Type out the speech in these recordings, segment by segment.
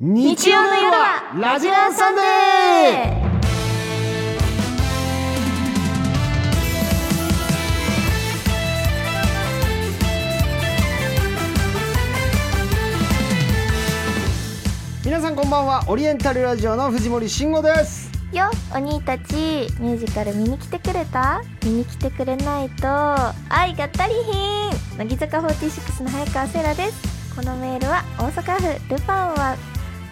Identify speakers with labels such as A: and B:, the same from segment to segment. A: 日曜の夜はラジランサンデー皆さんこんばんはオリエンタルラジオの藤森慎吾です
B: よお兄たちミュージカル見に来てくれた見に来てくれないと愛が足りひん乃木坂46の早川せいらですこのメールは大阪府ルパンは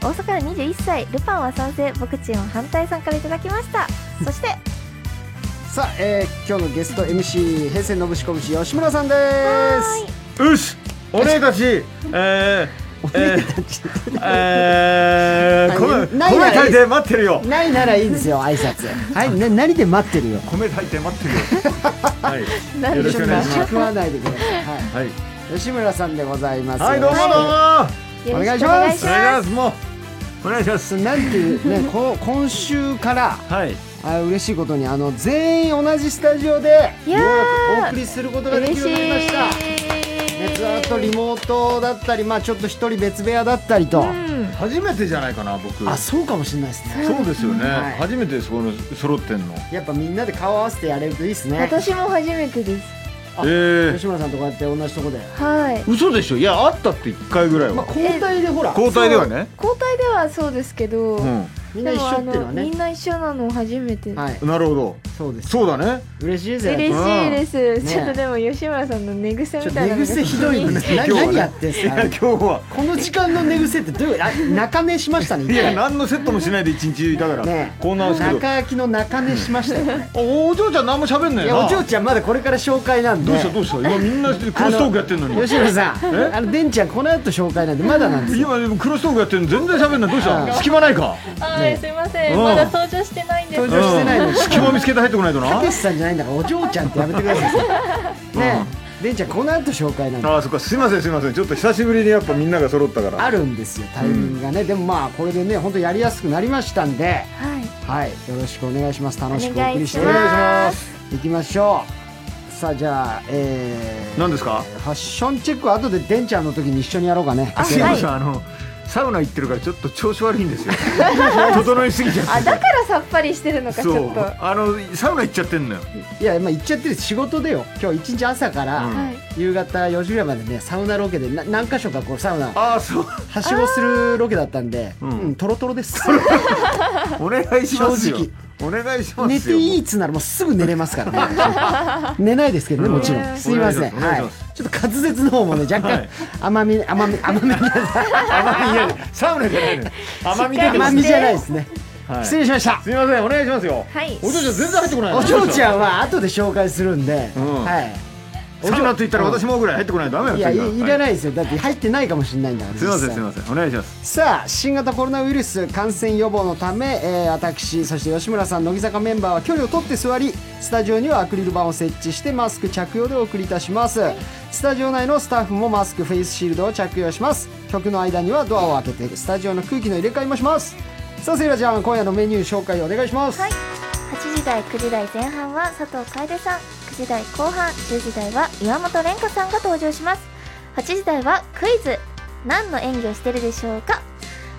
B: 大阪府21歳ルパンは賛成僕チンは反対さんからいただきましたそして
A: さあ、えー、今日のゲスト MC 平成のぶしこぶし吉村さんです
C: うし俺たちえー、えー、えー、米
A: ないない
C: 米炊いて待ってるよ
A: ないならいいんですよ挨拶はいな何で待ってるよ
C: 米炊いて待ってるよはいよろしくお願いします
A: 食わないでください、は
C: はい、
A: い、吉村さんでございます
C: はい、どうもどうも、
B: よろ
A: お願い
B: く
A: します
C: お願いしますもうお願いします
A: なんていうねこう今週から
C: はい
A: あ嬉しいことにあの全員同じスタジオでよう
B: いや
A: や
B: ー
A: くお送りすることができ
B: 嬉
A: る
B: し
A: ようになりま
B: い
A: したねずっとリモートだったりまあちょっと一人別部屋だったりと、
B: うん
C: 初めてじゃないかな僕
A: あそうかもしれないですね
C: そうですよね、
A: はい
C: 初めてそこの揃ってんの
A: やっぱみんなで顔合わせてやれるといいですね
B: 私も初めてです
A: あ
C: ええ
A: 吉村さんとこうやって同じとこで、
B: はい
C: 嘘でしょいやあったって一回ぐらい
A: ま
C: は
A: あ、交代でほら
C: 交代ではね
B: 交代ではそうですけど、
C: う
A: みんな
B: で
A: 一
B: も
A: 緒っ
B: あ
A: て
B: の
A: いうのは
B: み
A: ね
B: んな一緒なの初めて、
A: はい
C: んなるほど
A: そうです
C: そうだね
A: 嬉しいですよね
B: 嬉しいです、
A: んね
B: ちょっとでも吉村さんの寝癖
A: ちょ
B: み
A: っと
B: たい
A: 寝
B: なのが
A: 癖ひどいんです
C: 今
A: な
C: 日はね
A: 何やってんす
C: い
A: か
C: や今日は
A: この時間の寝癖ってどういうあ中寝しましたね
C: い
A: 一
C: や
A: 回
C: 何のセットもしないで一日いたから、
A: ねえ
C: こんなんですけど
A: 中空きの中寝しましたよね
C: おお嬢ちゃん何も喋んない
A: い
C: よ
A: や
C: な
A: お嬢ちゃんまだこれから紹介なんで
C: どうしたどうした今みんなクロストークやってんのに
A: 吉野さんあのでんちゃんこの後紹介なんでまだなんですよ
C: 今でもクロストークやってんの全然喋んないどうし
A: う
C: た
A: ん
C: 隙間ないか
B: はいすいません、
C: うん
B: まだ登場してないんです
A: 登場してないのに
C: うん隙間見つけて入ってこないとな
A: たけしさんじゃないんだからお嬢ちゃんってやめてくださいねえでんちゃんこの後紹介なんで
C: ああそっかすいませんすいませんちょっと久しぶりにやっぱみんなが揃ったから
A: あるんですよタイミングがねでもまあこれでね本当やりやすくなりましたんで
B: はい
A: はいよろしくお願いします楽しくお
B: お願い
A: 送りして
B: しますお願いし
A: い
B: ま
A: きましょうさあじゃあえー
C: 何ですか
A: ファッションチェックは後ででんちゃんの時に一緒にやろうかね
C: すいませんあのサウナ行ってるからちょっと調子悪いんですよ整いすぎちゃ
B: あ
C: っ
B: だからさっぱりしてるの
C: て
B: かちょっと
C: あのサウナ行っちゃってんのよ
A: いやまあ言っちゃってる仕事でよ今日一日朝から、
C: うん
B: はい
A: 夕方4時ぐらいまでねサウナロケでな何箇所かこうサウナ
C: ああそう
A: はしごするロケだったんで、
C: うん
A: うん、トロトロです
C: お願いしますよ
A: 正
C: お願いしま
A: 寝
C: す
A: て
C: よ
A: いいっつならもうすぐ寝れますからね 寝ないですけどねもちろ
B: うんん
A: すいません
C: お願いしますお願
A: は
C: いし
A: い
C: ま
A: ちょっと滑舌の方もね若
C: は
A: 干
C: い
A: 甘み甘み甘み
C: 甘みじゃないサウナじゃないのよ 甘み出てま
A: 甘
C: す
A: みじゃないですね
C: はい
A: 失礼しました
C: すみませんお願いしますよ。
B: はい
C: お嬢ちゃん全然入ってこない。
A: お嬢ち
C: ん。
A: ゃんは後で紹介するんで
C: うん
A: はい
C: サウナって言ったら私もぐらい入ってこないとダメよ。。
A: いやいいらないいですよだって入ってないかもしれないんだから
C: すみませ
A: 実
C: んす
A: 際
C: みませんお願いします。
A: さあ新型コロナウイルス感染予防のため、えー私そして吉村さん乃木坂メンバーは距離を取って座りスタジオにはアクリル板を設置してマスク着用でお送りいたしますスタジオ内のスタッフもマスクフェイスシールドを着用します曲の間にはドアを開けてスタジオの空気の入れ替えもしますさあセイラちゃん今夜のメニュー紹介お願いします、
B: はい8時台9時台前半は佐藤楓さん9時台後半10時台は岩本蓮香さんが登場します8時台はクイズ何の演技をしてるでしょうか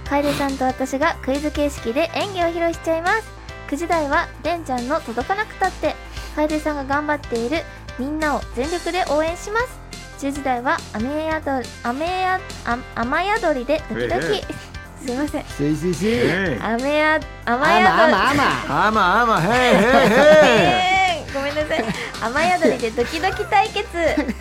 B: 楓さんと私がクイズ形式で演技を披露しちゃいます9時台は蓮ちゃんの届かなくたって楓さんが頑張っているみんなを全力で応援します10時台は雨宿り雨やあ雨宿りでドキド
C: え
B: キ すいません
A: すいすいすい
C: ええ
B: 雨や雨
A: あまあ
B: 宿り
A: まあまあ
C: あまあまあへいへいへい。
B: えーごめんなさい雨宿りでドキドキ 対決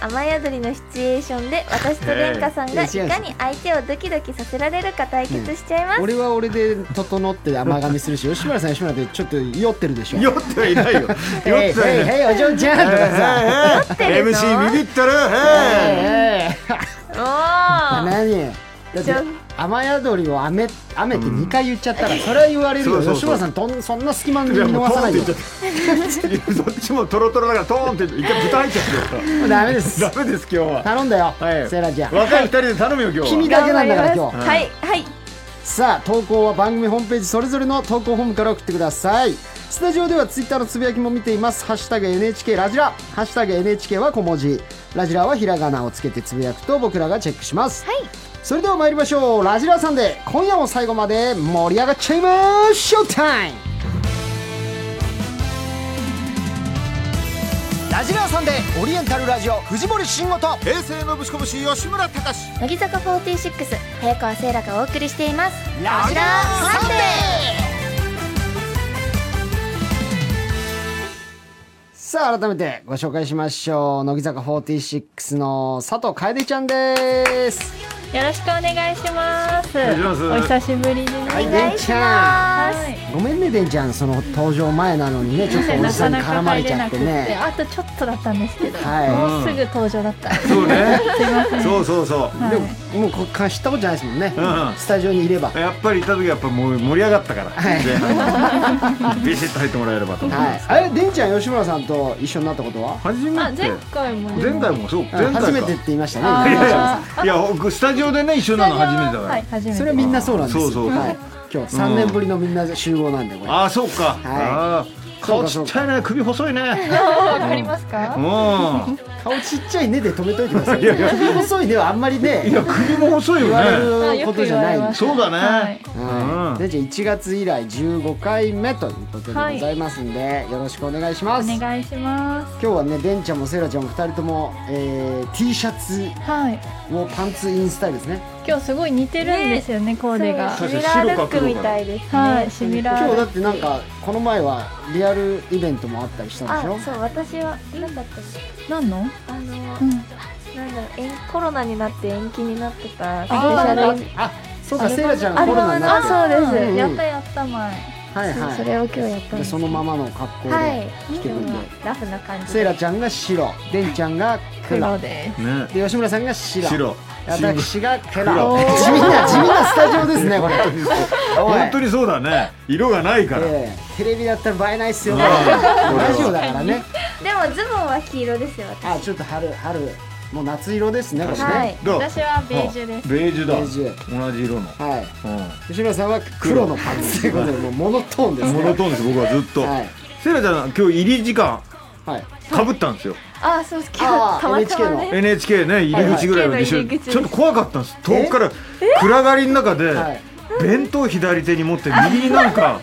B: 雨宿りのシチュエーションで私と蓮香さんがいかに相手をドキドキさせられるか対決しちゃいます、
A: 俺は俺で整って甘噛みするし吉村さん吉村でちょっと酔ってるでしょ
C: 酔ってはいないよ。酔っ
A: へ
C: て
A: い
C: はい
A: へい
C: ない。
A: へいお嬢ちゃんとかさ
C: さ
B: てるぞ
C: MC ビビってるへい
A: ええ
B: おー
A: 何だって
B: じゃ
A: 雨宿りを雨雨って2回言っちゃったら、それは言われるよ
C: そうそうそう
A: 吉村さんとんそんな隙間に
C: いやもう
A: 逃
C: ト
A: さ
C: ーンっ
A: な
C: て
A: い
C: 言
A: よ
C: っちゃった。そっちもトロトロだからトーンって一回豚入っちゃって
A: もうダメです
C: る。ダメです今日は。
A: 頼んだよ、
C: はい
A: セイラちゃん
C: 若い二人で頼むよ今日
A: 君
C: は。
A: だけなんだから今日
B: 頑張りますはいはい
A: さあ投稿は番組ホームページそれぞれの投稿フォームから送ってくださいスタジオではツイッターのつぶやきも見ています「ハッシュタグ #NHK ラジラ」「ハッシュタグ #NHK は小文字」ラジラはひらがなをつけてつぶやくと僕らがチェックします、
B: はい
A: それでは参りましょうラジラーさんで今夜も最後まで盛り上がっちゃいましょうタイムラジラーさんでオリエンタルラジオ藤森慎吾と
D: 平成のぶしこぶし吉村隆史
B: 乃木坂46早川聖羅がお送りしています
A: ラ
B: ジラーサンデ
A: さあ改めてご紹介しましょう乃木坂46の佐藤楓ちゃんです
E: よろしくお願いします。お
C: 願いします
E: 久しぶりです。
A: は
B: お
A: い
B: 願いしま
E: は
B: す
E: い
A: ごめんねでんちゃんその登場前なのに ねちょっとおじ
E: な
A: さ
E: か
A: んに
E: な
A: 絡
E: か
A: まれ
E: 入
A: ち
E: れ
A: ゃ
E: な
A: っ
E: く
A: て
E: て、
A: ね
E: あとちょっとだったんですけど、
A: は
E: もうすぐ登場 だった。
C: そうね
E: すいません。
C: そうそうそう、
A: いでももうここ知ったことじゃないですもんね
C: うん
A: スタジオにいれば
C: やっぱりいた時はやっぱもう盛り上がったから、
A: はい
C: 前半ビシッと入ってもらえればと思い
A: は
C: ま
A: い
C: す、
A: あれでんちゃん吉村さんと一緒になったことは
C: 初
E: あ
C: めて
E: 前回もね
C: 前回もそう前回か
A: 初めてって言いましたね
C: い
E: あー
C: やい
A: 今
C: やいや僕スタジオでね一緒なの初めてだから、
E: はい初めて。
A: それはみんなそうなんですよ
C: そうそうそう
A: はい今日3年ぶりのみんな集合なんでこれ
C: ああそうか、ああ
A: そう
C: 顔
A: か
C: ち
A: そう
C: っ
A: か
C: ちゃいね首細 いね
E: わかります
C: う
E: か？
C: ん
A: 顔ちっちゃいねで止めといてください。
C: いやいや
A: 首細いねはあんまり
C: い
A: ね、
C: や首も細い
A: 言わ
C: よね
A: れることじゃないんで。
E: ます
C: そうだね、
E: はい
A: はい。でじゃあ1月以来15回目ということでございますんで、よろしくお願いしま
E: お
A: す。
E: 願いします。
A: 今日はね、でんちゃんもセイラちゃんも2人とも、えー、T シャツ
E: はい。
A: をパンツインスタイルですね。
E: 今日すごい似てるんですよねコーデが。
C: そう
B: シミラールックみたいですね、
E: はい。シミ
A: 今
E: ラ
A: 日だ
E: ー
A: っ。てなんか、この前はリアルイベントもあったりした
B: あ
A: んでし
B: そ
A: ょ
B: う私はなかったです
E: なんの？
B: あのなん
E: うん。
B: だろうえんコロナになって延期になってた自
E: あ
B: 転車
E: ー
B: で
A: あ、そうか、セイラちゃんがコロナにな
B: あ
A: って。
B: そうです、
A: ん
E: やったやった前。
A: はい
B: そう
A: は
B: そ
A: い。
B: れを今日やったん
A: で
B: です
A: そのままの格好
B: は
A: で
B: い
A: 来てくんで。
B: ラフな感じ
A: セイラちゃんが白、でんちゃんが黒
E: 黒、で
C: ね
A: で吉村さんが白、
C: 白
A: 私が黒。
C: 黒
A: 地味な地味なスタジオですねこれ。おい
C: 本当にそうだね色がないから、
A: ええテレビだったら映えないっすよね。
C: うん
A: ラジオだからね。
B: でもズボンは黄色ですよ私
A: あちょっと春春もう夏色ですねこれね。
B: は
A: はいい。
C: どう
E: 私はベージュです
C: あベージュだ
A: ベージ
C: 同じ色の、
A: 吉村さんは黒のパンツということでもうモノトーンで
C: う
A: す
C: ん、モ
A: ね
C: ノ。トーンです僕はずっと、
A: はい
C: セイラちゃん今日入り時間
A: はい。
C: かぶったんですよ
B: あそうです
A: あー NHK の
C: NHK ね入り口ぐらいまで一緒
E: はいはい
C: ちょっと怖かったんです遠くから暗がりの中で
A: はい
C: 弁当左手に持って右になんか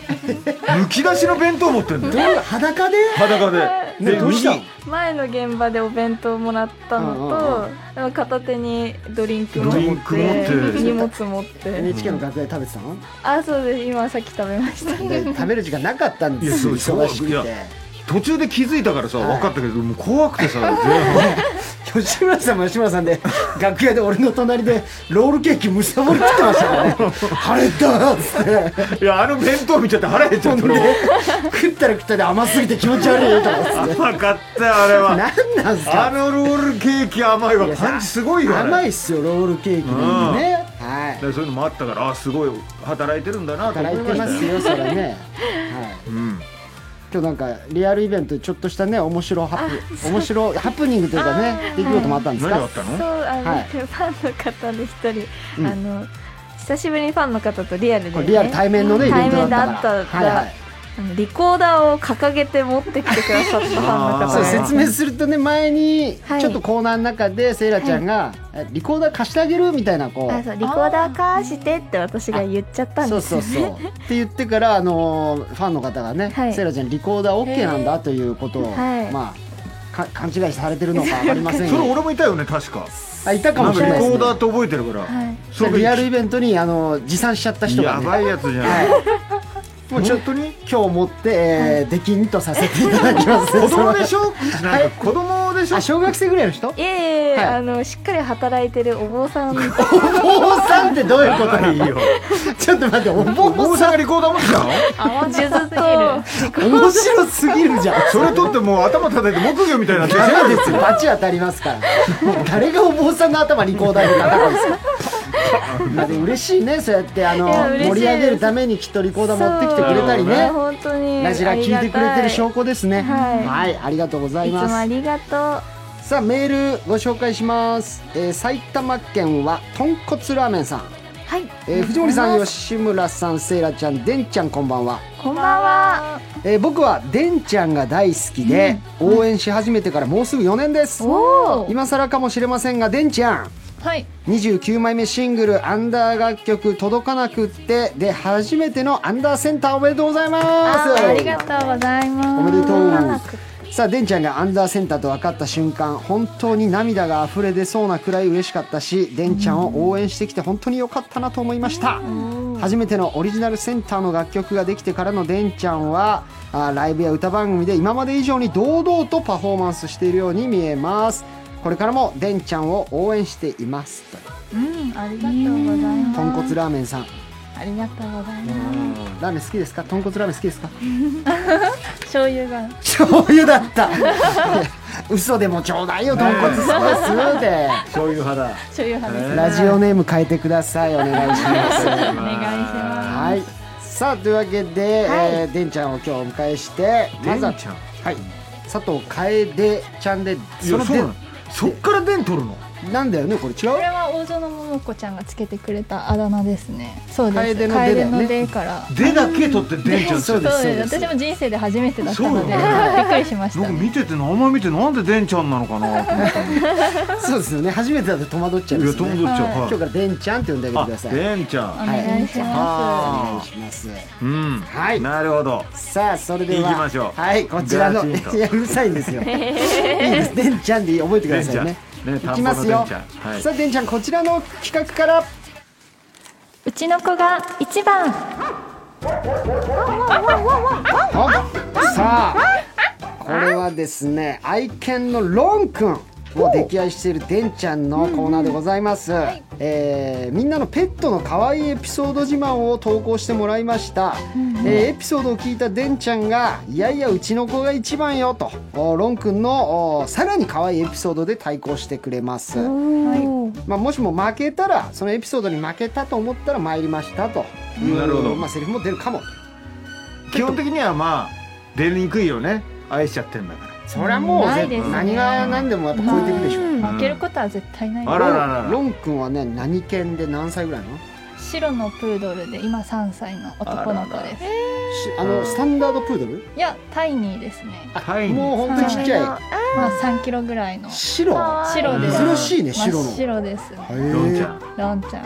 C: むき出しの弁当持ってん
A: どう
C: だよ
A: いう裸で？
C: 裸で
A: ねどうしたの？
E: 前の現場でお弁当もらったの
A: うん
E: と、でも片手にドリンク
C: ド
E: も
C: リンク持って
E: 荷物持って、
A: NHK の楽屋で食べてたの？
E: あそうです今さっき食べました。
A: で食べる時間なかったんですよ
C: いやそう
A: 忙しく
C: いや
A: て。
C: 途中で気づいたからさ
A: はい
C: 分かったけどもう怖くてさ前半
A: 吉村さんも吉村さんで楽屋で俺の隣でロールケーキむさぼり食ってましたからね晴れたっつって
C: いやあの弁当見ちゃって腹減っちゃったの
A: 食ったら食ったで甘すぎて気持ち悪いとかっつって
C: 甘かったよあれは
A: 何なんす
C: あ
A: か
C: のロールケーキ甘いわパンチすごいよあれ
A: 甘いっすよロールケーキなんでね
C: だ
A: は
C: からそういうのもあったからあすごい働いてるんだないと思
A: 働
C: い
A: い
C: ま
A: て
C: し
A: ま
C: た
A: す
C: よ
A: よそれねはい
C: うん
A: 今日なんかリアルイベントでちょっとしたね面白ハプ面白ハプニングというかね出来事もあったんです
C: 何
A: か
C: があったの
E: そうあの、
A: はい
E: ファンの方で一人、
A: うん
E: あの久しぶりにファンの方とリアルで、
A: こ
E: ね、
A: れリアル対面のねイベントだったから
E: 対面で会ったから
A: はいはい
E: あのリコーダーを掲げて持ってきてくださったファ
A: そう
E: ンの方が
C: あー
A: 説明するとね前に
B: はい
A: ちょっとコーナーの中でセイラちゃんがえリコーダー貸してあげるみたいなこ
B: あ
A: う
B: そうリコーダー貸してって私が言っちゃったん
A: そ
B: で
A: う
B: す
A: そうそうって言ってからあのーファンの方がね
B: はい
A: セイラちゃんリコーダー OK なんだということを
B: はい
A: まあか勘違いされてるのか分かりません
C: それ
A: が
C: 俺もいたよね確か
A: あいたか
C: な
A: も
C: ん
A: し
C: か
A: れ
C: リ
A: ない
C: コーダー
A: で
C: って覚えてるから、
E: はい
A: す
C: そ
A: ね
C: れ
A: リアルイベントにあの持参しちゃった人が
C: や
A: ね
C: ばいやつじゃん、
A: は
C: もうちょっとに
A: い今日持ってえー出禁とさせていただき ます
C: 子供で
A: そ
C: しょなんか子供でし
A: の
C: ょ
A: あ小学生ぐらいの 人
E: いえいえ、
A: はい
E: あのしっかり働いてるお坊さん
A: お坊さんってどういうことな
C: ない
A: の
C: よ
A: ちょっと待ってお
C: お
A: 坊
C: 坊
A: さ
C: さ
A: ん
C: んがリコーダー持ってたの
E: 数珠と
A: 面白すぎるじゃん
C: それ取ってもう頭叩いて木魚みたいになってる
A: ダメですよ罰当たりますから誰がお坊さんの頭にこうだいで叩くんですかまあでも嬉しいねそうやってあの
E: いや嬉しい
A: 盛り上げるためにきっとリコーダー持ってきてくれたり
E: いや
A: ね
E: 本当に
A: ラジラ聞いてくれてる証拠ですね
E: ありが
A: はい、ありがとうござ
E: あ
A: い
E: りがたいいつも
A: ま
E: あ
A: す
E: りがとう
A: さあメールご紹介します、えー埼玉県はとんこつラーメンさん、
B: はい、
A: えー藤森さん吉村さんせいらちゃんでんちゃんこんばんは
B: こんばんは
A: えー僕はでんちゃんが大好きで、応援し始めてからもうすぐ4年です
E: おー
A: 今更かもしれませんがでんちゃん
E: はい
A: 29枚目シングル「アンダー楽曲届かなくって」で初めてのアンダーセンターおめでとうございます
E: ありがとうございます
A: おめでとう
F: かなく
A: さあデンちゃんがアンダーセンターと分かった瞬間本当に涙が溢れ出そうなくらい嬉しかったしデンちゃんを応援してきて本当に良かったなと思いました初めてのオリジナルセンターの楽曲ができてからのデンちゃんはあライブや歌番組で今まで以上に堂々とパフォーマンスしているように見えますこれからもデンちゃんを応援していますと
E: うんありがとうございます
A: 豚骨ラーメンさん
E: ありがとうございます
A: ラーメン好きですか豚骨ラーメン好きですか
E: 醤油が
A: 醤油だった嘘でもちょうだいよ豚骨ソースで
G: 醤油派だ。
E: 醤油派です
A: ラジオネーム変えてくださいお願いします。
E: お願いします
A: はい。さあというわけで、えーでんちゃんを今日お迎えして、まずは
G: でんちゃん
A: はい。佐藤楓ちゃんで、
G: いや
A: の
G: そうなの
A: で。
G: そっから電取るの。
A: なんだよねこれ違
E: これ
A: う。
E: は大園桃子ちゃんがつけてくれたあだ名ですねそうです
A: 楓の出だ
E: 楓
A: よね
E: の出から
G: 出だけ取って電ちゃんって
A: そうです
E: そう
A: そう
E: で
A: ですす
E: 私も人生で初めてだったので
G: そう
E: び
G: だ
E: っくりしました
G: 僕
E: ね
G: 見てて名前見てなんで電ちゃんなのかなと思ったんだ
A: そうですよね初めてだと戸惑っち
G: け
A: ゃうん
G: ど。い
A: で
G: や
A: すよ
G: 友
A: ね。
G: 達ちゃん
A: 今日
G: は
A: からでんちゃんって呼んであげて
G: い。
A: ください。
G: あ、電ちゃ
E: お
G: ん。
E: 願いし
A: お
E: ま
A: 願
G: あ
A: いします。
G: ーうん。
A: はい
G: なるほど。
A: さあそれでは
G: 行きましょう
A: はいこちら
G: ガ
A: の
G: チンと
A: いやうるさいんですよいいですでんちゃんでいい覚えてくださ
G: でんちゃ
A: いね
G: んね
A: いきます
G: 田んぼの
A: よ
G: でんちゃんはい
A: さあでんちゃんこちらの企画から
E: すうちの子が一番
A: あさあこれはですね愛犬のロン君を溺愛しているでんちゃんのコーナーでございます、えーみんなのペットの可愛いエピソード自慢を投稿してもらいました、えーエピソードを聞いたでんちゃんが「いやいやうちの子が一番よ」とおロン君のおさらに可愛いエピソードで対抗してくれます、まあ、もしも負けたらそのエピソードに負けたと思ったら参りましたという
G: なるほど
A: まあ、セリフも出るかも
G: 基本的にはまあ出にくいよね。愛しちゃってんだから。
A: それはもう
E: ない
A: 絶
E: ですね
A: 何が何でもやっぱ超えてるでしょ、
E: 負けることは絶対ない
G: あらららら
A: ロン君はね何犬で何歳ぐらいなのし
E: 白のプードルで今3歳の男の子です
A: あのスタンダードプードル
E: いやタイニーですね
G: タイに。
A: もうほんとちっちゃ
F: あ
A: い
E: まあ3キロぐらいの
A: 白
E: 白です
A: 珍しいね
E: 真
A: 白の
E: っ白ですね
A: へ
G: ロンち
A: ー
G: ゃ ん。
E: ロンちゃ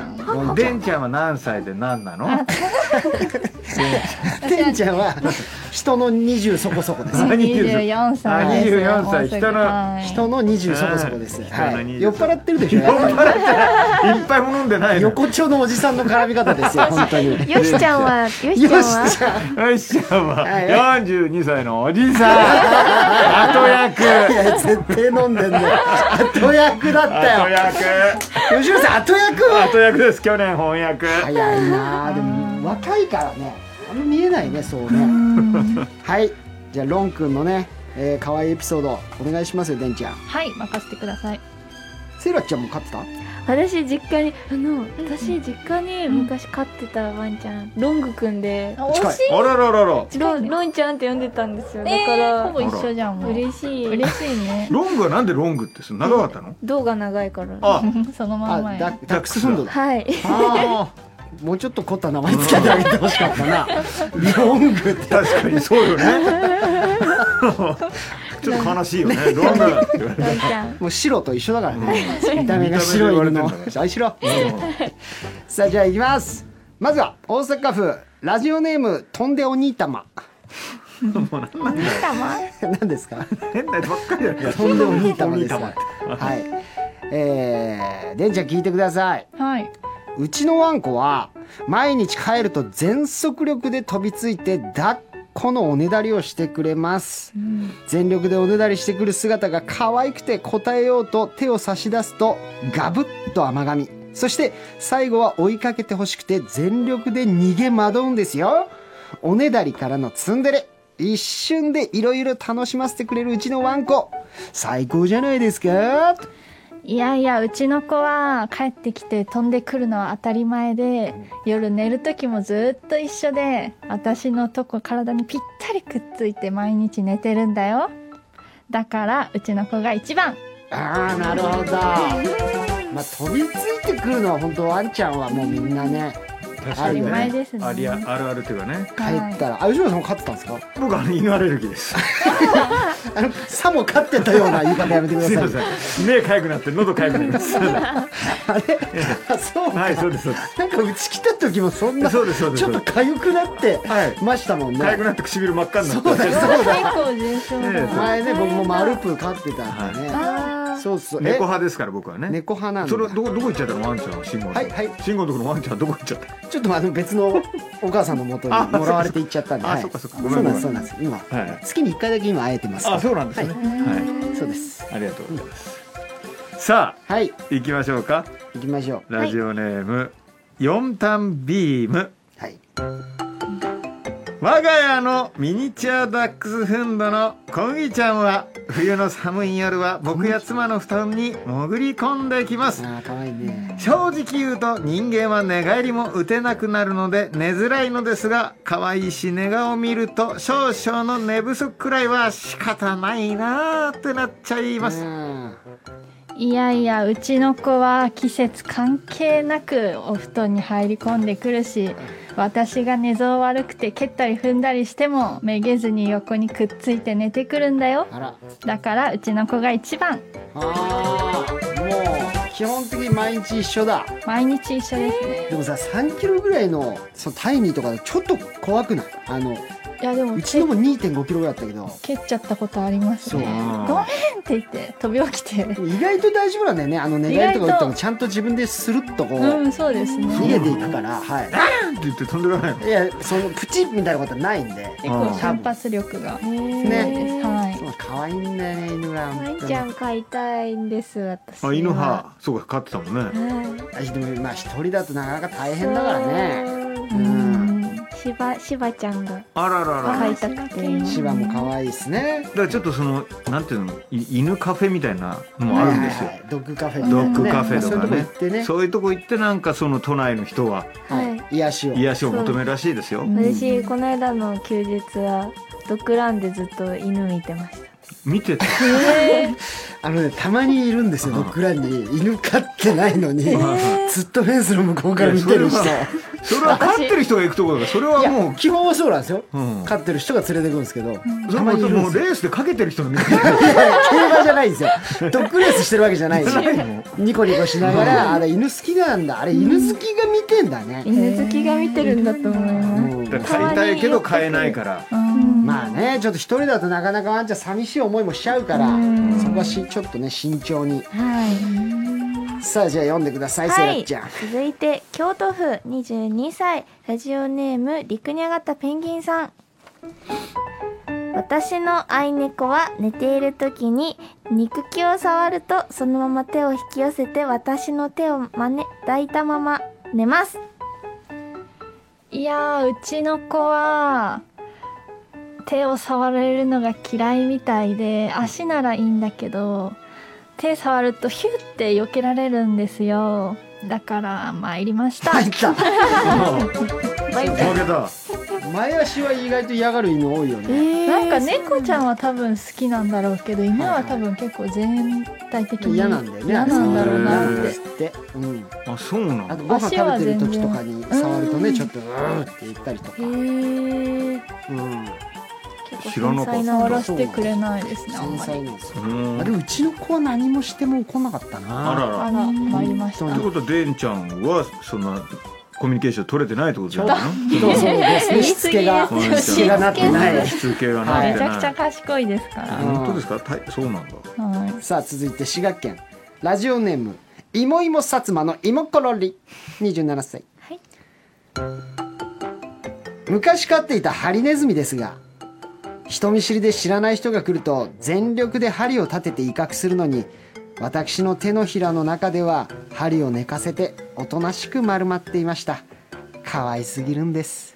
E: ん
G: デンちゃんは何歳で何なの？
A: てんちゃ んは人の20そこそこです
G: 何言ってんの
E: 24歳です
G: あ24歳
E: もうすぐ
G: 人の
E: はい
A: 人の20そこそこです、
G: うん
A: は
G: 人の
A: い、
G: 20
A: 酔っ払ってるでしょ
G: 酔っ
A: やっぱ
G: 払
A: り
G: ってない。いっぱいも飲んでないの。
A: 横丁のおじさんの絡み方ですよ 本当によ
F: よしちゃんはよし
A: し
F: ち
A: じ
F: ゃんは
A: ゃあ
G: 愛しちゃんは
A: はい
G: 42歳のおじ さん。後役。
A: いや絶対飲んでんだよ後役だった
G: 後
A: よ
G: 役。
A: 吉野さん後役は
G: 後役です去年翻訳
A: 早いなあでも若いからねあんま見えないねそうねはいじゃあロン君のね、えー、可愛いエピソードお願いしますよデンちゃん
E: はい任せてください
A: セイラちゃんも飼ってた
B: 私実家にあの私実家に昔飼ってたワンちゃんロングくんで
E: 惜
A: 近い
E: しい
G: あらららら
B: ロンロンちゃんって呼んでたんですよだか
E: えー、ほ
B: ら
E: ぼ一緒じゃんもう
B: 嬉しい
E: 嬉しいね
G: ロングはなんでロングってする長かったの
B: 胴が長いから
G: あ
E: そのま
A: あ
E: んまや
A: ダダックスフンドだ
B: はい
A: ああもうちょっと凝った名前つけてあげてほしかったなロングって
G: 確かにそうよねちょっと悲しいよねロングだって言われ
B: ロンちゃん
A: もう白と一緒だからね見た目が白いの
G: 見た目で言われてんだね
A: 愛しろ
G: た
A: さあじゃあいきますまずは大阪府ラジオネーム飛んでお兄玉何で すか
G: 変なやつばっかりだね
A: とんでもいい玉です。
G: お兄
A: はい。えー、でんちゃん聞いてください。
E: はいう
A: ちのワンコは、毎日帰ると全速力で飛びついて、抱っこのおねだりをしてくれます。全力でおねだりしてくる姿が可愛くて答えようと手を差し出すと、ガブッと甘噛み。そして、最後は追いかけてほしくて、全力で逃げ惑うんですよ。おねだりからのツンデレ。一瞬でいろいろ楽しませてくれるうちのワンコ。最高じゃないですか
E: いやいやうちの子は帰ってきて飛んでくるのは当たり前で夜寝る時もずっと一緒で私のとこ体にぴったりくっついて毎日寝てるんだよだからうちの子が一番
A: ああなるほどまあ飛びついてくるのは本当ワンちゃんはもうみんなね
C: 確
A: あ
C: か
A: る
C: に
A: よね
E: 前ですね
C: ありああるあるっていうかね
A: 帰ったらあ吉村さんも飼ってたんですか
C: 僕はあの犬アレルギーです
A: あのさも飼ってたような言い方やめてくだ
C: すい
A: さ
C: ま
A: い
C: せん目かゆくなって喉かゆくなりますは
A: あれあそうか、
C: いそうですそうです
A: なんかうち来た時もそんな
C: そうですそうです
A: ちょっと痒くなって
C: はい
A: ましたもんね、
C: かゆくなって唇真っ赤になって
A: そうだよそうだよ
E: 構重症
C: ええ
E: だ。
A: 前ね僕もマルプー飼ってたんでね、そうそうえ
C: 猫派ですから僕はね
A: 猫派なんだ
C: それどこどこ行っちゃったのワンちゃん信号の
A: はいはい
C: 信号のところのワンちゃんどこ行っちゃった
A: ちょっとまあでも別のお母さんの元に
C: あ
A: もらわれていっちゃったんで、
C: あ
A: はい、
C: そっかそっかごめん
A: そうなんです
C: ご
A: そう
C: め
A: なんで
C: ん
A: す今、
C: はい
A: 月に一回だけ今会えてますから
C: あそうなんですね
A: は
C: はい
A: そうです
C: いありがとうございますさあ
A: はい
C: 行きましょうか
A: 行きましょう
C: ラジオネーム四段ビーム
A: はい
C: 我が家のミニチュアダックスフンドのコンギちゃんは冬の寒い夜は僕や妻の布団に潜り込んできます
A: ああ可愛いね
C: 正直言うと人間は寝返りも打てなくなるので寝づらいのですが可愛いし寝顔を見ると少々の寝不足くらいは仕方ないなーってなっちゃいます
A: あ
E: いやいやうちの子は季節関係なくお布団に入り込んでくるし私が寝相悪くて蹴ったり踏んだりしてもめげずに横にくっついて寝てくるんだよ
A: ーあら
E: だからうちの子が一番
A: あーもう基本的に毎日一緒だ
E: 毎日一緒ですね
A: でもさ3キロぐらいのそのタイニーとかでちょっと怖くないあの
E: いやでも
A: うちのも2 5キロぐらいだったけど
E: 蹴っちゃったことありますね
C: そう
E: ごめんって言って飛び起きて
A: 意外と大丈夫なんだよねあの寝返りとか打って
E: 意外
A: も
E: と
A: ちゃんと自分でスルッとこう、
E: うんそうです
A: 逃
E: ね
A: げていくから、はい
C: なんて言って飛んでかないの
A: いやそのプチみたいなことはないんで
E: 結構瞬発力がすごいです、
A: ね
E: はい
A: そう可愛いんだよね犬が
H: ワ
A: 本
H: ン
A: 当
H: ち
A: に
H: ゃん飼いたいんです私は
C: あ犬派そうか飼ってたもん
H: う
C: ね
H: ん
A: あでもまあ一人だとなかなか大変だからね
H: そう
A: うん
H: しばしばちゃんが
C: あららら
H: 飼いたくて今
A: 芝も可愛いですね
C: だからちょっとそのなんていうのい犬カフェみたいなのもあるんですよ
A: はいはいはいドッグカフェみた
C: ド
A: いなね
C: ッグカフェと
A: まあそういう
C: か
A: とこ行
C: ね
A: ってね
C: そういうとこ行ってなんかその都内の人は
H: はい
A: はい癒しを
C: 癒しを求めるらしいですよ
E: うん
H: 私この間の休日はドッグランでずっと犬見てまし
C: 見てた
A: あのねたまにいるんですよ
C: うん
A: ドッグランに犬飼ってないのにずっとフェンスの向こうから見てる人
C: いやそれそれは飼ってる人が行くところだからそれ
A: い
C: はも
A: や
C: う
A: 基本はそうなんですよ
C: うん
A: 飼ってる人が連れてくるんですけど
C: それ
A: た
C: も
A: まにいるん
C: も
A: で
C: う
A: すよ
C: レースでかけてる人の見てる
A: いやいや競馬じゃないんですよドッグレースしてるわけじゃないしニコニコしながらあれ犬好きなんだあれ犬好きが見てんだね
H: た犬好きが見てるんだと思います
A: うん
C: だから飼いたいけど飼えないから
E: うん
A: まあねちょっと一人だとなかなかワンちゃん寂しい思いもしちゃうからそこはしちょっとね慎重に
H: はい
A: さあじゃあ読んでください、
B: は
A: セラ
B: い
A: ちゃん
B: 続いて京都府22歳ラジオネーム陸に上がったペンギンさん私の愛猫は寝ている時に肉球を触るとそのまま手を引き寄せて私の手を真似抱いたまま寝ます
E: いやーうちの子は手を触られるのが嫌いみたいで足ならいいんだけど手触るとヒュッて避けられるんですよだから参りました、
A: 入った
C: 負けた
A: 前足は意外と嫌がる犬多いよね、
E: なんか猫ちゃんは多分好きなんだろうけど犬は多分結構全体的に
A: 嫌なんだよね
E: 嫌なんだろうな
A: 嫌
E: っ
A: で
E: て
A: すって、うん、
C: あそうな
A: あ
C: の
A: とご飯食べてる時とかに触るとね
E: うん
A: ちょっとうーって言ったりとか、うん、
C: 知らなかっ
E: 才
C: た
E: 能下ろしてくれないですねあん
A: 繊
E: ま
A: 細
E: り
A: なんですよ
C: う、ん
A: あ
C: あ
A: でもうちの子は何もしても怒んなかったな
C: ら
E: あ
C: ら
E: ら参りました
A: 本
C: ってことはデンちゃんはそんなコミュニケーション取れてないってことじゃ ない
A: そうそうですねしつけが
C: 言い過ぎで
A: し
C: す
A: つけがなってな
C: の
A: い
C: しつけがな
A: はい
C: って
E: めちゃくち
C: な
E: ゃ
C: い
E: 賢いですから、
A: うん
C: 本当ですかたいそうなんだ
E: はい
A: さあ続いて滋賀県ラジオネームいもいも薩摩のいもころり27歳、
B: はい
A: 昔飼っていたハリネズミですが人見知りで知らない人が来ると全力で針を立てて威嚇するのに私の手のひらの中では針を寝かせておとなしく丸まっていました可愛すぎるんです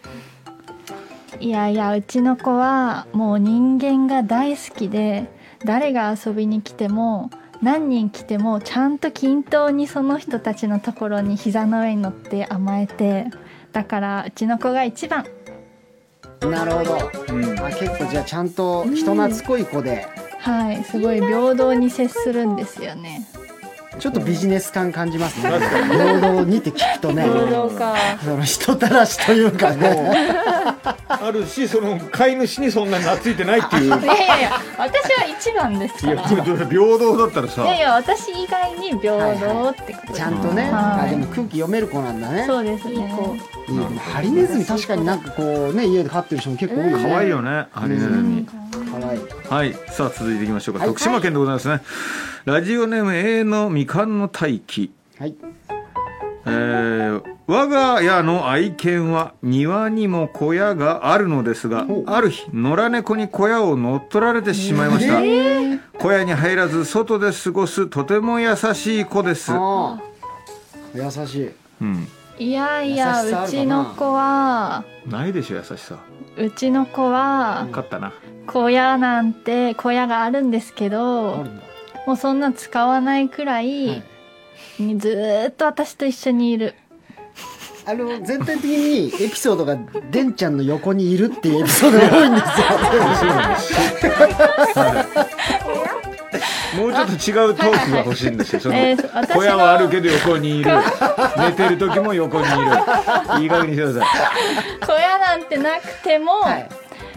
E: いやいやうちの子はもう人間が大好きで誰が遊びに来ても何人来てもちゃんと均等にその人たちのところに膝の上に乗って甘えてだからうちの子が一番
A: なるほど
C: うん
A: あ結構じゃあちゃんと人懐っこい子で、
E: はいすごい平等に接するんですよね
A: ちょっとビジネス感感じますね労働にって聞くとね
B: 労働か
A: その人たらしというか ね
C: あるしその飼い主にそんなに懐いてないって いうい
E: いやいやいや私は一番ですか
C: や
E: ら
C: これどうせ平等だったら
E: いやい
C: さ
E: や私以外に平等ってことです
A: ちゃんとね
E: はい
A: あでも空気読める子なんだね
E: そうです
B: いい
E: ね
B: 子
A: いいでもハリネズミ確かになんかこうね家で飼ってる人も結構多いよね
C: 可愛いよねハリネズミ
A: かわいい
C: はいさあ続いていきましょうか徳島県でございますねラジオネーム永遠のみかんの大輝
A: はい
C: えー我が家の愛犬は庭にも小屋があるのですが
A: ほう
C: ある日野良猫に小屋を乗っ取られてしまいました、小屋に入らず外で過ごすとても優しい子です、
A: あー優しい
C: うん、
E: いやい
A: 優しさあ
E: や
A: る
E: う
A: かな
E: ちの子は
C: ないでしょ優しさ
E: うちの子は
C: 勝ったな
E: 小屋なんて小屋があるんですけ
A: あ
E: ど
A: るんだ
E: もうそんな使わないくらいにずーっと私と一緒にいる
A: あの全体的にエピソードがでんちゃんの横にいるっていうエピソードが多いんですよ
C: もうちょっと違うトークが欲しいんですよ その
E: えー私の
C: 小屋はあるけど横にいる寝てる時も横にいるいい加減にしてくださ
E: 小屋なんてなくても
A: はい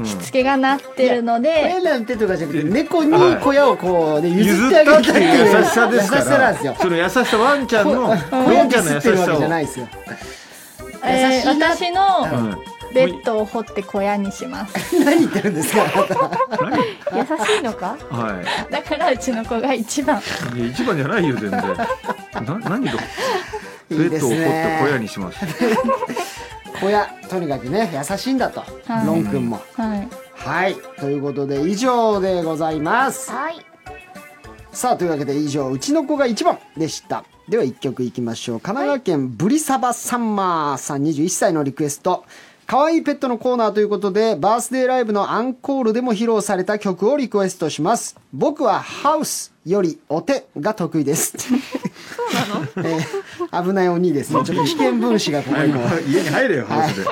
E: しつけがなってるので
A: 親なんてとかじゃなくて猫に小屋をこう、ね、
C: い
A: 譲
C: 譲
A: っ
C: って
A: あげた
C: たっ
A: ってて
C: い
A: いう
C: う優しさですか
A: 優しさなん
C: ら
A: ですよ
C: その優しさワンちゃんのワ
A: 親
C: ンちゃん
A: 譲
C: の優
A: って
C: し
A: るわ
C: さ
A: け
C: を
A: じゃないですよ
E: えー
A: 優しいな
E: 私の
C: うん
E: ベッドを掘って小屋にします
A: 何言ってるんですかあなた
B: 優しいのか
C: はい
E: だからうちの子が一番
C: いや一番じゃないよ全然な何とベ
A: いい
C: ッ
A: です
C: ドを掘って小屋
A: ね
C: にします
A: 小屋とにかくね優しいんだと、
E: はい
A: ロン君も
E: はい
A: はいということで以上でございます
F: はい
A: さあというわけで以上「うちの子が一番」でしたでは1曲いきましょう神奈川県ブリサバサンマーさん21歳のリクエスト可愛いペットのコーナーということでバースデーライブのアンコールでも披露された曲をリクエストします僕はハウスよりお手が得意ですそう なの、えー危ない鬼ですねちょっと危険分子がここ
C: 早
A: に
C: く
A: も
C: 家に入れよハウスで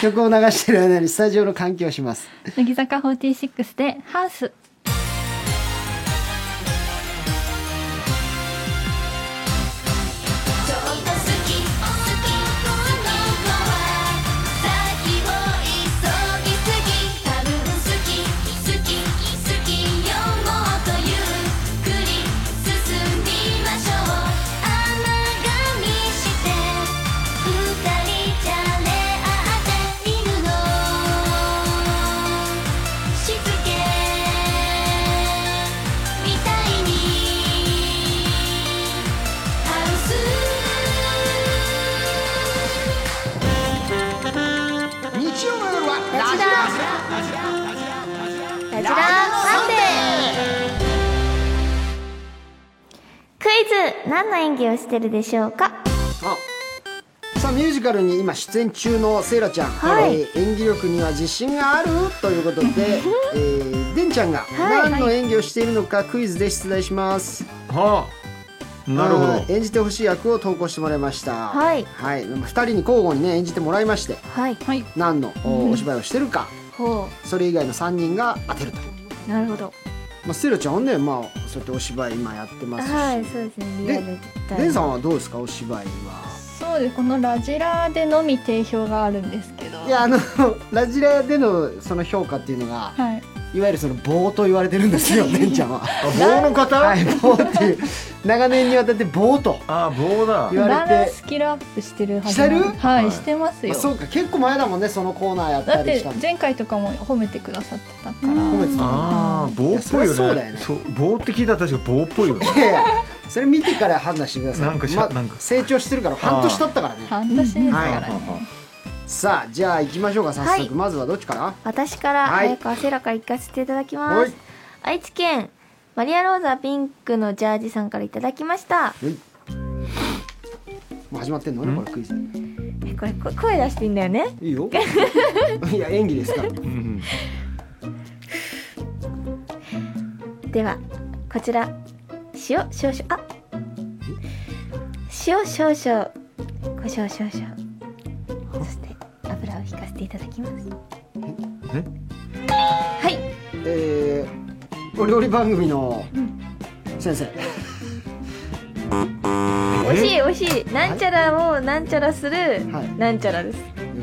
A: 曲を流している間にスタジオの換気をします
E: 乃木坂46でハウス
I: ちょいと好きお好きこの子は先を急ぎすぎ多分好き好き好きよもっとゆっくり進みましょう甘がみして二人じゃれ合って犬のしつけみたいにハウス
J: 日曜の夜は
F: ラジララジラサンデークイズ何の演技をしてるでしょうか
A: さあミュージカルに今出演中のセイラちゃん、
F: はい
A: えー演技力には自信があるということで、えー、でんちゃんが
F: はい
A: 何の演技をしているのかクイズで出題します、
C: はあなるほ
A: あー
C: ど
A: 演じてほしい役を投稿してもらいました
F: はい
A: はい、2人に交互にね演じてもらいまして
F: はい
E: はい
A: 何のおお芝居をしてるか
F: ほ
A: それ以外の3人が当てると、
F: うなるほど
A: まあ、セイラちゃんはね、まあ、そうやってお芝居今やってますし、
F: はいそうですねリアルタイム
A: でんさんはどうですかお芝居は
E: そうですこのラジラでのみ定評があるんですけど
A: いやあの ラジラでのその評価っていうのが
E: はい
A: いわゆるその棒と言われてるんです よ、ねんちゃんは。
C: 棒の方
A: はい、棒っていう、長年にわたって棒と。
C: あ棒だ
A: 言われて
E: だんだんスキルアップしてるはずなんで
A: してる
E: は
C: はい
E: いしてますよ
A: あそうか、結構前だもんね、そのコーナーやっ
E: だ
A: た
E: っ
A: り
E: て
A: したの。
E: 前回とかも褒めてくださってたから
A: 褒めてたの
C: ああ棒っぽい
A: いやそりゃそう
C: よ
A: だよね
C: ねそう棒って聞いたら確か棒っぽいよね
A: いやいや、それ見てから判断してください。
C: なんかし
A: ま
C: なんか
A: 成長してるから、半年経ったからね。
E: 半年ですから
C: はあ
E: ね
C: は
A: さあ、じゃあ、行きましょうか、早速、
F: はい
A: まずはどっちから。
F: 私から
A: はい
F: 早川セラから行かせていただき
A: は
F: ま
A: い
F: す愛知県マリアローザピンクのジャージさんからいただきました
A: ういもう始まってんのね、これクイズ。
F: えこれこ声出していいんだよね
A: いいよ。いや、演技ですから。
C: あうん
F: ではこちら塩少々あ塩少々胡椒少々そして油を引かせていただきます
C: え
F: はい
A: えーお料理番組の先生、
B: 美味しい美味しいなんちゃらをなんちゃらする
A: はい
B: なんちゃらです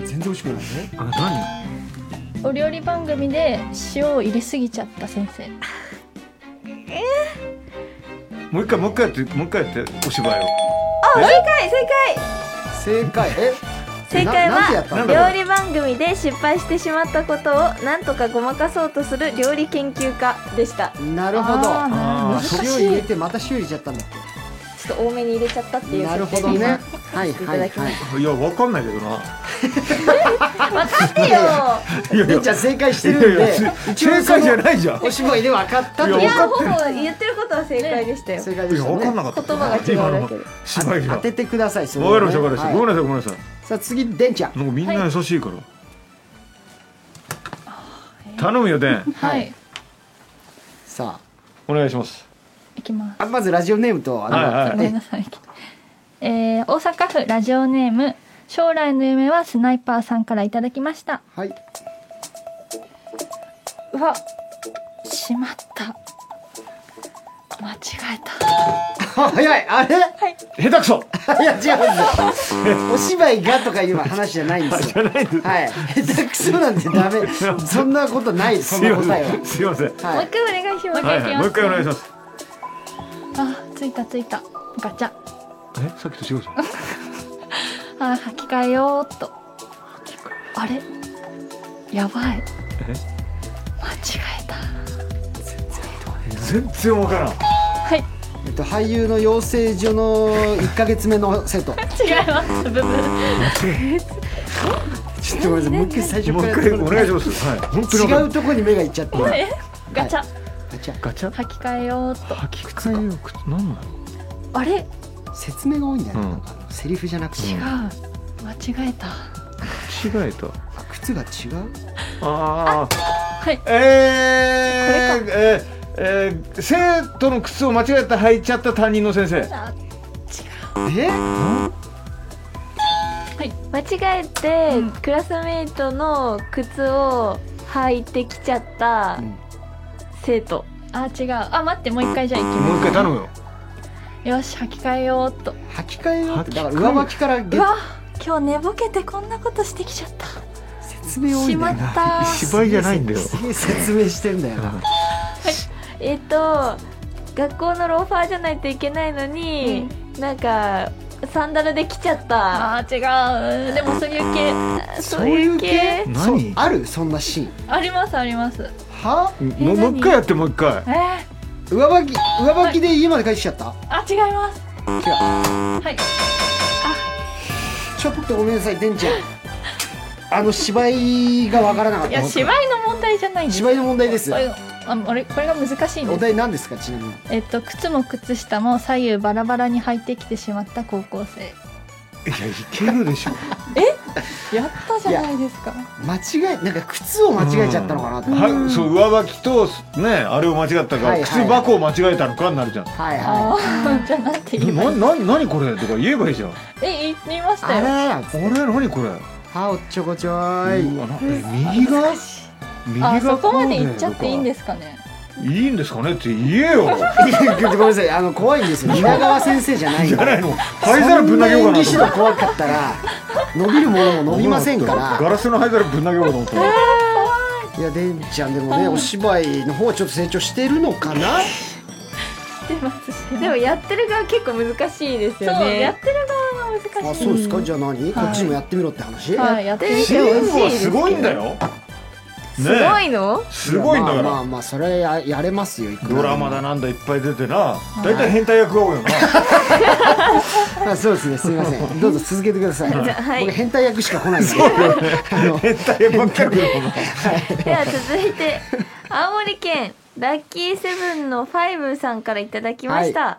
A: 全然美味しくないね
C: あ何
E: お料理番組で塩を入れすぎちゃった先生
C: もう一回もう一回やってもう一回やってお芝居を
B: あ
C: え
B: 正解正
A: 正解え
B: 解正解
A: ななんてやっ
B: は
A: たの
B: 料理番組で失敗してしまったことをなんとかごまかそうとする料理研究家でした
A: なるほど
E: あーな
C: あ
E: 難
A: 塩
E: し
A: 入れ
E: い
A: てまた塩入れちゃったんだっ
B: ちょっと多めに入れちゃったって
A: け
B: いう
A: なる
B: 設
A: ほ
B: 定
A: ど
B: で
A: ね
B: 今
A: はいはいはい
C: いやわかんないけどな
B: 分か ってよ
C: いやい
A: で
C: や
A: じゃあ正解してるんで
C: 正正解じゃないじゃん
A: お芝居で分かったと
C: い
B: い
A: いう
B: やほぼ言ってることは正解でしたよ
A: 正解
C: い
A: でし
C: や
A: た
C: わかん
A: ね
C: なかった
B: 言葉が違うだけで
C: 今の芝居じ
A: 当
C: ゃんわか
A: ててくださいそれ
C: りましたわかりましたごめ
A: はい
C: んなさいごめんなさい
A: さあ次でんちゃん
C: なんかみんな優しいから、頼むよでん
E: はい
A: さ
C: お願いします
E: いきます
A: ああまずラジオネームとあの
C: はい
E: ご
C: は
E: めん
C: い
E: なさい。えー大阪府ラジオネーム将来の夢はスナイパーさんからいただきました。
A: はい、
E: うわ、しまった。間違え
A: 早いあれ
C: 下手くそ
A: いや違うんです よお芝居がとかいう話じゃないんですよはい下手くそなんてダメ そんなことないですそ
C: すい
A: の
C: ま
A: 答え
C: せんすいません
A: は、
B: も
A: は
B: う
A: い、
B: 一回お願いします
C: はいはいもう一回お願いしますす
E: た。あ、ついたついた。ガチャ。
C: えさっきと違うじゃん
E: あ、履き替えようっと。あれ、やばい。
C: え
E: 間違えた。
C: 全然わからん
E: はい。
A: えっと、俳優の養成所の1か月目の生徒
E: 違います。ブブ
A: ちょっとごめんなさいもう一回最初
C: もう
A: か
C: 一
A: ら
C: 回お願いしますはい本当にわか
A: 違
C: ん
A: う
C: ない
A: ところに目がいっちゃって
E: えガチャ。
A: あじゃ
C: ガチャ
E: 履き替えようっと。
C: 履き替えよくなんなの
E: あれ、違う。
A: あ説明が多いんだよね、
C: うん
A: なんかあのセリフじゃなくて、
E: 間違えた。
C: 間違えた
A: あ靴が違う
C: ああ
E: はい。
C: えー、えーえー、生徒の靴を間違えて履いちゃった担任の先生
E: あ
A: え
B: 間違えて、
E: うん
B: クラスメイトの靴を履いてきちゃった
A: うん
B: 生徒、
E: あ違うあ待ってもう一回じゃあ行き
C: もう
E: ま
C: 一回頼むよ
E: すよし履き替えようっと
A: 履き替えようって
C: 履き替
A: だ
C: え
A: から上履きから
E: う
A: げ
E: わ今日寝ぼけてこんなことしてきちゃった
A: 説明多い
E: し
A: んだ
E: ま
A: よ
E: っ
A: な
E: た
C: 芝居じゃないんだよ
A: すげえ説明してんだよな
B: えっ、と学校のローファーじゃないといけないのに、なんかサンダルで来ちゃった
E: あー違うでもそういう系
B: そういう系
A: そう
C: 何
A: あるそんなシーン
E: ありますあります
A: は
C: もうもう一回やってもう一回
E: えー、
A: 上履き上履きで家まで帰ってきちゃった
E: あ違います
A: 違う
E: はい
A: ちょっとごめんなさいでんちゃんあの芝居がわからなかっ
E: いや
A: た
E: 芝居の問題じゃないんです
A: 芝居の問題です
E: こういうあ俺これが難しいん
A: お
E: です
A: 題何ですかちなみに
E: えっと靴も靴下も左右バラバラに履いてきてしまった高校生
C: いやいけるでしょ
E: やったじゃないですか
A: 間違えなんか靴を間違えちゃったのかなとはい
C: はい、そう上履きとねあれを間違ったか、
A: はいはい
C: 靴箱を間違えたのかになるじゃん。
A: は
E: ああじゃあなんて言えばい
C: なな何これとか言えばいいじゃん。
E: いえ言いまし
A: いあ
E: たよ
A: ら
C: あれ何これ。
A: はおっちょこちょいう
C: わなえ右が右が
E: あそこまで言っちゃっていいんですすかね
C: か。いいんですかねって言えよ。
A: いやごめんなさいあの怖いん ですよ稲川先生じゃないん
C: じ
A: で
C: ゃ ないの。灰皿ぶん投げようか
A: そんな演技指
C: なと思
A: 導怖かったら伸びるものも伸びませんか
C: ガ
A: ら
C: ラスの灰皿ぶん投げようかと思った。
A: いやでんちゃんでもねお芝居の方はちょっと成長してるのかな
E: してますしてます
B: でもやってる側結構難しいですよね
E: そうやってる
A: あそうですかじゃあ何こっちもやってみろって話
E: はいやってみ
C: チ
E: て
C: ームはすごいんだよ。
B: すごいの、
C: すごいんだ
A: ま
C: か
A: あま
C: ら。
A: あまあそれややれますよいくらでも
C: ドラマだなんだいっぱい出てな。大体変態役が多いよな。
A: あそうですねすみませんどうぞ続けてください
B: じゃあはい
A: 僕変態役しか来ないんであの
C: 変態役ばっかり来るもんな。
B: では続いて青森県ラッキーセブンのファイブさんからいただきました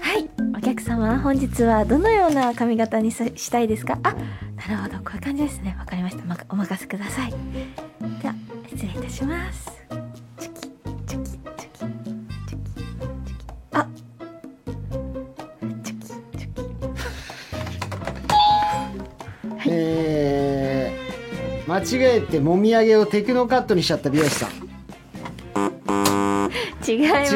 B: はい、お客様本日はどのような髪型にさしたいですかあなるほどこういう感じですねわかりましたまかお任せくださいでは失礼いたしますチョキチョキチョキチョキチョキあチョキチョキ
A: えー、間違えてもみあげをテクノカットにしちゃった美容師さん
B: 違いま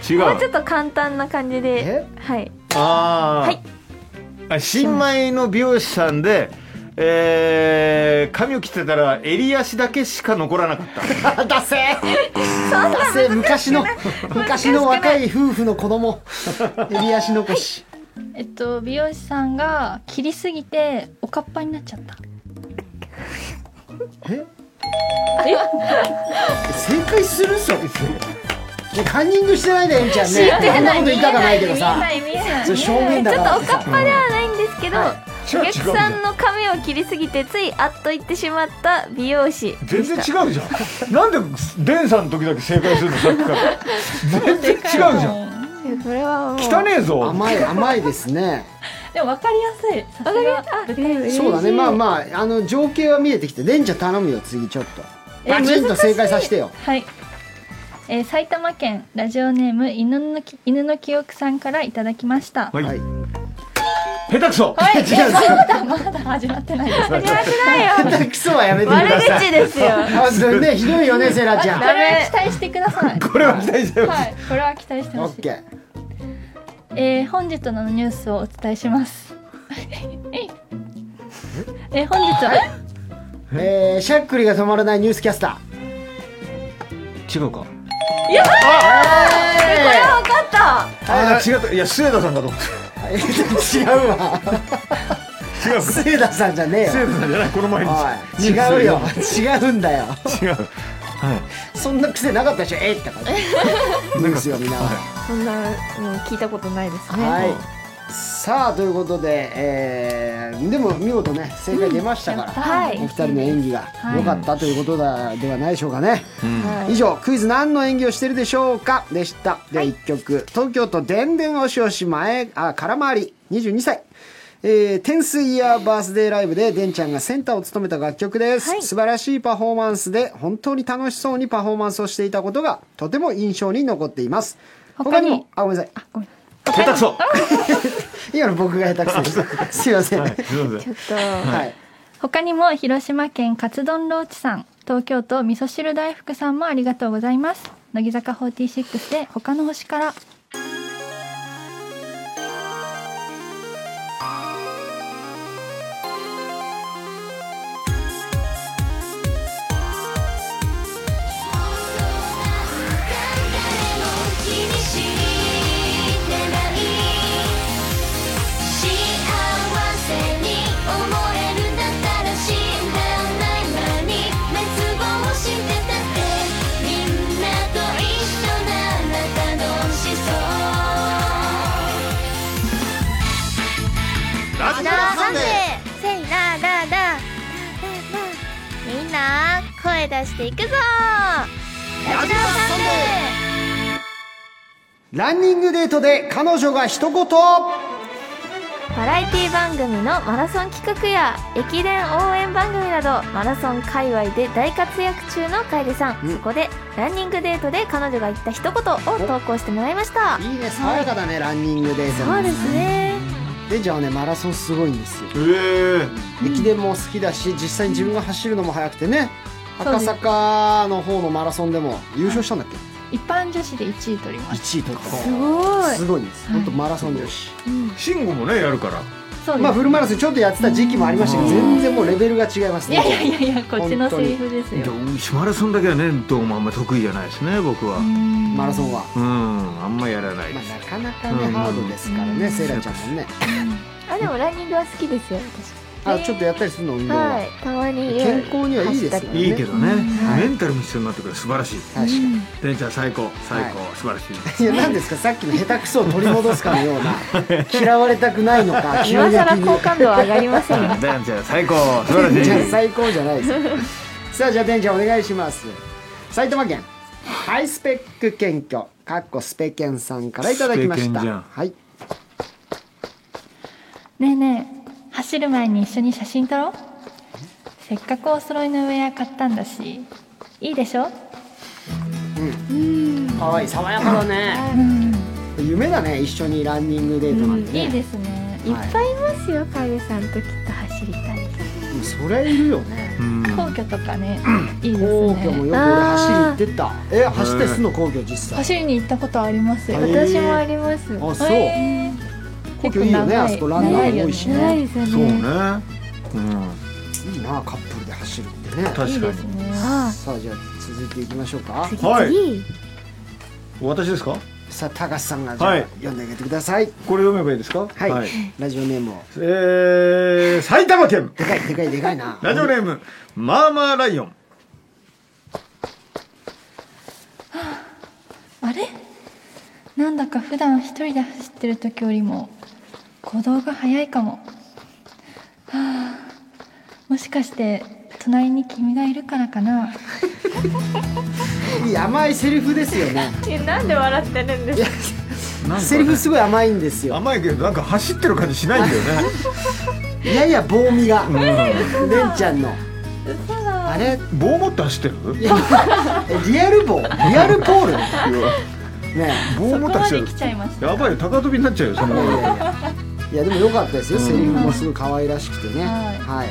B: す
A: 違う
C: 違う
B: もうちょっと簡単な感じで
A: え
B: はい
C: あー、
B: はい
C: あ新米の美容師さんで、えー、髪を切ってたら襟足だけしか残らなかっ た
A: だせだせ昔の昔の若い夫婦の子供襟足残し
E: えっと美容師さんが切りすぎておかっぱになっちゃった
A: え正解するそれカンニングしてないでエンちゃんねそんなこと言いたくないけどさ
B: 見えない見えない
A: それ正面だ
B: ちょ
A: か
B: っと
A: ら
B: おかっぱではないんですけど、お客さんの髪を切りすぎてついあっと言ってしまった美容師
C: 全然違うじゃん なんでデンさんの時だけ正解するのさっきから全然違うじゃん
B: これはもう
C: 汚ねえぞ
A: 甘い甘いですね
E: でも分かりやすいさすが
A: そうだねまあまああの情景は見えてきてレンちゃん頼むよ次ちょっとバチンと正解させてよ
E: はい、えー埼玉県ラジオネーム犬のき犬の記憶さんからいただきました
C: はい、
A: はい
C: 下手くそ、
E: はい、
A: 違う
E: まだまだ始まってないです。
B: やばくないよ
A: 下手くそはやめてくだ
B: 悪
A: さい
B: 口ですよ
A: 本当にねひどいよ ねセラちゃん
E: これは期待してください。
C: これは期待してま
E: はい、これは期待して
A: オ
E: ほし
A: ッ
E: い。
A: ケ
E: えー、本日のニュースをお伝えします。えー、本日は
A: ーえーしゃっくりが止まらないニュースキャスタ
C: す違うか
A: ーえ
B: 分かった
C: あー違ったいや末田さんかと思った
A: ー 違うわ
C: 違うか
A: セイダさんじゃねえよ
C: 末田さんじゃないこの前に
A: おい違うよ違うんだよ
C: 違うはい
A: そんな癖なかったでしょえーって感じ ニュースよ見ながら
B: そんなの聞いたことないですね
A: はい。さあということで、えーでも見事ね正解出ましたから、
B: はい
A: お二人の演技が良かったということだ、ではないでしょうかね、
B: はい
A: 以上クイズ何の演技をしてるでしょうかでしたでは1曲、東京都でんでんおしおし前あ空回り22歳えー、天水イヤーバースデーライブででんちゃんがセンターを務めた楽曲です、
B: はい
A: 素晴らしいパフォーマンスで本当に楽しそうにパフォーマンスをしていたことがとても印象に残っています
E: 他に
A: もあごめんなさい
C: 下手くそ
A: 今の僕が下手くそでした。すいません。は
C: はいい。すいませ
B: ちょ
C: ん
B: っと
A: はい。
E: 他にも広島県カツ丼ローチさん、東京都味噌汁大福さんもありがとうございます。乃木坂46で他の星から。
I: 誰も気にしてない幸せに思えるんだったら死んだない間に滅亡してたってみんなと一緒なら楽しそう
J: ラジラサンデー
F: せいならららみんな声出していくぞラジオサンデ
A: ランニングデートで彼女が一言
B: バラエティ番組のマラソン企画や駅伝応援番組などマラソン界隈で大活躍中の楓さん、そこでランニングデートで彼女が言った一言を投稿してもらいました
A: いいね、爽やかだね、ランニングデート。
B: そうですね
A: で、じゃあね、マラソンすごいんですよ。
C: え
A: 駅伝も好きだし、実際に自分が走るのも速くてね。
E: そうで
A: 赤
E: す
A: 坂の方のマラソンでも優勝したんだっけ
E: 一般女子で1位取りました。
A: ?1 位取った
B: すごい
A: すごいんです。本当マラソン女子。
C: ー、慎吾もねやるから
E: そうで
A: まあ
E: す。
A: フルマラソンちょっとやってた時期もありましたけど、全然もうレベルが違いますね
E: いや。いやいやいや、こっちのセリフです
C: で
E: よ。
C: もマラソンだけはねどうもあんま得意じゃないですね僕は
A: マラソンは。
C: うんあんまやらない
A: ま
C: で
A: あ
C: す
A: なかなかね、ハードですからね、セイラちゃんもね。
B: あでもランニングは好きですよ私
A: あ、ちょっとやったりするの運動は。
B: はいたまに
A: 健康にはいいですよね
C: いいけどね、
A: はい
C: メンタルも必要になってくる素晴らしい
A: 確かに。
C: デンちゃん最高最高、
A: は
C: 素晴らしい
A: いや何ですかさっきの下手くそを取り戻すかのような嫌われたくないのか急
B: 今
A: 激
B: 更
A: に
B: 好感度は上がりませんが
C: デンちゃん最高素晴ら
A: じゃあ
C: しい
A: 最高じゃないですさあじゃあ天ちゃんお願いします埼玉県ハイスペック謙虚かっこスペケンさんからいただきま
C: スペ
A: し
C: ケン
A: た
C: じゃん
A: はい
E: ねえねえ走る前に一緒に写真撮ろうせっかくお揃いのウェア買ったんだしいいでしょ
A: 可愛い爽やかだね夢だね一緒にランニングデートなんて
E: いい
A: ね
E: ですね
B: いっぱいいますよ楓さんときっと走りたい
A: うんそれいるよね
C: うん
E: 皇居と かね、いいで
A: 皇
E: す
A: 居も
E: ね
A: よく俺走り行ってたえ走ってすんの皇居実際
E: 走りに行ったことありますよ
A: はい
B: 私もあります。
A: あそう
E: え
A: 皇居いいよねあそこランナー多いし
B: 長
A: ね
B: いですよ
C: そうね
B: ね。
C: うん
A: いいなカップルで走るってね
E: ーいい
C: 確か
E: で
C: に
E: すね
B: あ
A: さあじゃあ続いていきましょうか
B: 次
C: はい
B: 次。
C: 私ですか
A: さあ高橋さんがじゃあ
C: はい
A: 読んであげてください
C: これ読めばいいですか
A: はい、ラジオネームを
C: えー、埼玉県
A: でかいでかいでかいな
C: ラジオネームまあまあライオン
E: あれなんだか普段一人で走ってる時よりも鼓動が早いかもはあもしかして隣に君がいるからかない
A: い甘いセリフです よね
B: えなんで笑ってるんです
A: いや
C: なんかね
A: セリフすごい甘いんですよ
C: 甘いけどなんか走ってる感じしないんだよね
A: いやいや棒みがレンちゃんのあれ
C: 棒持って走ってる
A: いやえリアル棒リアルポール ね
C: 棒持って走っ
E: そこまで来ち
C: て
E: ゃい
C: る
E: まし
C: やばいよ高跳びになっちゃうよそ
A: いやいやい
C: の
A: やいやでも良かったですよ、セリフもすごい可愛らしくてね、
E: はい
A: はい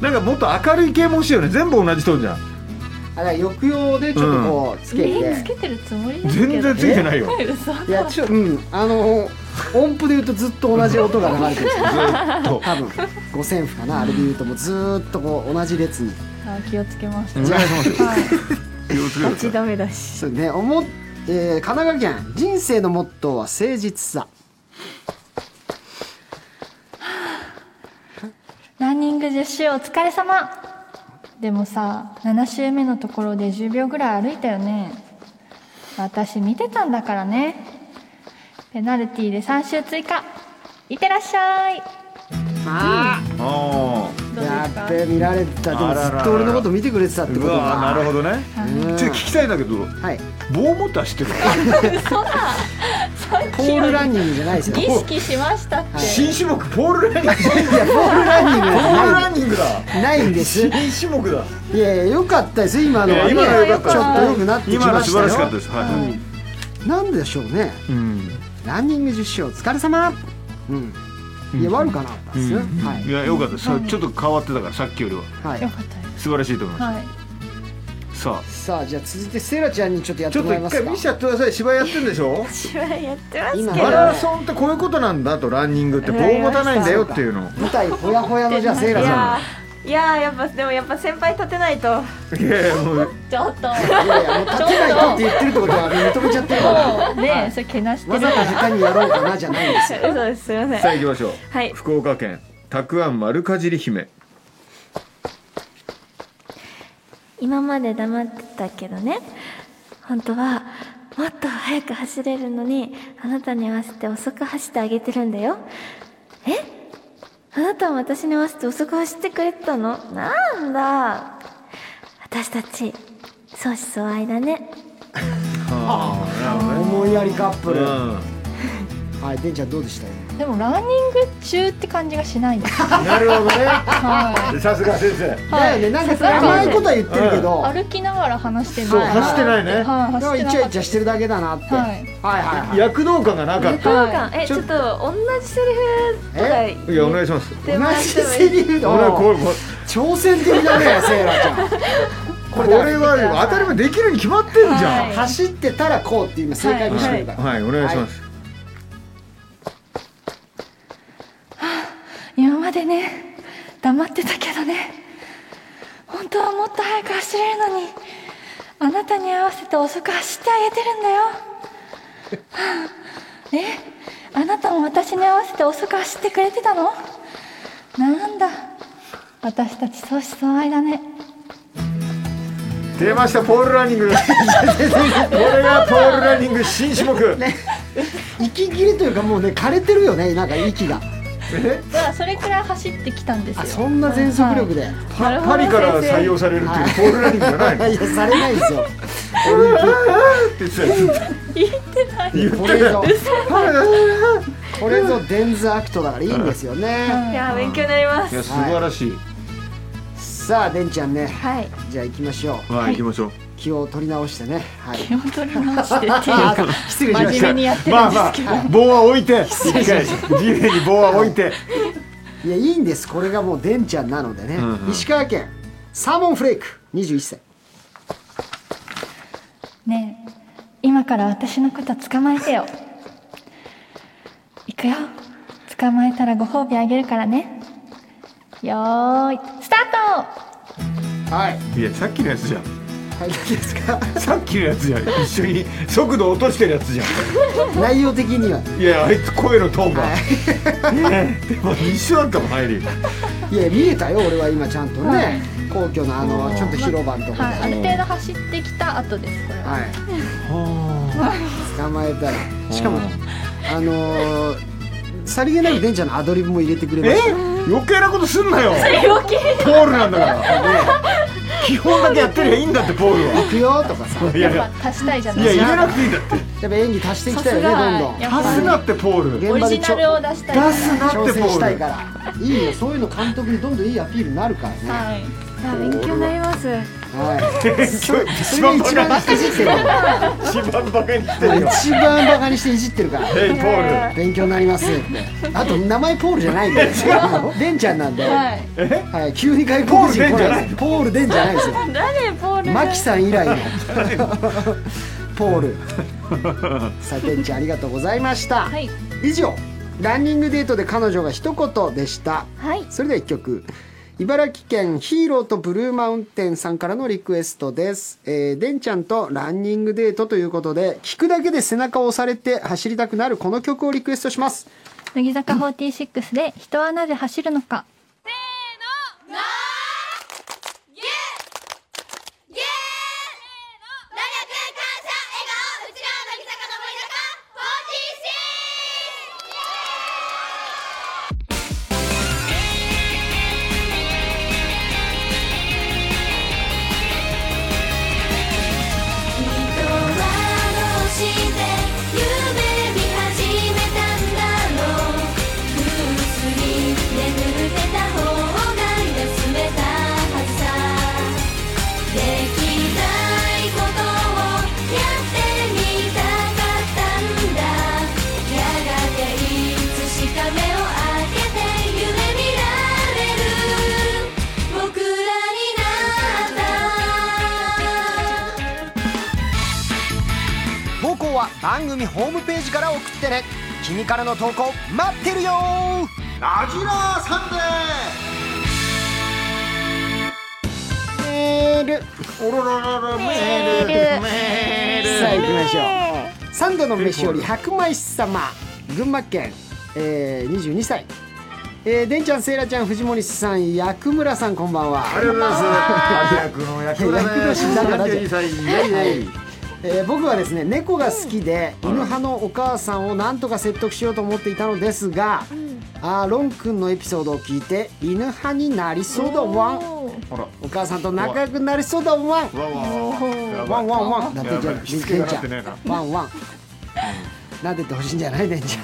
C: なんかもっと明るい系も欲しいよね全部同じトーンじゃん
A: あれは抑揚でちょっとこうつけて、
E: えつけてるつもりですけど
C: 全然ついてない よ
E: 嘘
A: いやちょうんあの音符で言うとずっと同じ音が流れてるんですよ
C: ずーっ と
A: 多分五線譜かなあれで言うともうずーっとこう同じ列に
E: あ気をつけます
C: お願いしますよ気をつけてくださ
B: 一
C: い
B: ダメだし。
A: そうね思っ、えー神奈川県人生のモットーは誠実さ
E: ランニング10周お疲れ様でもさ7周目のところで10秒ぐらい歩いたよね私見てたんだからねペナルティーで3周追加いってらっしゃい
A: あ
C: あ
A: あやっべ見られてたでも
C: あららら
A: ずっと俺のこと見てくれてたっ
C: あ
A: て
C: う
A: こと
C: わ
A: だ
C: ーなるほどね
A: うん
C: ちょっと聞きたいんだけど
A: はい
C: 棒持って走ってる
A: ポールランニングじゃないですよ
E: 意
A: い
E: 識しましたって
C: 新種目 ポールランニング
A: やポールランニング
C: ポールラ
A: は
C: ンニングだ
A: ないないんです
C: 新種目だ
A: いやいや良かったですよ今のは
C: いや
A: ね
C: 今のは良かった
A: ちょっと良くなってき
C: 今の
A: ま
C: は
A: し
C: 素
A: た
C: 晴
A: よ
C: らしかったですは
A: なんでしょうね
C: いうん
A: ランニング10周お疲れ様うんいや悪かなかったですねはい
C: いや良かったですちょっと変わってたからさっきよりは
A: は
E: よ
A: い
E: かったで
C: 素晴らしいと思い
E: す
C: ま
E: はい
C: すさあ
A: さあじゃあ続いてセイラちゃんにちょっとやっ
C: ち
A: て
C: ょっ
A: も
C: と
A: らえま
C: 一
A: す
C: 回
A: か
C: 見せてください芝居やってるんでしょ
B: 私はやってますけど。
A: 今
C: マラソンってこういうことなんだとランニングって棒持たないんだよっていうの
A: 舞台ほやほやのじゃあセイラ
B: い
A: さ
B: やーいやーやっぱでもやっぱ先輩立てないと
C: いやいやもう
E: ちょっと
A: んいやいやもう立てないとって言ってるってことは認めちゃってるから
E: そうねそれけなして
A: わ
E: る
A: ざと他にやろうかなじゃないんですよ
B: 嘘ですすいません
C: さあ行きましょう
B: はい
C: 福岡県たくあん丸かじり姫
B: 今まで黙ってたけどね本当はもっと早く走れるのにあなたに合わせて遅く走ってあげてるんだよえあなたも私に合わせて遅く走ってくれてたのなんだ私たち相思相愛だね
C: ああなるほどね
A: 思いやりカップル
C: うん
A: はいデンちゃんどうでしたよ
E: でもランニング中って感じがしないです
C: なるほどね
E: は
C: さすが先生
E: い、
A: だ
E: は
A: よね
E: い、
A: なんかさ甘いことは言ってるけど
E: 歩きながら話してない
C: そう走ってない
E: は
C: ね
E: い、走
A: だから
E: って
A: イ
E: な
A: チ
E: か
A: ャ
E: っ
A: イチャしてるだけだなって
E: た
A: は
E: はいい
A: はいはい
C: 躍動感がなか
B: ど
C: った
B: う
E: はい
B: かえ
C: ち
B: ち
C: ょ
B: ょ
C: っ
B: っと同じセリフとか
A: え
B: 言っ
C: いやお願いします
B: てもら
A: 同
B: っ
A: じ
B: てもい
A: セ
B: い
A: リフだ
C: 俺はこうこ
A: 挑戦的だねセイラちゃん
C: これは当たり前できるに決まってるじゃん
E: はい
A: 走ってたらこうって今正解見せてくれたから
C: はいお願いします
E: 今までね黙ってたけどね本当はもっと早く走れるのにあなたに合わせて遅く走ってあげてるんだよはあ えあなたも私に合わせて遅く走ってくれてたのなんだ私たち相思相愛だね
C: 出ましたポールランニングこれがポールランニング新種目
A: 息切れというかもうね枯れてるよねなんか息が
C: え
E: それくらい走ってきたんです
A: あそんな全速力で、
C: パパリから採用されるっていうポールランニングじゃない
A: い
C: の
A: やされないですよ
C: って言ってたや言ってない
A: これぞこれぞデンズアクトだからいいんですよね、
B: いや勉強になりま
C: い
B: す
C: や素晴らしい
A: さあデンちゃんね
B: はい
A: じゃあ行きましょう
C: はい行きましょう
A: 気を取り直してねはい
E: 気を取り直してっていう
A: あ
E: か
A: 失礼しまし
E: 真面目にやってるんですけど、
C: まあまあ棒は置いて一回地面に棒は置いて
A: いやいいんですこれがもうデンちゃんなのでね、
C: うんうん
A: 石川県サーモンフレーク21歳
E: ねえ今から私のこと捕まえてよ行くよ捕まえたらご褒美あげるからねよーいスター
A: はい
C: いやさっきのやつじゃん
A: はいいいですか
C: さっきのやつじゃん一緒に速度落としてるやつじゃん
A: 内容的にはい
C: やあいつ声のトーンが、
A: は
C: ねえでも一緒だったもん入り
A: いや見えたよ俺は今ちゃんとね、皇居のあのちょっと広場のところで、
E: トはいある程度走ってきた後ですこれは
A: はい捕まえたらしかも
C: うん
A: あのー、さりげなくデンちゃんのアドリブも入れてくれま
C: え
A: した
C: 余計なことすんなよポールなんだから、 基本だけやってりゃいいんだってポール
A: 行くよとかさ
C: はいやいや
E: やっぱ足したいじゃないい
C: や
E: です
C: 入
E: か
C: れなくていいんだって
A: やっぱ演技足していきたいよねどんどん
E: やっぱ
C: パスなってポール
E: オリジナルを出したい
C: 出すなってポ
A: 挑戦したいか
C: ー
A: らいいよそういうの監督にどんどんいいアピールになるからね
E: はい
B: あ勉強になります
A: はい
C: ル一
A: それ
C: 番
A: で一
C: バ
A: 番
C: カにして
A: いじってるから
C: 一番バカにしてるよ
A: 一番バカにしていじってるから
C: えいポール
A: 勉強になりますってあと名前ポールじゃないんだよデンちゃんなんで、
E: はい
C: え
A: はい、急に外国人来ないですポールデンじゃないですよ
B: 誰ポール
A: マキさん以 来のポールさてんちゃんありがとうございました、
E: はい
A: 以上ランニングデートで彼女が一言でした
B: はい
A: それでは一曲茨城県ヒーローとブルーマウンテンさんからのリクエストです、えー、でんちゃんとランニングデートということで聞くだけで背中を押されて走りたくなるこの曲をリクエストします
E: 乃木坂46で人はなぜ走るのか
I: イエーイ努力感謝笑顔うちら乃木坂の森坂46人はどうして夢見始めたんだろうぐっすり眠ってた方が休めたはずさできないことをやってみたかったんだやがていつしか目を開けて夢見られる僕らになった
A: 投稿は番組ホームページから送ってね君からの投稿待ってるよ
G: ラジラーサンデ
A: メー
G: ー
A: ル
G: おろろろろメールメール
A: さあ行きましょう三度の飯より白米様群馬県、えー、22歳えー、でんちゃん、せいらちゃん、藤森さん、薬村さん、こんばんは。
C: ありがとうございます役の役
A: 役年だからじゃん
C: 歳イエイイエイ
A: えー僕はですね猫が好きで犬派のお母さんをなんとか説得しようと思っていたのですが、あーロン君のエピソードを聞いて犬派になりそうだワン
C: ほら
A: お母さんと仲良くなりそうだワン
C: わわ
A: ワ
C: わ
A: ン
C: わ
A: ワンワンだってんじゃん
C: や
A: でんちゃん
C: ばいしつけになってね
A: ワンワンなでてほしいんじゃないでんち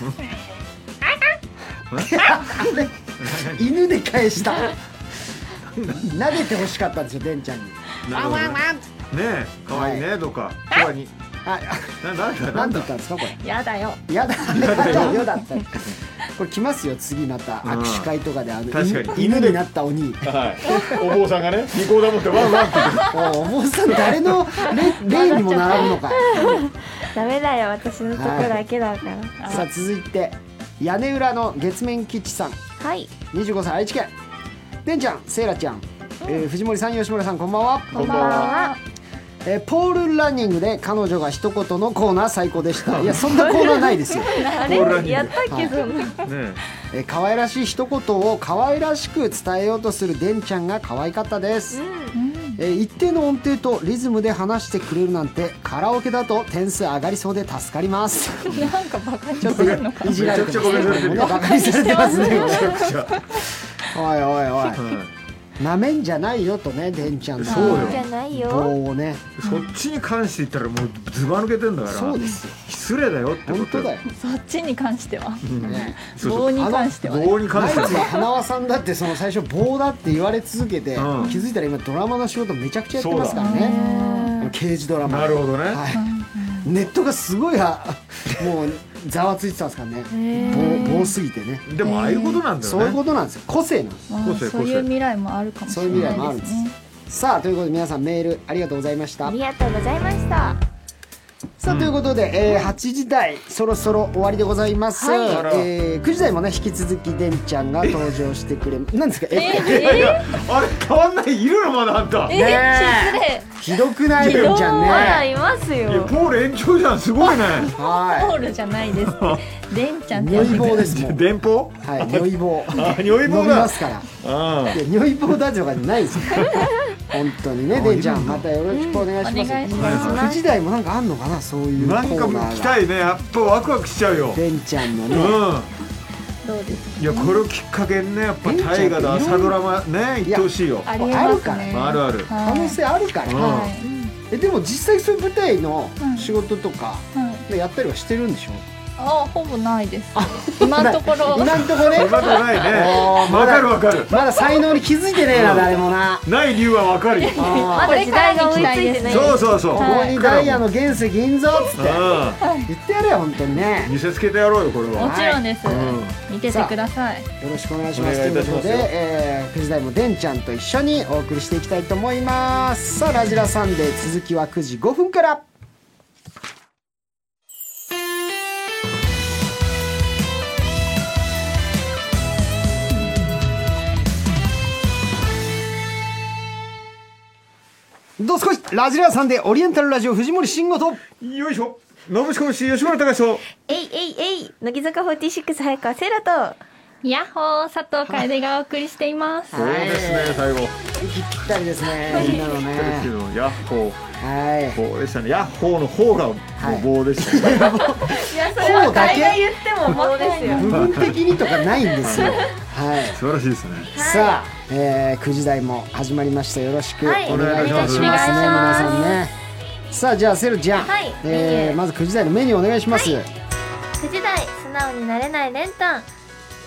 A: ゃん犬で返した なでてほしかったんですよでんちゃんに
C: ワンワンワンねえ可愛いねどっかそばに
A: あ
C: ななんだな
A: なん
C: ん
A: て
C: だ
A: 言ったんですかこれ
E: やだよ
A: やだやだよだったこれ来ますよ次また握手会とかであの
C: 確かに
A: 犬犬になった鬼
C: はいお坊さんがねリコーダー持ってワンワンって言って
A: おいお坊さん誰のれ例にも並ぶ のか
B: ダメだよ私のとこだけだから
A: さあ続いて屋根裏の月面基地さん
B: はい
A: 25歳愛知県でんちゃんせいらちゃん、えー藤森さん吉村さんこんばんは、
C: こんばんは
A: えーポールランニングで彼女が一言のコーナー最高でしたいやそんなコーナーないですよ、
B: あ
C: ポールラ
B: れ
C: ンニング
B: やったっけどな
C: ね
A: えー可愛らしい一言を可愛らしく伝えようとするでんちゃんが可愛かったです、えー一定の音程とリズムで話してくれるなんてカラオケだと点数上がりそうで助かります
E: なんかバカに
A: ちょっといじられてます
C: めちゃくちゃごめんなさい
A: ねバカにされてますね
C: めちゃくちゃ
A: おいおいおい
C: うん
A: なめんじゃないよとねでんちゃんの
C: そうよ
B: じゃないよ
A: 棒をね
C: そっちに関して言ったらもうずば抜けてんだから
A: そうですよ
C: 失礼だよってこと
A: 本当だよ
E: そっちに関しては
A: ね
C: そうそう
E: 棒に関してはね
C: 棒に関
A: ナイ
C: し
A: ツ
C: て
A: の
C: は
A: 花輪さんだってその最初棒だって言われ続けて、
C: うん
A: 気づいたら今ドラマの仕事めちゃくちゃやってますからね刑事ドラマ
C: なるほどね
A: はい、ネットがすごいはもうざわついてたんですからね
E: ー
A: 棒棒すぎてね
C: でもああいうことなんだよ
A: そういう
C: ね
A: ことなんですよ個性なんです
E: まあ
C: 個性
E: そういう未来もあるかもしれ
A: そういう未来もあ
E: な
A: る
E: い
A: ん
E: で
A: です
E: ね
A: さあということで皆さんメールありがとうございました
F: ありがとうございました
A: さあということで、えー8時台そろそろ終わりでございます、えー9時台もね引き続きでんちゃんが登場してくれなんですかえ
C: いやいやあれ変わんないいるのまだあんたい
A: ねえひどくないでんちゃん
B: まだ
A: ね
B: います
C: や
B: よ。
C: ポール延長じゃんすごいね
A: は
E: ホールじゃないです。レンちゃ
A: い
E: んって呼
A: 尿
E: んでく
A: 意
E: れ
A: 棒
E: る
A: ですもん
C: 電報
A: はい尿意棒
C: あ尿意棒だ
A: 飲みますから
C: うん
A: いや尿意棒だとかじゃないですよ 本当にねでんちゃんまたよろしくお願いします、
E: お願いし
A: 9時台もなんかあんのかなそういうコ
C: な
A: ーナ
C: ん
A: ー
C: か
A: が
C: もう来たいねやっぱワクワクしちゃうよ
A: でんちゃんの
C: うん
A: ね、
E: どうです
C: いやこれをきっかけにねやっぱ大河だ朝ドラマね行ってほしいよ
E: か。ありえま
A: あるか
E: すね。
C: らあるある
A: 可能性あるから、
C: うん
E: は
A: えでも実際そういう舞台の
E: うん
A: 仕事とか、
E: い。はい。
A: ねやったりはしてるんでしょ
E: あ、ほぼないです。今のところ。
A: 今んとこね
C: うまくないね
A: おーま
C: わ
A: だ
C: かるわかる
A: まだ才能に気づいてねえな誰も な
C: ない理由はわかるよ
A: あ
B: まだ時代が追いついてない。
C: そうそうそ
A: ー
C: う
A: ここにダイヤの原石銀ぞっつって
C: う
A: 言ってやれよ本当にね
C: ん見せつけてやろうよこれ
E: も
C: は
E: ちろんです
C: う。
E: 見ててください。
A: よろしくお願いします
C: お願いい
A: とい
C: た
A: う
C: し
A: こ
C: ま
A: と
C: すよ
A: で、えー、9時台もでんちゃんと一緒にお送りしていきたいと思いますさあ「ラジラサンデー」続きは9時5分からどうすこいラジラサンデーオリエンタルラジオ藤森慎吾と
C: よいしょノブシコムシ吉村隆と
B: えいえいえい乃木坂46早川セイラと
E: ヤッホー佐藤楓がお送りしています。
C: そうですね最後
A: 息ぴったりですねみんなのね
C: ヤッホー
A: はい
C: 棒でしたねヤッホーの方がもう棒でしたね
A: ほうだけ
B: 言っても棒ですよ
A: 部分的にとかないんですよはい
C: 素晴らしいですね
A: さあ、えー、9時台も始まりましたよろしくお
B: はい
A: 願いいたしますね、
C: お願いし
A: 皆さんねさあじゃあセルちゃん、
F: はいメニ
A: え
F: ュ
A: ー、
F: ー
A: まず9時台のメニューお願いします、
F: 9時台素直になれないレンタン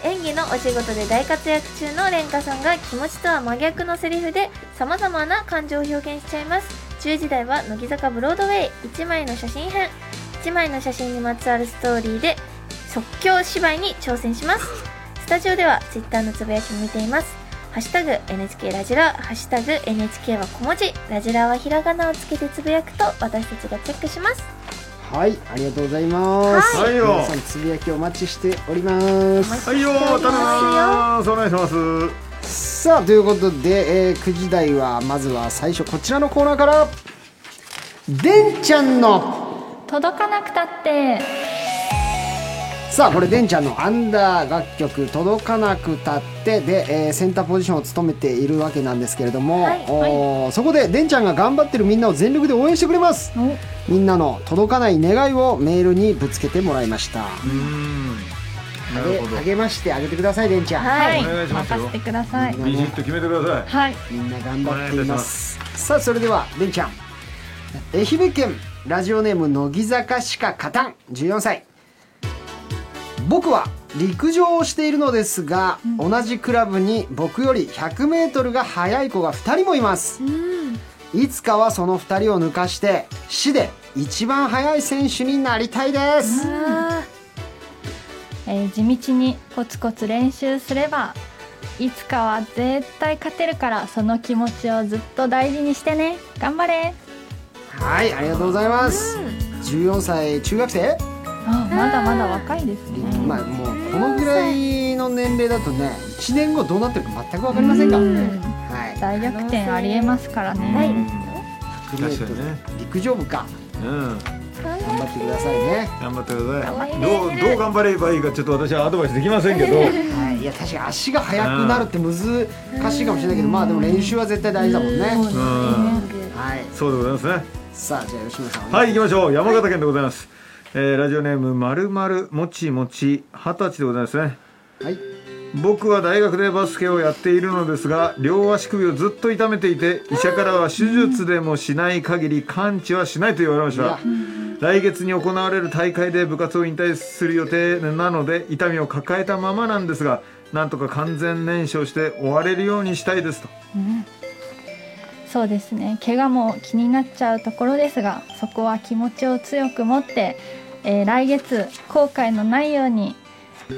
F: 演技のお仕事で大活躍中のレンカさんが気持ちとは真逆のセリフでさまざまな感情を表現しちゃいます10時台は乃木坂ブロードウェイ1枚の写真編1枚の写真にまつわるストーリーで即興芝居に挑戦しますスタジオでは Twitter のつぶやきも見ていますハッシュタグ NHK ラジラ、ハッシュタグ NHK は小文字、ラジラはひらがなをつけてつぶやくと私たちがチェックします。
A: はいありがとうございます、
C: はい
A: 皆さんつぶやきお待ちしております
C: はいよ頼みますお願いします
A: さあということで、えー、9時台はまずは最初こちらのコーナーからでんちゃんの
E: 届かなくたって。
A: さあこれでんちゃんのアンダー楽曲「届かなくたってで」えーセンターポジションを務めているわけなんですけれども、
F: はい
A: おーそこででんちゃんが頑張ってるみんなを全力で応援してくれますみんなの届かない願いをメールにぶつけてもらいました
C: うんなるほど
A: 励ましてあげてくださいでんちゃん、
E: はい。
C: お願いしますよ
E: 任せてください。
A: みんな
C: ビシ
A: ね
C: ッと決めてください
E: はい。
A: みんな頑張っていますさあそれではでんちゃん愛媛県ラジオネーム乃木坂しか勝たん14歳僕は陸上をしているのですが、同じクラブに僕より 100m が速い子が2人もいます、いつかはその2人を抜かして市で一番速い選手になりたいです、
E: えー地道にコツコツ練習すればいつかは絶対勝てるからその気持ちをずっと大事にしてね頑張れ
A: はいありがとうございます、14歳中学生、
E: あまだまだ若いですね
A: まあもうこのぐらいの年齢だとね1年後どうなってるか全く分かりませんからねはい
E: 大逆転ありえますからね
F: はい
C: 確かにね
A: 陸上部か
C: うん
A: 頑張ってくださいね、
C: 頑張ってくださいどうどう頑張ればいいかちょっと私はアドバイスできませんけど
A: はい、いや確かに足が速くなるって難しいかもしれないけどまあでも練習は絶対大事だもんね
C: うん
A: はい
C: そうでございますね
A: さあじゃあ吉村さん
C: はい行きましょう山形県でございます、えーラジオネームまるまるもちもち二十歳でございますね
A: はい
C: 僕は大学でバスケをやっているのですが両足首をずっと痛めていて医者からは手術でもしない限り完治はしないと言われまし
A: い
C: た
A: や
C: 来月に行われる大会で部活を引退する予定なので痛みを抱えたままなんですがなんとか完全燃焼して終われるようにしたいですと
E: そうですね怪我も気になっちゃうところですがそこは気持ちを強く持ってえー来月後悔のないように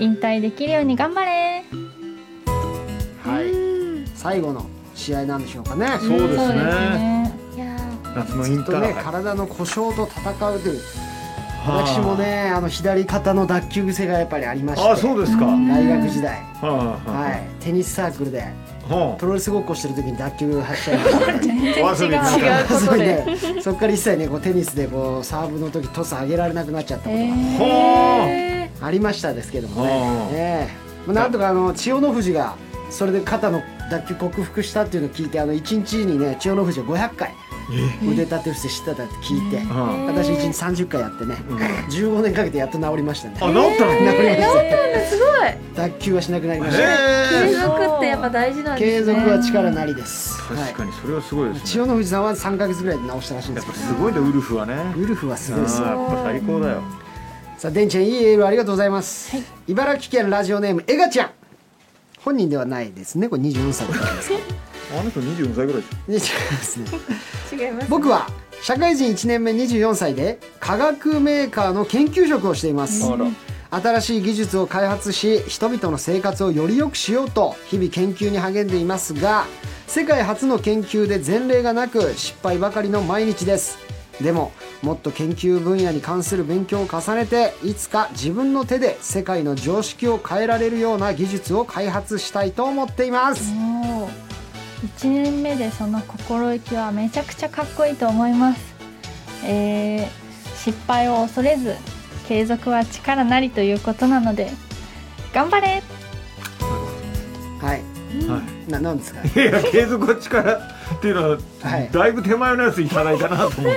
E: 引退できるように頑張れ
A: はい、最後の試合なんでしょうかね。
C: そうです
E: そうで
C: ね
E: すね
F: いや
C: 夏のイ
A: ず
C: ン
A: っ
C: タ
A: と
C: ーハイ
A: ね、体の故障と戦うという、
C: はあ
A: 私もね、あの左肩の脱臼癖がやっぱりありまして、
C: あそうですかは
A: 大学時代、
C: あはあ
A: は、
C: はい
A: テニスサークルで
C: あは
A: プロレスごっこしてる時に脱臼発症しまし
C: あお遊びに
E: 違
C: は
A: たそれで、そこから一切ね、こうテニスでこうサーブの時トス上げられなくなっちゃったことが
C: あ
A: ありましたですけども
C: は
A: ね
C: あ
A: ねえ、まあなんとかあの千代の富士がそれで肩の脱臼克服したっていうのを聞いてあの1日にね千代の富士が500回腕立て伏せしてたって聞いて、
C: は
A: 私1日30回やってね、
C: ん
A: 15年かけてやっと治りましたね。
C: あ治ったの
A: 治りました
B: すごい
A: 脱臼はしなくなりました、
B: 継
C: ええ
B: 続ってやっぱ大事なんで
A: 継
B: すね
A: 続は力なりです、は
C: 確
A: い
C: かにそれはすごいです
A: 千
C: ね
A: 代の富士さんは3ヶ月ぐらいで治したらしいんで
C: や
A: す
C: っ
A: け
C: ぱ
A: ど
C: すごいでウルフはね
A: ウルフはす
C: あ
A: ごいですよ
C: あやっぱ最高だよ
A: さあデンちゃんいいエールありがとうございます、茨城県ラジオネームエガちゃん本人ではないですねこれ24歳だったんですけど
C: あの人24歳ぐらいでし
A: 違いますね
B: 違います
A: 僕は社会人1年目24歳で化学メーカーの研究職をしています
C: ょあ
A: 新
C: ら
A: しい技術を開発し人々の生活をより良くしようと日々研究に励んでいますが世界初の研究で前例がなく失敗ばかりの毎日ですでももっと研究分野に関する勉強を重ねていつか自分の手で世界の常識を変えられるような技術を開発したいと思っています
E: もう1年目でその心意気はめちゃくちゃかっこいいと思います、えー失敗を恐れず継続は力なりということなので頑張れ
A: はい、
C: は
A: ななんですか
C: いや継続は力っていうのは、
A: はい
C: だいぶ手前のやついただいた なと思っ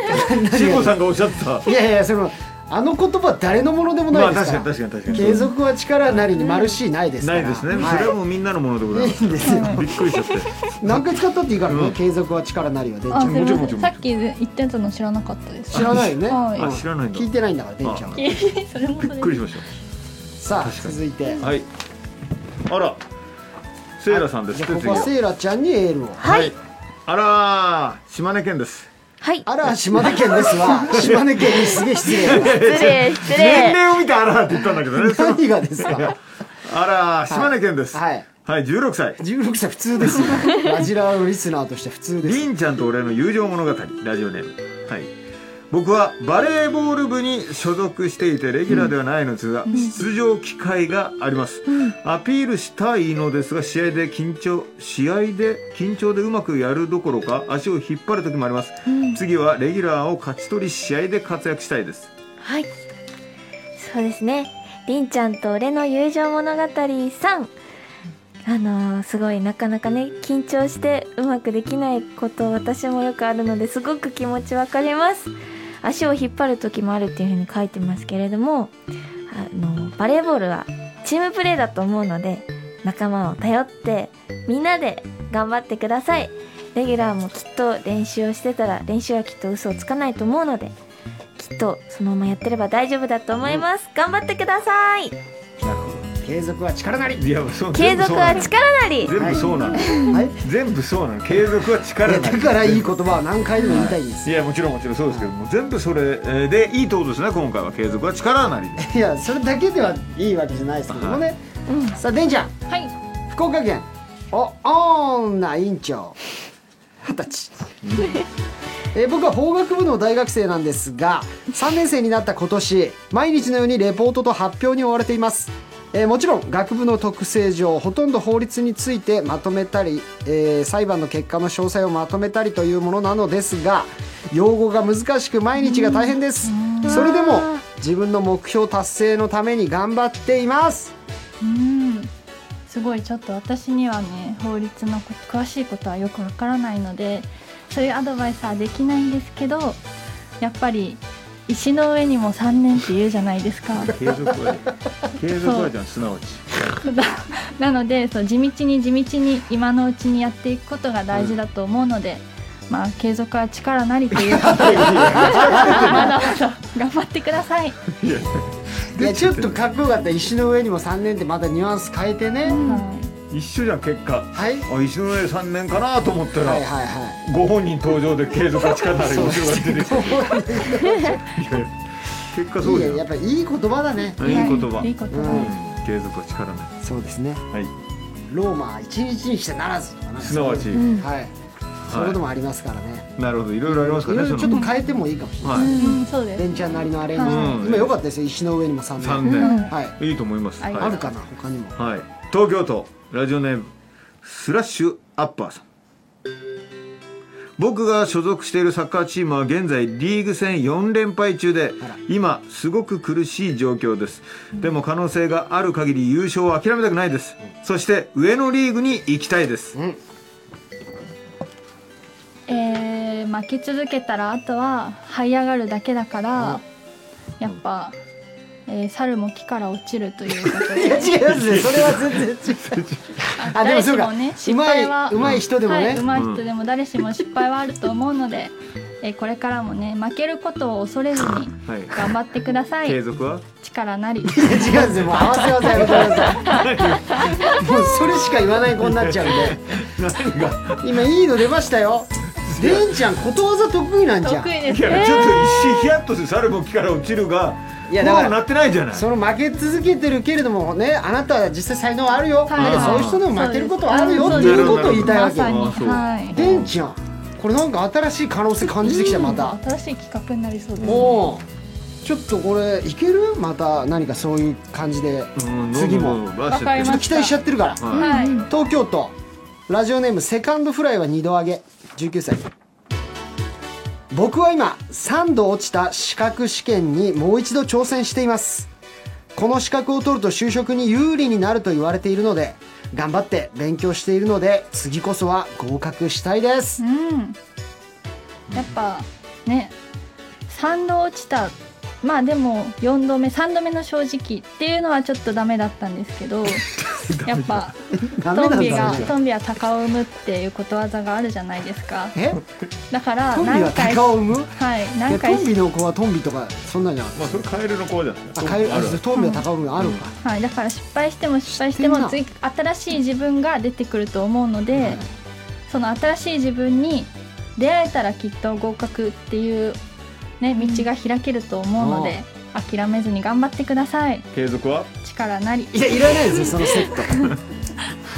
C: て慎吾さんがおっしゃってた
A: いやいやそのあの言葉誰のものでも
C: ま
A: ない
C: あ
A: です
C: 確
A: か、
C: からに確かに確かに
A: 継続は力なりに丸しないですか
C: な
A: ら
C: いですね、
A: はい
C: それはもうみんなのものでございま
A: いいんですよ
C: すびっくりしちゃって
A: 何回使ったっていいからね、
C: うん
A: 継続は力なりはでんちゃ
E: あす
A: ん
E: み
C: もちろん
E: ま
C: もち
E: せ
C: ろん
E: んさっき言ってたの知らなかったです
A: 知らないよね、
E: はい
A: うん
C: あ知らないんだ
A: 聞いてないんだからでんちゃんは
E: それも
C: びっくりしまし
A: さあ
C: 確かに
A: 続いて
C: たはいあらセイラさんです
A: じゃ
C: ね
A: あこ
C: 次
A: こはセイラちゃんにエールを
F: はい
C: あらー島根県です
F: はい
A: あら島根県です わ島根県にすげえ失礼
F: 失礼失
C: 年
F: 礼
C: 齢を見てあらーって言ったんだけどねその
A: 何がですか
C: あらー島根県です、
A: はいい
C: はい、16歳
A: 16歳普通ですよラジラのリスナーとして普通です
C: 凛ちゃんと俺の友情物語ラジオネームはい僕はバレーボール部に所属していてレギュラーではないのですが、出場機会があります、アピールしたいのですが試合で緊張試合で緊張でうまくやるどころか足を引っ張る時もあります、次はレギュラーを勝ち取り試合で活躍したいです
F: はいそうですねりんちゃんと俺の友情物語3
B: あのーすごいなかなかね緊張してうまくできないこと私もよくあるのですごく気持ちわかります足を引っ張る時もあるっていうふうに書いてますけれどもあのバレーボールはチームプレーだと思うので仲間を頼ってみんなで頑張ってくださいレギュラーもきっと練習をしてたら練習はきっと嘘をつかないと思うのできっとそのままやってれば大丈夫だと思います、頑張ってください
A: 継続は力なり
C: いやそう
B: 継続は
C: 全
B: 力なり
C: 部そうなの
A: はい
C: 全部そうなの全部そうなの継続はい力
A: や
C: な
A: だ
C: り
A: からいい言葉は何回でも言いたいんです
C: いやもちろんもちろんそうですけども全部それえーでいいってことですね今回は継続は力なり
A: い
C: で
A: やそれだけではいいわけじゃないですけどもね、さあでんちゃん
E: はい
A: 福岡県お女委員長二十 歳えー僕は法学部の大学生なんですが3年生になった今年毎日のようにレポートと発表に追われています、えーもちろん学部の特性上ほとんど法律についてまとめたり、えー裁判の結果の詳細をまとめたりというものなのですが用語が難しく毎日が大変ですそれでも自分の目標達成のために頑張っています
E: うんすごいちょっと私にはね法律のこ詳しいことはよくわからないのでそういうアドバイスはできないんですけどやっぱり石の上にも3年って言うじゃないですか
C: 継続は継続はじゃんすなわち
E: なのでそう地道に地道に今のうちにやっていくことが大事だと思うので、まあ継続は力なりと いうことでまだまだ頑張ってください、
A: いやちょっとかっこよかった石の上にも3年ってまたニュアンス変えてね、
E: はい
C: 一緒じゃん結果
A: はいは
C: あ石の上3年かなと思った
A: い
C: ら、
A: はいは
C: ご本人登場で継続は力なり面白が出てきたいやいや結果そうじゃん
A: いいねやっぱいい言葉だね
C: いい言葉
E: いい言
A: う
E: 葉。
A: ん
C: 継続は力な
A: そうですね
C: りはい
A: ローマは一日にしてならずとかなんか
C: すなわち、
A: はいそういうこともありますからね
C: なるほどいろいろあります
A: い
C: か
A: ろ
C: らね
A: いろち
C: そ
A: ょっと
C: の
A: 変えてもいいかもしれない
C: は
E: うん、そうで
A: ベ
E: す。
A: ンチャーなりのアレンジ
C: はい
A: 今良かったですよ石の上にも3
C: い
A: 年
C: 三
E: うん
C: 年
A: はい
C: いいと思いますはい
A: あるかな他にも
C: はい東京都ラジオネームスラッシュアッパーさん僕が所属しているサッカーチームは現在リーグ戦4連敗中で
A: あら
C: 今すごく苦しい状況ですでも可能性がある限り優勝を諦めたくないですそして上のリーグに行きたいです
A: うん
E: えー負け続けたらあとは這い上がるだけだから、やっぱ、えー猿も木から落ちるということ
A: いや
E: で。
A: 違いますねそれは全然違うあでもそうか
E: 誰しね
A: う
E: 失
A: まい
E: 敗は
A: うまい人でも
E: はい、
A: ね
E: 上手い人でも誰しも失敗はあると思うので、えーこれからもね負けることを恐れずに
C: はい
E: 頑張ってください
C: 継続は
E: 力なり
A: いや違うんですよもう合わせ技やめてくださ いもうそれしか言わない子になっちゃうんで今いいの出ましたよレンちゃんことわざ得意なんじゃん
E: 得意で
C: い
E: す
C: やちょっと一瞬ヒヤッとする猿も木から落ちるが
A: いやだ
C: も
A: から
C: うなってないじゃない
A: その負け続けてるけれどもねあなたは実際才能あるよ、
E: はい
A: だけどそういう人でも負けることはあるよって
E: そう
C: です
A: いうことを言いたいわ
E: ま
A: け
E: さ
A: よ
E: に
C: あそう
E: はい
A: でんちゃんこれなんか新しい可能性感じてきたまた、
E: 新しい企画になりそうですね
A: もうちょっとこれいけるまた何かそういう感じで
C: うん
A: 次も
C: どんどんどんどん出しちゃって
A: ちょっと期待しちゃってるから
C: はい
E: はい、
A: 東京都ラジオネームセカンドフライは2度上げ19歳僕は今3度落ちた資格試験にもう一度挑戦していますこの資格を取ると就職に有利になると言われているので頑張って勉強しているので次こそは合格したいです、
E: うん、やっぱね3度落ちたまあでも4度目3度目の正直っていうのはちょっとダメだったんです けどやっぱ
A: ダメ
E: ト
A: なん
E: ンビが
A: だそれじゃ
E: トンビは鷹を産むっていうことわざがあるじゃないですか
A: え
E: だから
A: トンビは
E: 何回
A: 鷹を産むい
E: はい何
A: やト
E: 回
A: ンビの子はトンビとかそんなんじゃなくて
C: まあそれカエルの子じゃない
A: あカエルあ
C: る
A: トンビは鷹を産むあるのか、
E: はい、だから失敗しても失敗して
A: 知
E: も
A: って
E: 次新しい自分が出てくると思うので、その新しい自分に出会えたらきっと合格っていう、ね、道が開けると思うので、諦めずに頑張ってください
C: 継続は
E: 力なり
A: いやいらないですよそのセット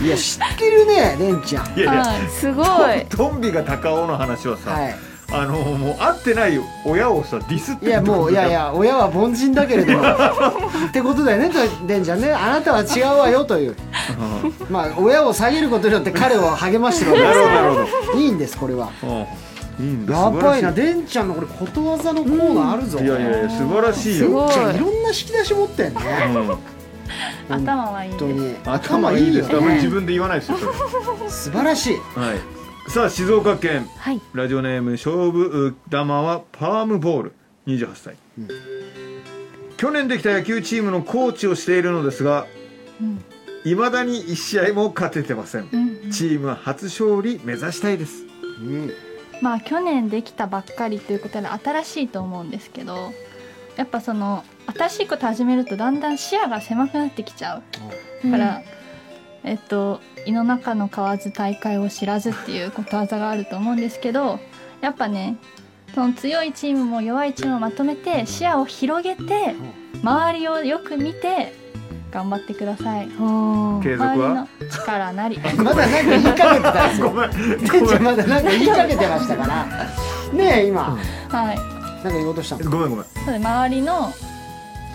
A: いや知ってるねレンちゃん
C: いやいや
E: はい
B: すごい
C: トンビが高尾の話はさ、
A: はい
C: あのもう会ってない親をさディスって
A: いやもういやい
C: や
A: や親は凡人だけれどもってことだよねとデンちゃんねあなたは違うわよというまあ親を下げることによって彼を励ましてるわけで
C: な
A: す
C: るほど
A: か
C: なる
A: らいいんですこれは
C: ほど、うん、いいんだ
A: やばいな
C: 素
A: デンちゃんのこれことわざのコーナーあるぞ、
C: 晴らしいいやいやいや素晴らしいよ
B: すごい
A: デンちゃんいろんな引き出し持ってんね
C: うん
A: 本
E: 頭はいい
A: 当
E: です
A: に
C: 頭いいです
A: 頭よ
C: 多分自分で言わないですよそれ
A: 素晴らしい
C: はい、さあ静岡県、
B: はい
C: ラジオネーム勝負玉はパームボール28歳、去年できた野球チームのコーチをしているのですがいま、未だに1試合も勝ててません、チーム初勝利目指したいです
A: うん
E: まあ去年できたばっかりということで新しいと思うんですけどやっぱその新しいこと始めるとだんだん視野が狭くなってきちゃうだから、えっと「胃の中の蛙大会を知らず」っていうことわざがあると思うんですけどやっぱねその強いチームも弱いチームをまとめて視野を広げて周りをよく見て頑張ってください
B: おー
C: 継続
E: 周り
C: は
E: の 力なり
A: まだなんか言いかけてたんですよ
C: ごめん
A: デンちゃんまだなんか言いかけてましたからねえ今
E: は
A: な
E: い
A: んか言おうとしたの
C: ごめんごめん
E: そうで周りの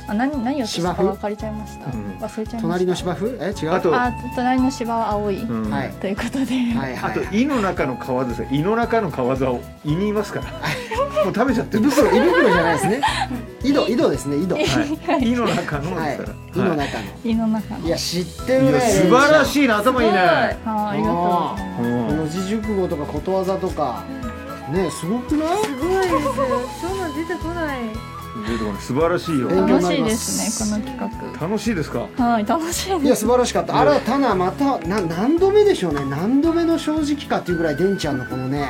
E: あ何何を私
A: 芝
E: か
A: 生
E: 分かれちゃいました、
C: ん
E: 忘れちゃいました
A: 隣の芝生え違う
C: あと
E: あ隣の芝は青い、
C: うん
A: はい
E: ということで、
A: はいは
C: あと
A: い
C: 胃の中の蛙ですよ胃の中の蛙は胃にいます からもう食べちゃって
A: 胃
C: る
A: 袋胃袋じゃないですね井戸井戸ですね井戸はい
C: はい、胃の中の
A: は
C: で
A: い
C: すから、
A: 胃の
C: は
A: 中の
E: 胃の中
A: い
E: の
A: や知ってる
C: い
A: ね
C: や素晴らしいな頭いいね
E: はいありがとうございます
C: うん
A: 四字熟語とかことわざとかねすごくない
B: すごいですそんなん出てこない
C: 出てこない素晴らしいよ
A: 勉強にな
E: 楽し
A: り
E: い
A: ま
E: ですすねこの企
C: 楽しいですか
E: 画はい楽しい
A: い
E: で
A: や
E: す
A: 素晴らしかった新たなまたな何度目でしょうね何度目の正直かっていうぐらいデンちゃんのこのね、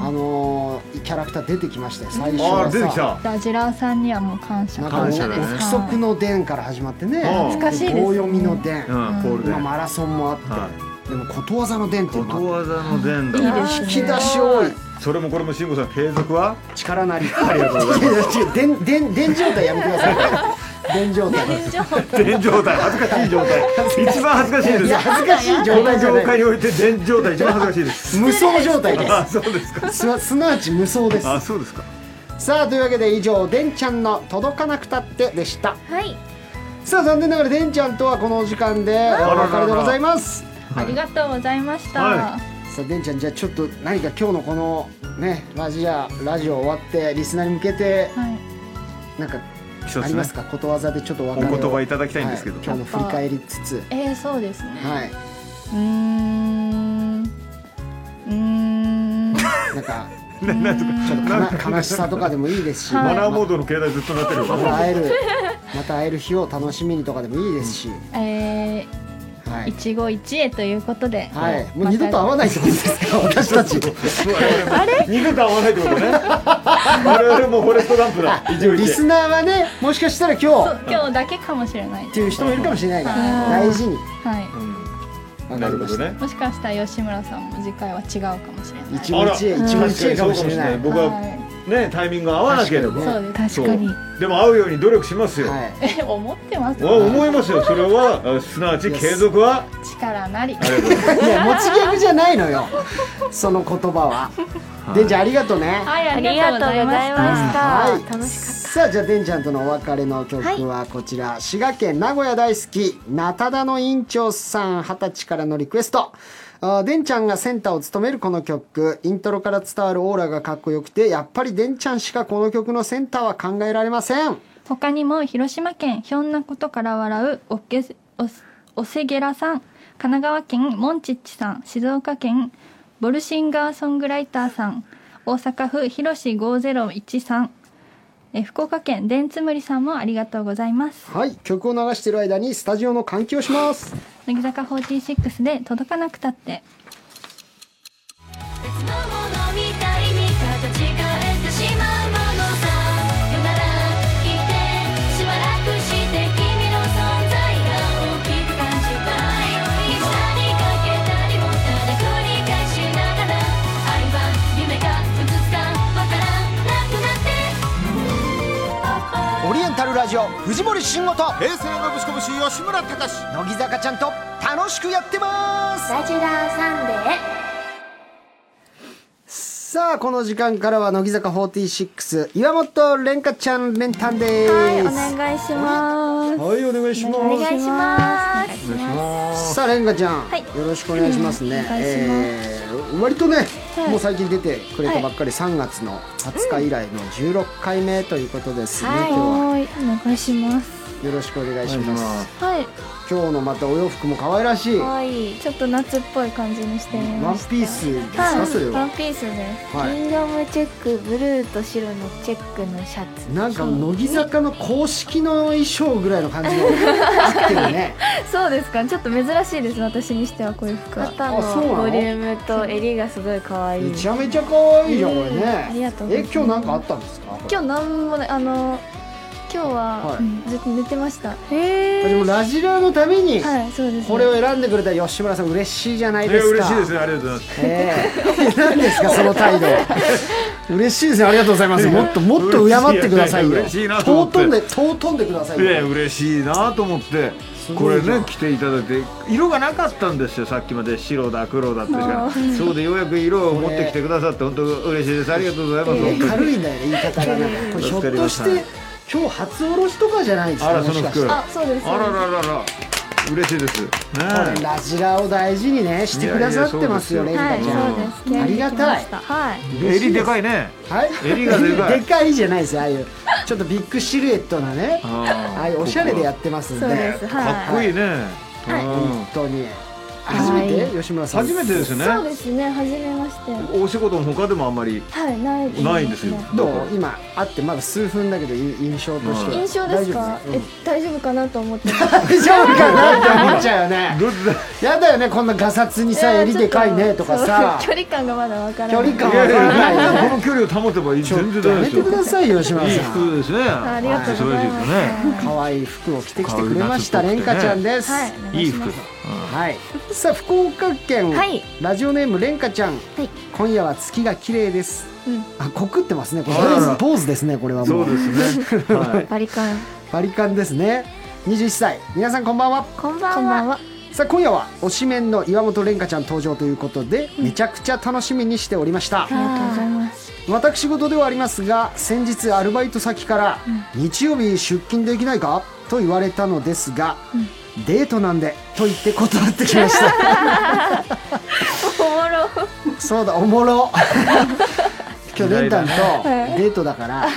A: あのーキャラクター出てきましたよ最初
C: ああ
A: は
C: 出てき
A: さ
C: た
E: ラジラーさんにはもう感謝
A: なんか
C: 感
A: 憶
C: 謝だね
A: 測の伝から始まってね
C: 懐
E: かしいですね
A: 棒読みの伝
C: うんポールで
A: 今マラソンもあって、
C: は
A: でもことわざの伝っていう
C: こ
A: の
C: と
A: もあっ
C: わざの伝だ
A: て引き出し多い
C: それもこれも慎吾さん継続は
A: 力なりありがとうございます伝伝伝状態やめてくださ い伝状態
C: 伝状態恥ずかしい状 態一番恥ずかしいです
A: いや恥ずかしい
C: こ
A: 状態
C: の
A: じゃ
C: 業
A: な
C: 界
A: い
C: において伝状態一番恥ずかしいです
A: 無双状態です
C: あそうですか
A: すすなわち無双です
C: あそうですか
A: さあというわけで以上「でんちゃんの届かなくたって」でした
F: はい
A: さあ残念ながらでんちゃんとはこのお時間でお別れでございます
E: ありがとうございました、
C: は
A: さあでんちゃんじゃあちょっと何か今日のこのねラジアラジオ終わってリスナーに向けて
E: はい
A: なんか
C: 一つね
A: あります かことわざでちょっとお
C: お
A: 別れを
C: 言葉いただきたいんですけど
A: はい今日の振り返りつつ
E: えー、そうですね
A: はい、
E: うーんう ーん
A: なん か
E: う
A: ちょっとかな悲しさとかでもいいですし、
E: はい
C: マナーモ
A: ま
C: ードの携帯ずっと鳴ってるよ
A: また会えるまた会える日を楽しみにとかでもいいですし、
E: ーんえー
A: はい、
E: 一期一会ということで、
A: はい、もう二度と会わないってことですか私たち
C: 二度と合わないってことね我々もフォレストガン プだ一応
A: リ
C: 一
A: スナーはねもしかしたら今
E: そ
A: 日
E: う今日だけかもしれない
A: っていう人もいるかもしれないから
E: うん
A: 大事に
E: はい
A: わか
C: な
A: り
C: るほ
A: ま
C: ど
A: した、
C: ね
E: もしかしたら吉村さんも次回は違うかもしれない
A: 一日一日かもしれない
C: 僕は
E: は
C: ねタイミングが合わなければ
E: い、そうです
C: そうでも会うように努力しますよ、
A: はい
E: え 思ってます
C: わ思いますよそれはあすなわち継続は
E: 力なり
C: ありがとうございます
A: いや持ちギャグじゃないのよその言葉はでんちゃんありがとうね
E: はい
F: あ
E: あ
F: り
E: り
F: が
E: が
F: と
E: と
F: う
E: う
F: ご
E: ご
F: ざ
E: ざ
F: い
E: い
F: ま
E: ま
F: し、
E: した
A: はい
F: 楽しかっ
A: さあじゃあでんちゃんとのお別れの曲はこちら、滋賀県名古屋大好きなただの院長さん二十歳からのリクエストあーでんちゃんがセンターを務めるこの曲イントロから伝わるオーラがかっこよくてやっぱりでんちゃんしかこの曲のセンターは考えられません
E: 他にも広島県ひょんなことから笑うおけおおせげらさん神奈川県モンチッチさん静岡県ボルシンガーソングライターさん大阪府広し501さんえ福岡県でんつむりさんもありがとうございます
A: はい曲を流している間にスタジオの換気をします
E: 乃木坂46で届かなくたって
I: 別のものみたいに形変えてしまうものさよなら聞いてしばらくして君の存在が大きく感じたい一緒にかけたりもただ繰り返しながら愛は夢かうつつかわからなくなって
A: オリエンタルラジオ藤森慎吾と
J: 平成のぶしこぶし吉村隆
A: 乃木坂ちゃんと楽しくやってます
F: たラジラーサンデー
A: さあこの時間からは乃木坂46岩本蓮香ちゃん蓮丹です
B: はいお願いします
C: はいお願いします
B: お願いします
A: さあ蓮香ちゃん、
B: はい
A: よろしくお願いしますね、えー割とね、もう最近出てくれたばっかり3月の20日以来の16回目ということですね、今日は
B: はいお願いします
A: よろしくお願いし
C: お願いし
A: ます
C: ます
B: はい
A: 今日のまたお洋服も可愛らしいワン
B: 可愛いちょっと夏っぽい感じにしてみました
A: ピースですか、
B: はい
A: それ
B: ワン
A: は
B: ピースです
A: はい
B: 銀ガムチェックブルーと白のチェックのシャツ
A: なんか乃木坂の公式の衣装ぐらいの感じがあってるね
B: そうですかちょっと珍しいです私にしてはこういう服は肩
A: あそうなの
B: のボリュームと襟がすごい可愛い
A: めちゃめちゃ可愛いじゃんこれね
B: ありがとうござ
A: え
B: います
A: 今日なんかあったんですか
B: 今日なんもないあの今日は、
A: はい
B: うんずっと寝てましたへ
A: でもラジラのために
B: はいそうですね
A: これを選んでくれた吉村さん嬉しいじゃない
C: え
A: ですか、
C: 嬉しいですねありがとうございます
A: ええ何ですかその態度嬉しいですねありがとうございますもっともっと敬ってくださいよ
C: 嬉しいなと思って
A: 尊んで尊んでください
C: いや
A: よ
C: 嬉しいなと思って
A: す
C: こ
A: ごい
C: れ
A: じゃん
C: ね来ていただいて色がなかったんですよさっきまで白だ黒だってしかそうでようやく色を持ってきてくださって本当嬉しいですありがとうございます、本当に
A: 軽いんだよね言い方がなんかこれひょっとし
C: 助かり
A: て今日初おろしとかじゃないです
C: あ
A: からも
C: そ
A: し
C: の
A: かして
C: 服あ
B: あそうです
C: らららら嬉しいですねえ
A: ラジラを大事にねしてくださってますよ
C: い
A: レ
C: や
A: ンガ
B: はい
C: い
A: ちゃん
B: そうです
A: ありがたい
B: はい
A: 嬉しい
C: 襟
A: す
C: でかいね
A: はい
C: 襟がでかい
A: でかいじゃないですああいうちょっとビッグシルエットなねあ
C: あ
A: あいうおしゃれでやってますんで
B: そうです
C: かっ
B: は
C: こいいね、うん
A: 本当に初めて吉村さん
C: 初めてです
B: い
C: ね
B: そうですね初めまして
C: お仕事も他でもあんまり
B: はいないですね
C: ないんですよ
A: ど
C: だか
A: う今会ってまだ数分だけどい印象としては
B: 印象ですか
A: 大丈夫
B: え大丈夫かなと思って ます
A: 大丈夫かなって思っちゃうよね
C: らどうだ
A: やだよねこんなガサツにさ
B: いや
A: 襟でかいねとかさ
B: そう距離感がまだわからない
A: 距離感
C: いやい
A: わかんない
C: や
A: よ
C: いや
A: ね
C: この距離を保てばいい
A: ちょっ
C: 全然
A: と
C: 大
A: やめ
C: 丈
A: て
C: 夫
A: く
C: です
A: ださいよ吉
C: よ
A: 村
C: いい
A: さん
C: 服ですねあ
B: ありがとうございます
C: ね
A: 可愛い服を着てきてくれました
C: 可
A: レ
C: 愛い
A: ンカちゃんです
B: はい
A: はい
C: いい服
A: はいさあ福岡県、
F: はい
A: ラジオネームれんかちゃん、
F: い
A: 今夜は月が綺麗です、
F: うん
A: あ告ってますねこれ
C: あらら
A: ポーズですねこれはも
C: そううですね。はい。
F: バリカン
A: バリカンですね21歳皆さんこんばんは
F: こんばんは
E: こんばんは。
A: さあ今夜は推しメンの岩本蓮香ちゃん登場ということで、めちゃくちゃ楽しみにしておりました、
E: ありがとうございます。
A: 私事ではありますが先日アルバイト先から日曜日出勤できないかと言われたのですが、デートなんでと言って断ってきましたおもろそうだおも ろ今日レンタンとデートだから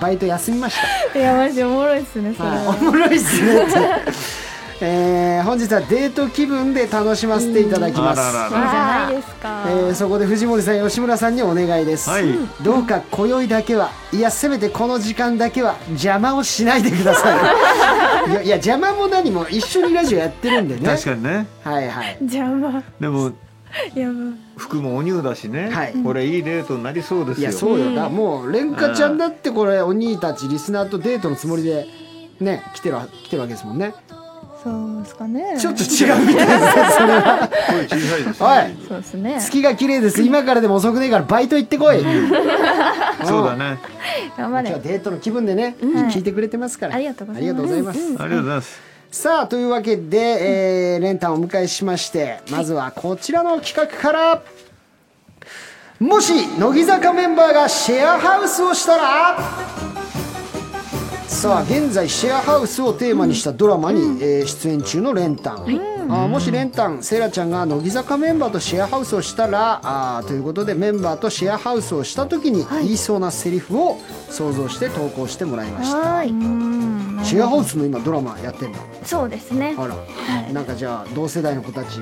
A: バイト休みました
E: いや、マジおもろいですね、それ
A: はい
E: は。
A: おもろいっすねって えー本日はデート気分で楽しませていただき
C: あ
A: ます、
C: ららら。
E: いいじゃないですか。
A: えーそこで藤森さん吉村さんにお願いです、
C: はい
A: どうか今宵だけはいやせめてこの時間だけは邪魔をしないでくださ いいやいや邪魔も何も一緒にラジオやってるんでね
C: 確かにね。
A: はいはい
E: 邪魔。
C: でも
E: やばい。
C: 服もお乳だしね。
A: はい
C: これいいデートになりそうです
A: い
C: よ。
A: やそうよだもう蓮華ちゃんだってこれお兄たちリスナーとデートのつもりでね来てるわ来てるわけですもんね
E: そうですかね。
A: ちょっと違うみたい ですねそれは
C: 声小さいです
A: おい
C: ね。
E: そうですね。
A: 月が綺麗です今からでも遅くねえからバイト行ってこい
C: そうだね。
E: 頑
A: 今
E: 張
A: 日は
E: れ。
A: デートの気分でね、聞いてくれてますから
E: ありがとうござい
A: あり
E: ます
A: がとうございます、
C: ありがとうございます。
A: さあというわけで、えー、レンタンをお迎えしましてまずはこちらの企画からもし乃木坂メンバーがシェアハウスをしたらさあ現在シェアハウスをテーマにしたドラマに、えー出演中のレンタン、あーもしレンタンセイラちゃんが乃木坂メンバーとシェアハウスをしたらあーということでメンバーとシェアハウスをした時に言いそうなセリフを想像して投稿してもらいました、
F: はーい
A: シェアハウスの今ドラマやってんだ
B: そうですね
A: あら、なんかじゃあ同世代の子たち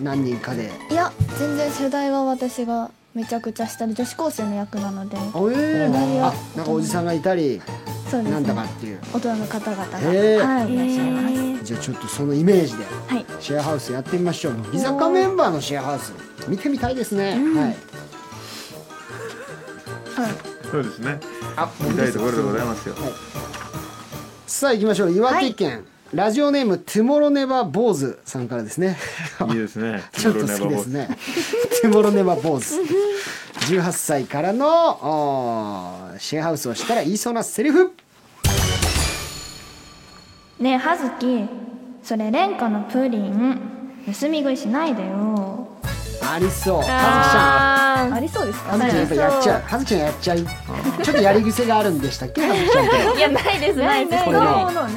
A: 何人かで。
K: いや全然世代は私がめちゃくちゃ下で女子高生の役なので
A: あえーあなんかおじさんがいたり、
K: そうです
A: なんだか
K: ね
A: っていう。
K: 大人の方々が、
A: へえ
K: はいいらっしゃいます、
A: じゃあちょっとそのイメージで
B: い
A: シェアハウスやってみましょう。乃木坂メンバーのシェアハウス見てみたいですね。はい。
C: そうですね。
A: あ、
C: 見たいところでございますよ。
A: さあ行きましょう。岩手県、ラジオネームトゥモロネバ坊主さんからで すね。
C: いいですね。
A: ちょっと好きです ね。手もろネバ坊主。18歳からのおーシェアハウスをしたら言いそうなセリフ。
K: ねえ葉月それ廉価のプリン盗み食いしないでよ
A: ありそう。は
E: ありそうですか。
A: ずきちゃん。はずきちゃんやっぱやっちゃう。はずきちゃんやっちゃう。ちょっとやり癖があるんでしたっけ、はずきちゃんって。
B: いやないですないです
A: これね、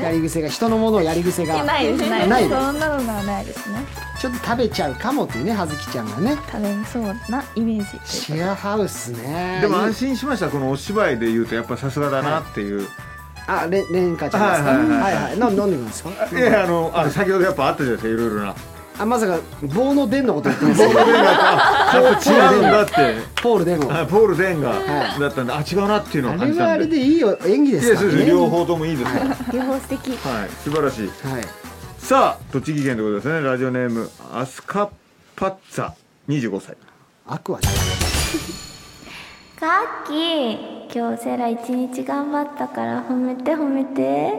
A: やり癖が人のものをやり癖が
B: ないですない
A: ないです
E: そんなのがないですね。
A: ちょっと食べちゃうかもっていうね、はずきちゃんがね。
E: 食べそうなイメージ。
A: シェアハウスね。
C: でも安心しました。このお芝居で言うとやっぱさすがだなっていう。
A: あ、れ、れんかちゃんですか。
C: はいはい
A: はいはい。な、飲んでくるんですか。
C: いやあのあ先ほどやっぱあったじゃないですかいろいろな。
A: あ、まさか棒の伝のこと言ってます。
C: やっぱ違うんだって。
A: ポール伝吾。
C: あポール・デンが
A: はい
C: だったんで、あ違うなっていうのを
A: あ
C: 感
A: れ
C: じ
A: は
C: た
A: あ
C: ん
A: れ
C: で。
A: でいいよ演技で
C: い
A: す
C: や
A: か
C: そう
A: ら
C: です
A: ね。
C: 両方ともいいですね。
B: 両方素敵
C: はい、素晴らしい。
A: はい。
C: さあ、栃木県ということですね。ラジオネーム、アスカパッツァ、25歳。
A: アクアね。
B: カッキー今日セラ一日頑張ったから褒めて褒めて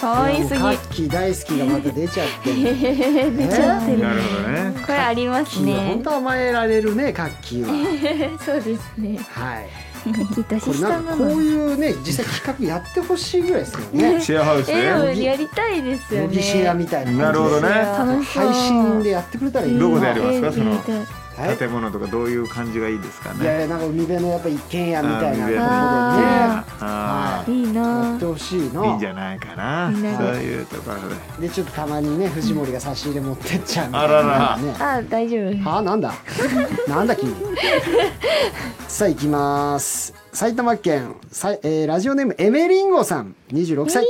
E: 可愛すぎ。
A: カッキー大好きがまた出ちゃ って。出
B: ちゃってる
C: なるほどね。
B: これありますね
A: 本当甘えられるね、カッキーは。
B: そうですね
A: はい。
B: きっと
A: これ
B: 年
A: な
B: 下
A: ん
B: な
A: かこう
B: の
A: いうね、実際企画やってほしいぐらいですよね。
C: シェアハウス
B: え で
C: で。
B: もやりたいですよ
A: 模
B: ね
A: 擬シェアみたいな感じで。
C: なるほどね。
B: 楽しそう
A: 配信でやってくれたらいいな
C: どこでやります
B: え
C: か、その
B: やりたい
A: はい
C: 建物とか、どういう感じがいいですか
A: いやい
C: ね。
A: やなんか海辺のやっぱ一軒家みたいなところでね
C: あ
A: は
C: あ
A: い
B: いい
A: や
B: な
A: ってほしい
C: ー、いいん
A: の
C: じゃないかな。そういうところで。
A: でちょっとたまにね藤森が差し入れ持ってっちゃうみた
C: あ
A: いな
C: らら
A: ね
B: あ大丈夫
A: はあなんだなんだ君さあ行きます埼玉県さい、えーラジオネームエメリンゴさん26歳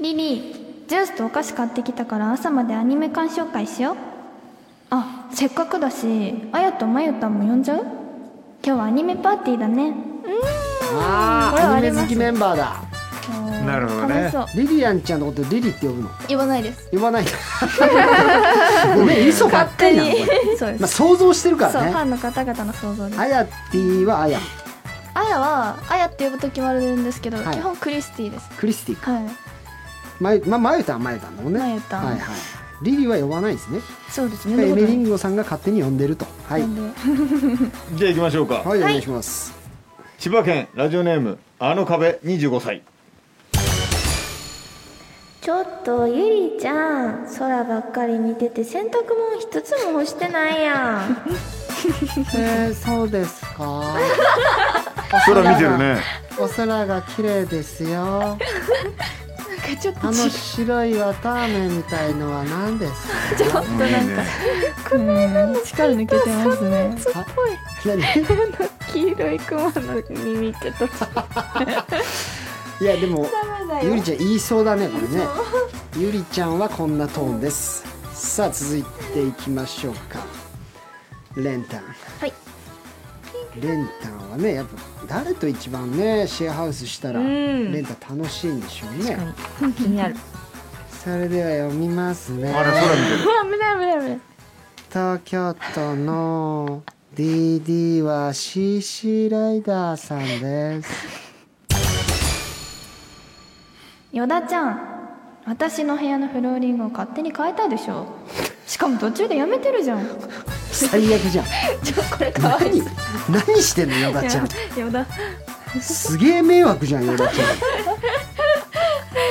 K: リリージュースとお菓子買ってきたから朝までアニメ鑑賞会しようあせっかくだしあやとまゆたんも呼んじゃう今日はアニメパーティーだね
A: ああアニメ好きメンバーだ
C: なるほど
K: 楽
C: ね
K: し。そう
A: リリアンちゃんのことリリって呼ぶの
K: 言わないです
A: 呼ばない ごめん嘘ばっかりなのこれ、
K: そうです、
A: まあ、想像してるか
K: そうファ
A: らね
K: ンの方々の想像です
A: あやティはあや
K: あやはあやって呼ぶ時もあるんですけど、
A: はい
K: 基本クリスティです
A: クリスティか
K: はい
A: まゆままゆたんまゆたんだもんね
E: まゆたん
A: はいはいリリーは呼ばないんですね
E: そうです
A: エメリンゴさんが勝手に呼んでるとはいはい
C: じゃあ行きましょうか、
A: お願いします
C: 千葉県ラジオネームあの壁25歳
B: ちょっとゆりちゃん空ばっかり見てて洗濯物一つも干してないやん
A: えー、そうですか
C: 空見てるね
A: お空が綺麗ですよ
B: ちょっ
A: あの白い綿あめみたいのは何ですか
C: いいね
E: 力抜けてますね
A: あ何
B: 黄色いクマの耳ちょっと
A: いやでもゆりちゃん言いそうだねこれねゆりちゃんはこんなトーンですさあ続いていきましょうかレンタン
B: はい
A: レンタンはねやっぱ誰と一番ねシェアハウスしたら
B: ん
A: レンタン楽しいんでしょうね
B: 気になる
A: それでは読みますね
C: あれ空見てる
B: 危ない危ない危ない
A: 東京都の DD は CC ライダーさんです
K: よだちゃん私の部屋のフローリングを勝手に変えたでしょしかも途中でやめてるじゃん
A: 最悪じゃん
K: ちょこれかわいい
A: 何何してんのヨダちゃん
K: よだ
A: すげえ迷惑じゃんヨダち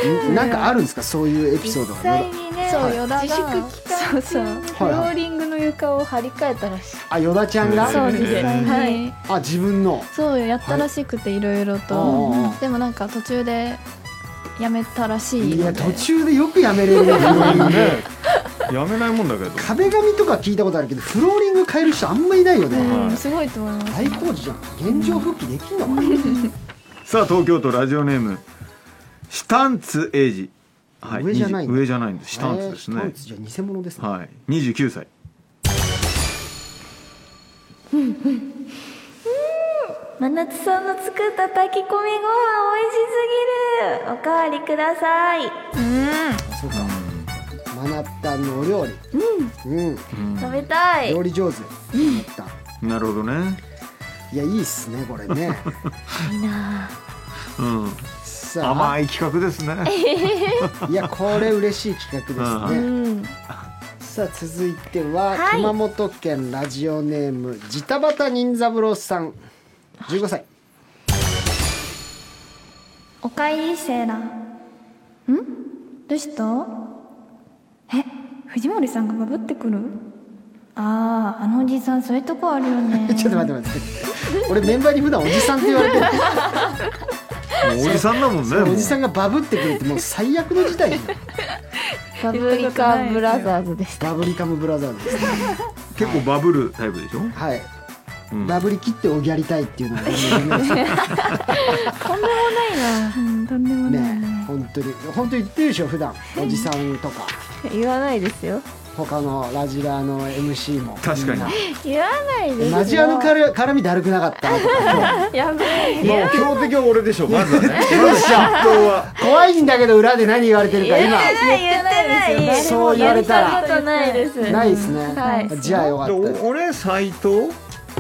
A: ゃんんなんかあるんですかそういうエピソードがヨ
B: にね
E: そうよだが
B: 期間
K: そうそう
A: ダはいはい
B: リングの床を張り替えたらしい
A: あヨダちゃんが
E: そう実際に、
B: はい
A: あ自分の
E: そうよやったらしくていろいろと、
A: ああ
E: でもなんか途中でやめたらしい
A: いや途中でよくやめれるねフローリ ングね
C: ねやめないもんだけど
A: 壁紙とか聞いたことあるけどフローリング変える人あんまいないよ
E: う
A: ね
E: ん、すごいと思います
A: 大工事じゃん現状復帰できんのかな
C: さあ東京都ラジオネームシタンツエイジ、はい、
A: 上じゃない
C: 20上じゃないんですシタンツですね
A: えーシタンツじゃ偽物ですね
C: はい29歳
B: 真夏さんの作った炊き込みご飯美味しすぎるおかわりください
A: そうか。マナッタンのお料理。うん。
B: 食べたい
A: 料理上手。マナッタン
C: なるほどね
A: いやいいっすねこれね。
C: うん
A: さあ
C: 甘い企画ですね
A: いやこれ嬉しい企画ですね。
B: うん
A: さあ続いては、
B: はい
A: 熊本県ラジオネームジタバタ忍三郎さん、15歳。
K: おかえりセーラんどうしたえ藤森さんがバブってくるあああのおじさんそういうとこあるよね
A: ちょっと待って待って。俺メンバーに普段おじさんって言われてる。
C: もうおじさんだもんね
A: お
C: もう
A: じさんがバブってくるってもう最悪の事態よ。
F: バブリカブラザーズです
A: バブリカムブラザーズです。
C: 結構バブルタイプでしょ
A: はい。
C: うん
A: バブり切っておぎゃりたいっていうのはね。
K: うんとんでもない
A: ね本当に本当に言ってるでしょ普段おじさんとか
F: 言わないですよ
A: 他のラジラーの MC も
C: 確か
A: みん
C: に
A: な
F: 言わないですよ
A: ラジラーの絡絡みだるくなかったとか
F: やべえ
C: まあ標的は俺でしょまずはねまず筆頭は
A: 怖いんだけど裏で何言われてるか今
F: 言ってない言ってない
A: そう言われたら
F: やったことないです
A: ないですね、
F: はい
A: じゃあよか
C: で
A: ったです
C: お俺斎藤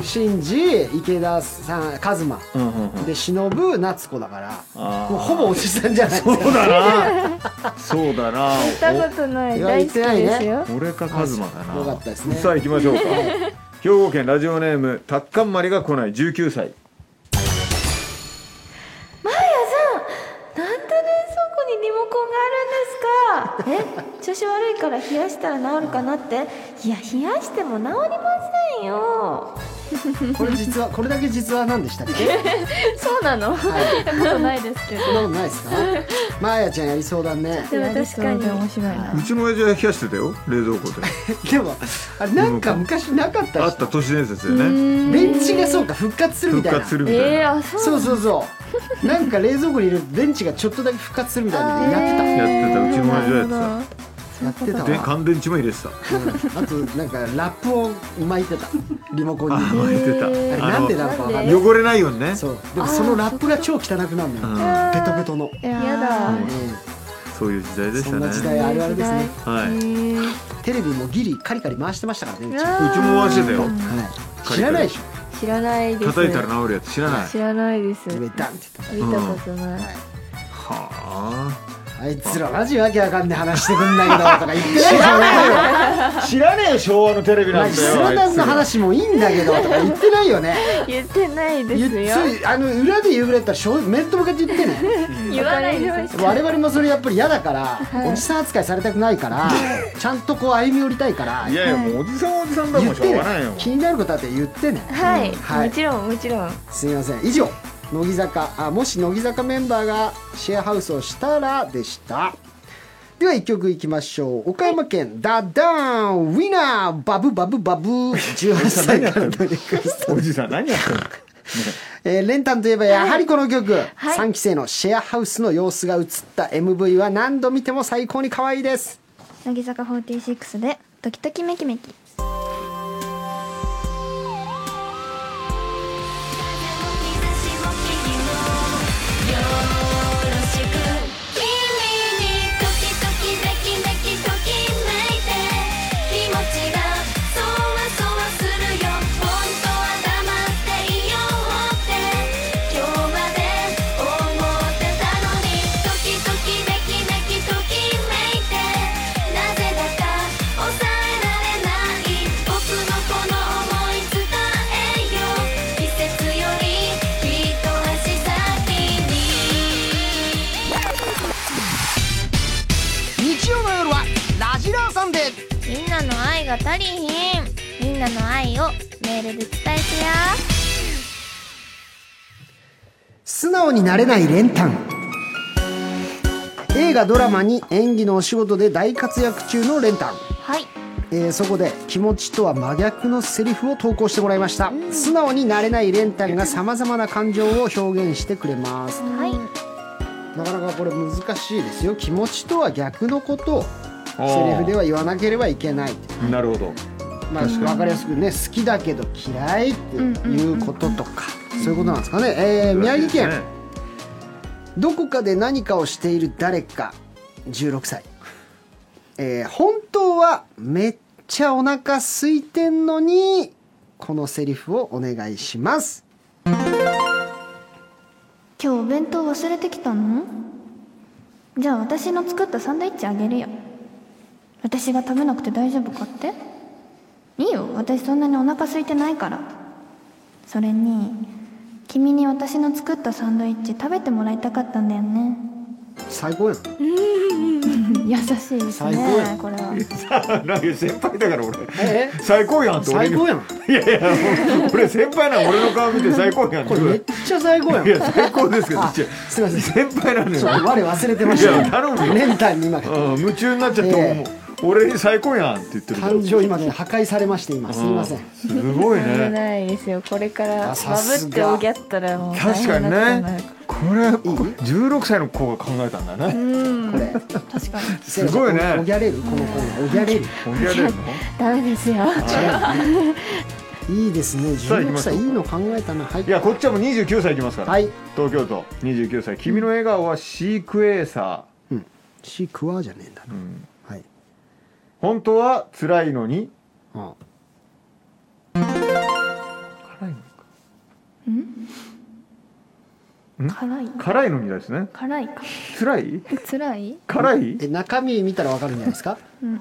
A: 新次池田さんカズマ
C: うんうんうん
A: で忍夏子だから
C: あ
A: もう
C: ー
A: ほぼおじさんじゃないです
C: そ
A: か
C: うだなそうだな
F: 言ったことない
A: 言わ
F: 大
A: れ
F: 好き
A: てないね
F: ですよ
C: お俺かカズマだな
A: よかったですね
C: さあ行きま しょうか兵庫県ラジオネームたっかんまりが来ない19歳
B: なんで冷蔵庫にリモコンがあるんですかえ調子悪いから冷やしたら治るかなっていや冷やしても治りませんよ
A: これ実はこれだけ実は何でしたっけ
B: そうなの
A: はい
E: たことないですけど
A: そんなことないですかまーやちゃんやりそうだ ね
B: でも確かに
E: 面白いな
C: うちの親父は冷やしてたよ冷蔵庫で
A: でもあれなんか昔なかったで
C: あっ
A: した
C: 都市伝説でね
A: 電池がそうか復活するみ
C: 復
A: たいな
C: 活するみたい
F: え
C: な
F: ー、あそう
A: そうそうそうなんか冷蔵庫に入れると電池がちょっとだけ復活するみたいなのやって
C: やってたうちの親父はやってた
A: たやってた
C: で
A: わ、
C: 乾電池も入れてた
A: うんあとなんかラップを巻いてたリモコンに
C: あ巻いてた、
A: あれ
C: あ
A: なんでなのかわかんない
C: の汚れないようにね
A: そうでもそのラップが超汚くなるのよ
C: うん
A: ベトベトの、
E: いやー
F: やだ
C: そういう時代で
A: うん
C: し
A: そ
C: た
A: ん
C: ね
A: な時代あるあるですね
C: はい、う
A: テレビもギリカリカリ回してましたからねうちは
C: ちも回してたよ
A: い知らないでしょ
F: 知らないです
C: 叩いたら治るやつ知らない
F: 知らないです
A: 上
F: 見
A: ダンってやって
F: たことない
A: た、はい
C: はあ
A: あいつらマジわけわかんない話してくんないけどとか言ってないよね
C: 知らねえよ昭和のテレビ
A: ま
C: な
A: あ
C: んて
A: ス
C: よ
A: ラダンの話もいいんだけどとか言ってないよね
B: 言ってないです
A: 言
B: よ
A: っそうあの裏で言うぐらいだったらしょう面と向かって言ってね
B: 言わないです
A: 我々もそれやっぱり嫌だから、おじさん扱いされたくないから、ちゃんとこう歩み寄りたいから
C: いやいやもうおじさんはおじさんだも
A: 言
C: ん
A: っ
C: しょ
A: て
C: う
A: ね
C: がないよ
A: 気になることあって言ってね
B: はい、
A: はい
B: もちろんもちろん
A: すみません以上乃木坂あもし乃木坂メンバーがシェアハウスをしたらでしたでは1曲いきましょう岡山県ダダーンウィナーバブバブバブ18歳からの リクエスト
C: おじさん何やってんの
A: えー、レンタンといえばやはりこの曲、三3期生のシェアハウスの様子が映った MV は何度見ても最高に可愛いです
K: 乃木坂46で「ドキドキメキメキ
I: 「風も日差しも君もよろしく」「君にドキドキドキドキドキめいて」「気持ちがそわそわするよ」「本当は黙っていようって」「今日まで思ってたのに」「ドキドキドキドキドキめいて」「なぜだか抑えられない」「僕のこの想い伝えよう」「季節より一足先に」
A: 日曜の夜はラジラーさんで
F: みんなの愛が足りひんみんなの愛をメールで伝えてや
A: 素直になれない練炭映画ドラマに演技のお仕事で大活躍中の練炭、
F: はい
A: えーそこで気持ちとは真逆のセリフを投稿してもらいました、素直になれない練炭がさまざまな感情を表現してくれます
F: はい
A: なかなかこれ難しいですよ気持ちとは逆のことをセリフでは言わなければいけない
C: なるほど
A: まあ、分かりやすくね好きだけど嫌いっていうこととか、そういうことなんですかね、えー宮城県、どこかで何かをしている誰か16歳、えー本当はめっちゃお腹空いてんのにこのセリフをお願いします」
K: 今日お弁当忘れてきたのじゃあ私の作ったサンドイッチあげるよ私が食べなくて大丈夫かっていいよ私そんなにお腹空いてないからそれに君に私の作ったサンドイッチ食べてもらいたかったんだよね
A: 最高やん
K: 優しいです
A: 最高や
K: ねこれは
C: さあ なんか先輩だから俺
A: え
C: 最高やんって俺
A: 最
C: に
A: 高やん
C: いやいやもう俺先輩なの俺の顔見て最高やんって
A: これめっちゃ最高やん
C: いや最高ですけど
A: あ
C: 違う
A: すいません
C: 先輩なの
A: ちょっと
C: よ
A: 我忘れてました
C: いや頼むよ
A: メンタルに今
C: うん夢中になっちゃって
A: ええ
C: もう俺に最高やんって言ってるけど
A: 感情今ね破壊されまして今すいません
C: うすごい
B: 問題
C: ね
B: ないですよこれから
A: あ
B: バ
A: さす
B: ブって
A: が
B: おぎゃったらもう大
C: 確か
B: 変
C: に
B: なことにな
C: ね
B: る
C: これ16歳の子が考えたんだね
A: これ
K: 確かに
A: す
C: ごいね
A: おぎゃれるこのコーナーおぎゃれる
C: おぎゃれるの
B: ダメですよ
A: いいですね
C: さあ行き
A: 16
C: ましょう
A: 歳いいの考えたなはい
C: いやこっちはもう29歳いきますから
A: はい
C: 東京都29歳君の笑顔はシークエーサ
A: うんシークワーじゃねえんだ
C: ー、うん、
A: なはい
C: 本当は辛いのに
A: あ
C: 辛いのか
K: 辛い
C: 辛いのにですね
K: 辛いか
C: 辛い
K: 辛い
C: 辛い
A: え中身見たらわかるんじゃないですか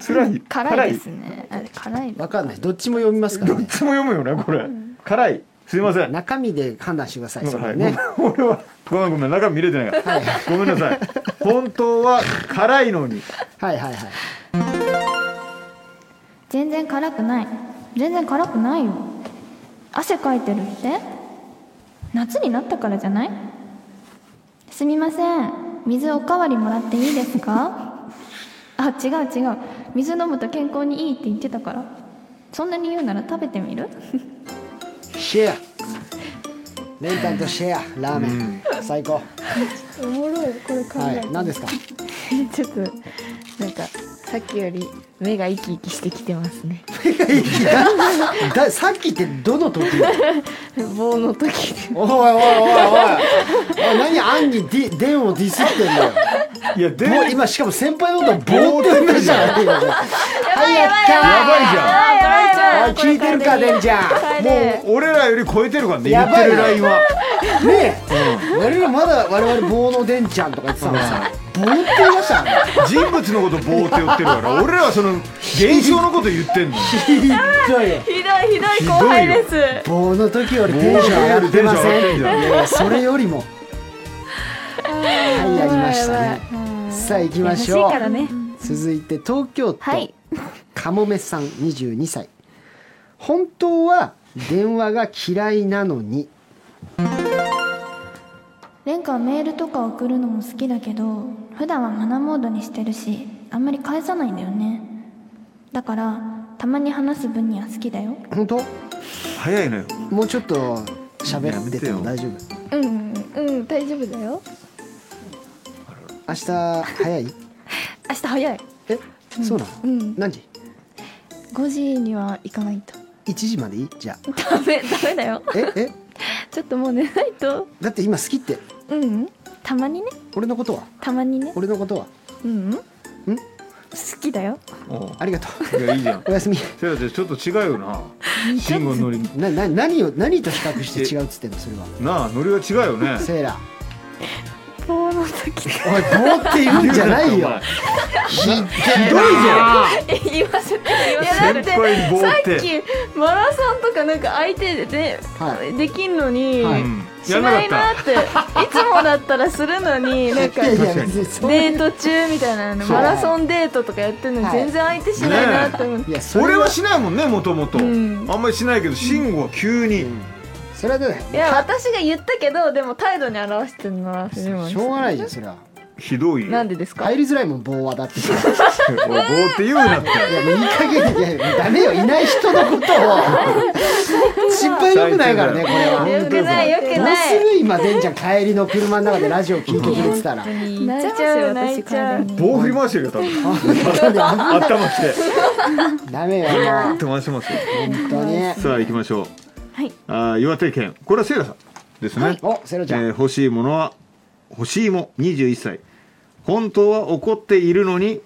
C: 辛い
K: 辛いですねあ辛い
A: わかんないどっちも読みますか
C: ど
A: ら
C: っ
A: ね
C: ちも読むよねこれ、辛いすいません
A: 中身で判断してくださいそ
C: は
A: れ
C: い
A: ね
C: ごめん俺はごめんごめん中身見れてないから、ごめんなさい本当は辛いのに
A: はいはいはい
K: 全然辛くない全然辛くないよ汗かいてるって夏になったからじゃないすみません水おかわりもらっていいですか あ違う違う水飲むと健康にいいって言ってたからそんなに言うなら食べてみる
A: シェアレンタンとシェアラーメン最高
B: おもろいこれ考
A: は
B: え
A: い何ですか
B: ちょっとなんかさっきより目が生き生きしてきてますね
A: ださっき ってどの時
B: 棒の時で
A: おいおいおいおいおい何アンにディデンをディスってんだよ
C: いやで
A: もう今しかも先輩のことボーって言ったじゃんやばいや
C: やばいじ
A: ば
C: ゃん
A: い聞いてるかデンちゃん
C: もう俺らより超えてるからね言
A: や
C: って
A: ばい
C: る
A: な
C: ラインは
A: ねえ、我々まだ我々棒のデンちゃんとか言ってたのさ
C: 棒って言いましたね人物のこと棒って言ってるから俺らはその現象のこと言ってんの
A: ひどいよ
B: ひどいひどい後輩です
A: 棒の時よりテンション上がってませんい
C: 棒の時よりテンション上がってんじゃん
A: やいやそれよりもはいやりましたねさあ行きましょう
B: 優しいからね
A: 続いて東京都、
F: はい
A: かもめさん22歳本当は電話が嫌いなのに
K: 蓮華はメールとか送るのも好きだけど普段はマナーモードにしてるしあんまり返さないんだよねだからたまに話す分には好きだよ
A: 本当
C: 早いのよ
A: もうちょっと喋ってても大丈夫
K: うんうん大丈夫だよ
A: 明日早い
K: 明日早い
A: え、そうなの、
K: うん
A: 何時
K: 5時には行かないと
A: ?1 時までいいじゃあ
K: ダメダメだよ
A: ええ
K: ちょっともう寝ないと
A: だって今好きって
K: うんたまにね
A: 俺のことは
K: たまにね
A: 俺のことは
K: うん好きだよ
A: ありがと
C: いやいいじゃん
A: うおやすみ
C: せやせやちょっと違うよな信号のり
A: なな何を何と比較して違うっつってんのそれは
C: なあノリは違うよね
A: セーラ
K: 棒の時だ
A: おい棒って言うんじゃないよひどいじ
B: 言わせて言わ
C: 先
B: せて
C: 輩に棒
B: さ
C: っ
B: ってきマラさんとかなんか相手で、
A: は
B: できんのに、
A: は
C: うん
B: し
C: やん
B: ない
C: なか
B: な
C: っ
B: っていつもだったらするのになんか
A: ゃんいやい
C: か
A: や
C: に
A: 別にそんな
B: デート中みたいなの
A: そう
B: マラソンデートとかやってるのに
A: はい
B: 全然相手しないなって思って、
A: いやそ
C: た
A: れ
C: 俺はしないもんねもともとあ
B: ん
C: んまりしないけど慎吾は急に
A: それはどうだよ
B: いや私が言ったけどでも態度に表してるのは藤森
A: し
B: さ
A: ょ
B: ん
A: うがないじゃんそれは
C: ひどいよ
B: なんでですか
A: 入りづらいもん棒はだってい
C: おい棒って言うなっ て
A: やもういい加減いやダメよいない人のことを失敗よくないからねこれは
B: よくないよ
A: ど
B: く
A: う
B: な
A: す
B: い
A: る今でんちゃん帰りの車の中でラジオ聞いてくれてたら本
B: 泣いちゃうよ泣いちゃう
C: 棒振り回してるよ多分
A: 当に
C: 頭きて
A: ダメよもう
C: 飛ばしてますよ
A: 本当に
C: さあ行きましょうあー岩手県これはセイラさんですね
A: おセロちゃん、
C: えー欲しいものは欲しいも21歳本当は怒っているのに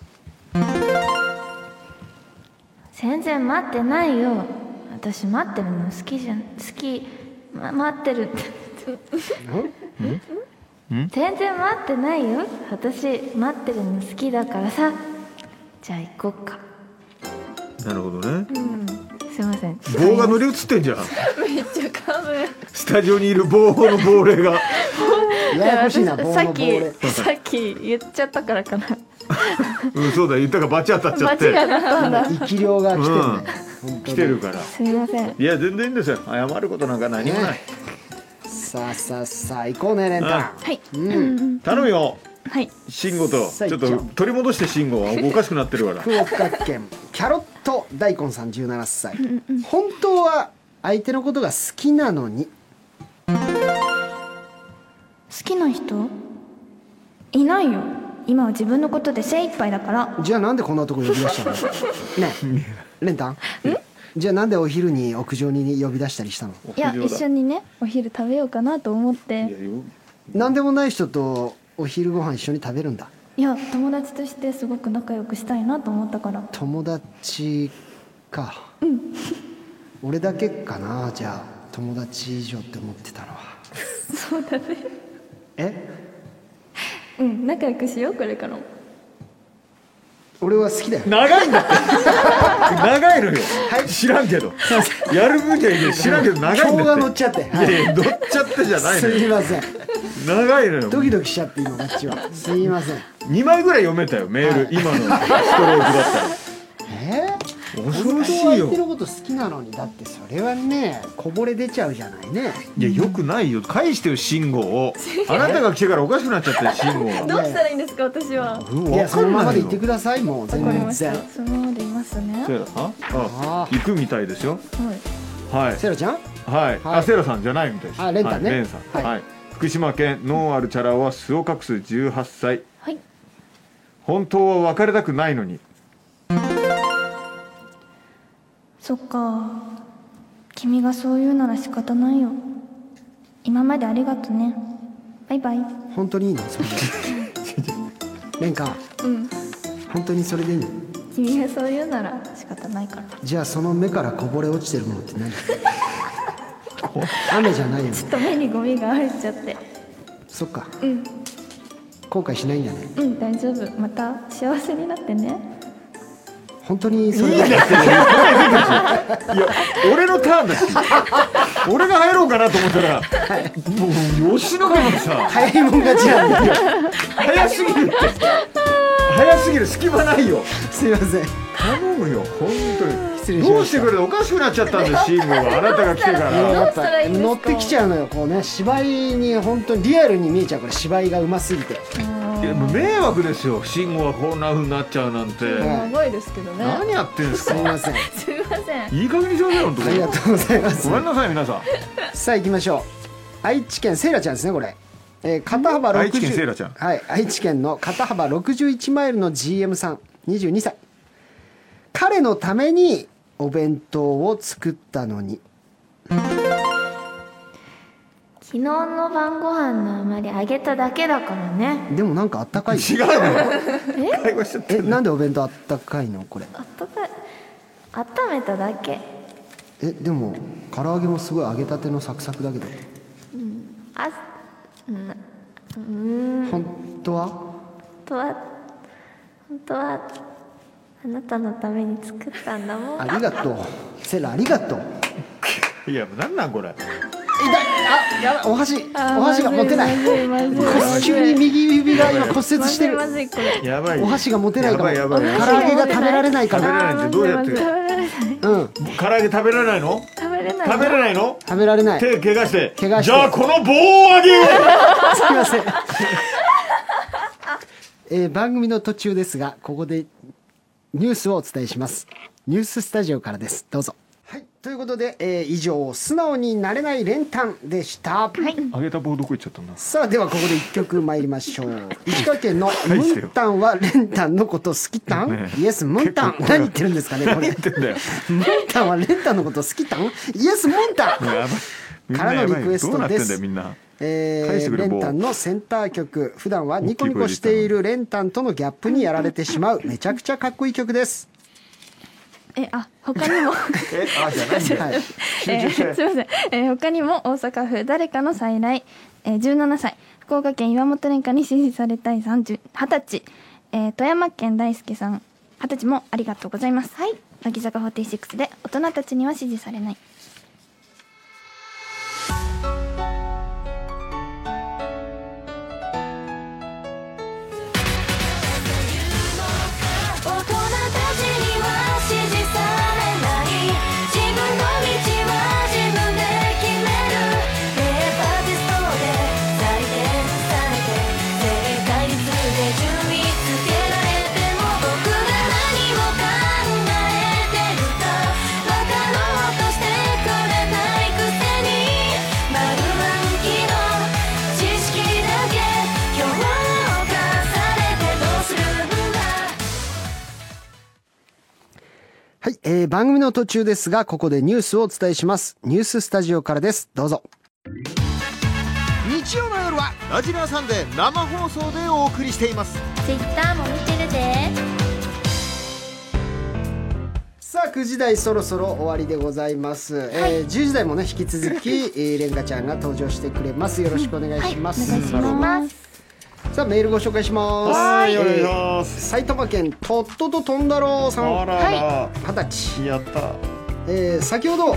K: 全然待ってないよ私待ってるの好きじゃん好き、ま、待ってるって 全然待ってないよ私待ってるの好きだからさじゃあ行こっか
C: なるほどね
K: すいません
C: 棒が乗り移ってんじゃんめっちゃかぶスタジオにいる棒の亡霊が
A: ややこしいな棒
B: 私さ
A: の
B: っ
A: 棒で
B: きさっき言っちゃったからかな
C: うんそうだ言ったからバチ当たっちゃって
B: 間違いなかったんだ
A: 生き量が来てるね、本当
C: 来
A: に
C: てるから
K: すみません
C: いや全然いいんですよ謝ることなんか何もない
A: さあさあさあ行こうねレンタン
K: はい
A: うん
C: 頼むよ
K: はい
C: 慎吾と
A: さあ
C: ちょっ
A: 行
C: と
A: っちゃおう
C: 取り戻して慎吾はおかしくなっ てるから
A: 福岡県キャロット大根さん17歳本当は相手のことが好きなのに
K: 好きな人いないよ今は自分のことで精一杯だから
A: じゃあなんでこんなとこ呼び出したのねえレンタンじゃあなんでお昼に屋上に呼び出したりしたの
C: 屋
K: いや
C: 上だ
K: 一緒にねお昼食べようかなと思っ
C: い
K: て
C: やよ
A: なんでもない人とお昼ご飯一緒に食べるんだ
K: いや友達としてすごく仲良くしたいなと思ったから
A: 友達か俺だけかなじゃあ友達以上って思ってたのはそうだねえ
K: うん仲良くしようこれからも
A: 俺は好きだよ
C: 長いんだって長いのよ、知らんけどやる分にはいいけど知らんけど長いん
A: 今日
C: だって
A: が乗っちゃって、はい
C: いやいや乗っちゃってじゃないの
A: すい
C: よ
A: ません
C: 長いのよ
A: ドキドキしちゃって今こっちはすいません
C: 2枚ぐらい読めたよメール、今のストロークだったら
A: え
C: 恐
A: 本
C: ろ
A: 当
C: し
A: はい相手の
C: よ
A: こと好きなのにだってそれはねこぼれ出ちゃうじゃないね
C: いやよくないよ返してよ信号 をあなたが来てからおかしくなっちゃったよ信号が
B: どうしたらいいんですか私は
C: うん
A: いや
C: わ
A: そ
C: か
A: の
C: ん
A: まま
C: ない
A: で
C: よ
A: 言ってくださいもう全然
K: そのままでいますね
C: セイラさん
A: あ
C: あ
A: ー
C: 行くみたいですよはい
A: セロちゃん
C: はい、
A: はい
C: あセイラさんじゃないみたいです
A: あレンタンね
C: はいレンさん
A: は
C: はいい、福島県ノンアルチャラは素を隠す18歳
K: はい
C: 本当は別れたくないのに
K: そっか君がそう言うなら仕方ないよ今までありがとねバイバイ
A: 本当にい いのそれでレンカ
K: うん
A: 本当にそれでいいの
K: 君がそう言うなら仕方ないから
A: じゃあその目からこぼれ落ちてるものって何雨じゃないよね
K: ちょっと目にゴミが入っちゃって
A: そっか後悔しないんだね
K: うん大丈夫また幸せになってね
A: 本当にそれだけ
C: いや俺のター ンだし俺が入ろうかなと思ったらもう吉野家のさ
A: 早いもん勝ちなんで
C: 早すぎるって早すぎる隙間ないよ
A: すいません
C: 頼むよ本当
A: 失
C: に
A: 礼しました
C: どうしてくれておかしくなっちゃったんです慎吾があなたが来てか
A: いや
C: ら
A: やっぱ乗ってきちゃうのよこうね芝居に本当にリアルに見えちゃうから芝居がうますぎて
C: いやもう迷惑ですよ慎吾がこんな風になっちゃうなんて
A: はい
B: ごいですけどね
C: 何やってんです
A: す
C: か
A: みませんあ
B: すいません
C: いい加減にしなさい本当
A: り
C: に
A: がとうございます
C: ごめんなさい皆さん
A: さあ行きましょう愛知県セイラちゃんですねこれ、えー肩幅60
C: 愛知県セイラちゃん
A: はい愛知県の肩幅61マイルの GM さん22歳彼のためにお弁当を作ったのに
F: 昨日の晩ご飯のあまりあげただけだからね
A: でもなんかあったかい
C: 違うの会話しちゃって
A: え
C: るの
A: なんでお弁当あったかいのこれ
F: あったかい温めただけ
A: えでも唐揚げもすごい揚げたてのサクサクだけど
F: あ
A: 本当は
F: 本当は本当はあなたのために作ったんだもん
A: ありがとうセイラありがとう
C: いやもうなんなんこれ
A: あやばいお箸お箸が持てない急に右指が今骨折してる
C: やばい
A: お箸が持てないかも
C: やばいやばい
A: 唐揚げが食べられないか
C: 食べれ
A: ら
C: ないってどうやって
A: うん
C: 唐揚げ食べられないの食べれない食べれないの
A: 食べられないす
C: 手怪我して
A: 怪我して
C: じゃあこの棒をあげよう
A: いませんえー番組の途中ですがここでニュースをお伝えしますニューススタジオからですどうぞはいということで、えー以上素直になれない練炭でした、
C: あげた棒どこ行っちゃったんだ
A: さあではここで一曲参りましょう石川県のムンタンはレンタンのこと好きタン
C: ね
A: イエスムンタン
C: 結構こ
A: 何
C: れ
A: 言ってるんですかねこれ
C: 言ってんだよ
A: ムンタンはレンタンのこと好きタンイエスムンタン
C: やばいみん
A: からの
C: なやば
A: リ
C: い
A: クエ
C: よ
A: ス
C: どうな
A: トで
C: ってんだ
A: す
C: よみんな
A: え
C: 返して
A: ー、
C: く
A: レ
C: れ
A: ンタンのセンター曲普段はニコニコしているレンタンとのギャップにやられてしまうめちゃくちゃかっこいい曲です、
K: えあ他にも
C: えあじゃない
A: は
C: んだよ
A: い、
K: えーすいません、えー他にも大阪府誰かの再来、えー17歳福岡県岩本蓮華に支持されたいさんじゅ20歳、えー富山県大輔さん20歳もありがとうございますはい乃木坂46で大人たちには支持されない
I: 大人たちには支持されない自分の道は自分で決めるレーバーテストで採点されて正解率で順位つけられても僕が何を考えてるか分かろうとしてくれないくせに丸暗記の知識だけ評価されてどうするんだ
A: はいえー、番組の途中ですがここでニュースをお伝えしますニューススタジオからですどうぞ
J: 日曜の夜はラジナーサンデー生放送でお送りしています
F: ツイッターも見てるで
A: さあ9時台そろそろ終わりでございます、えー、10時台もね引き続き、 えー、レンガちゃんが登場してくれますよろしくお願いします、
F: ます
A: さあメールご紹介します
C: はい
A: えー
C: お願いします
A: 埼玉県とっとととんだろうさん
C: あらら
A: 二十歳、
C: やった
A: えー先ほど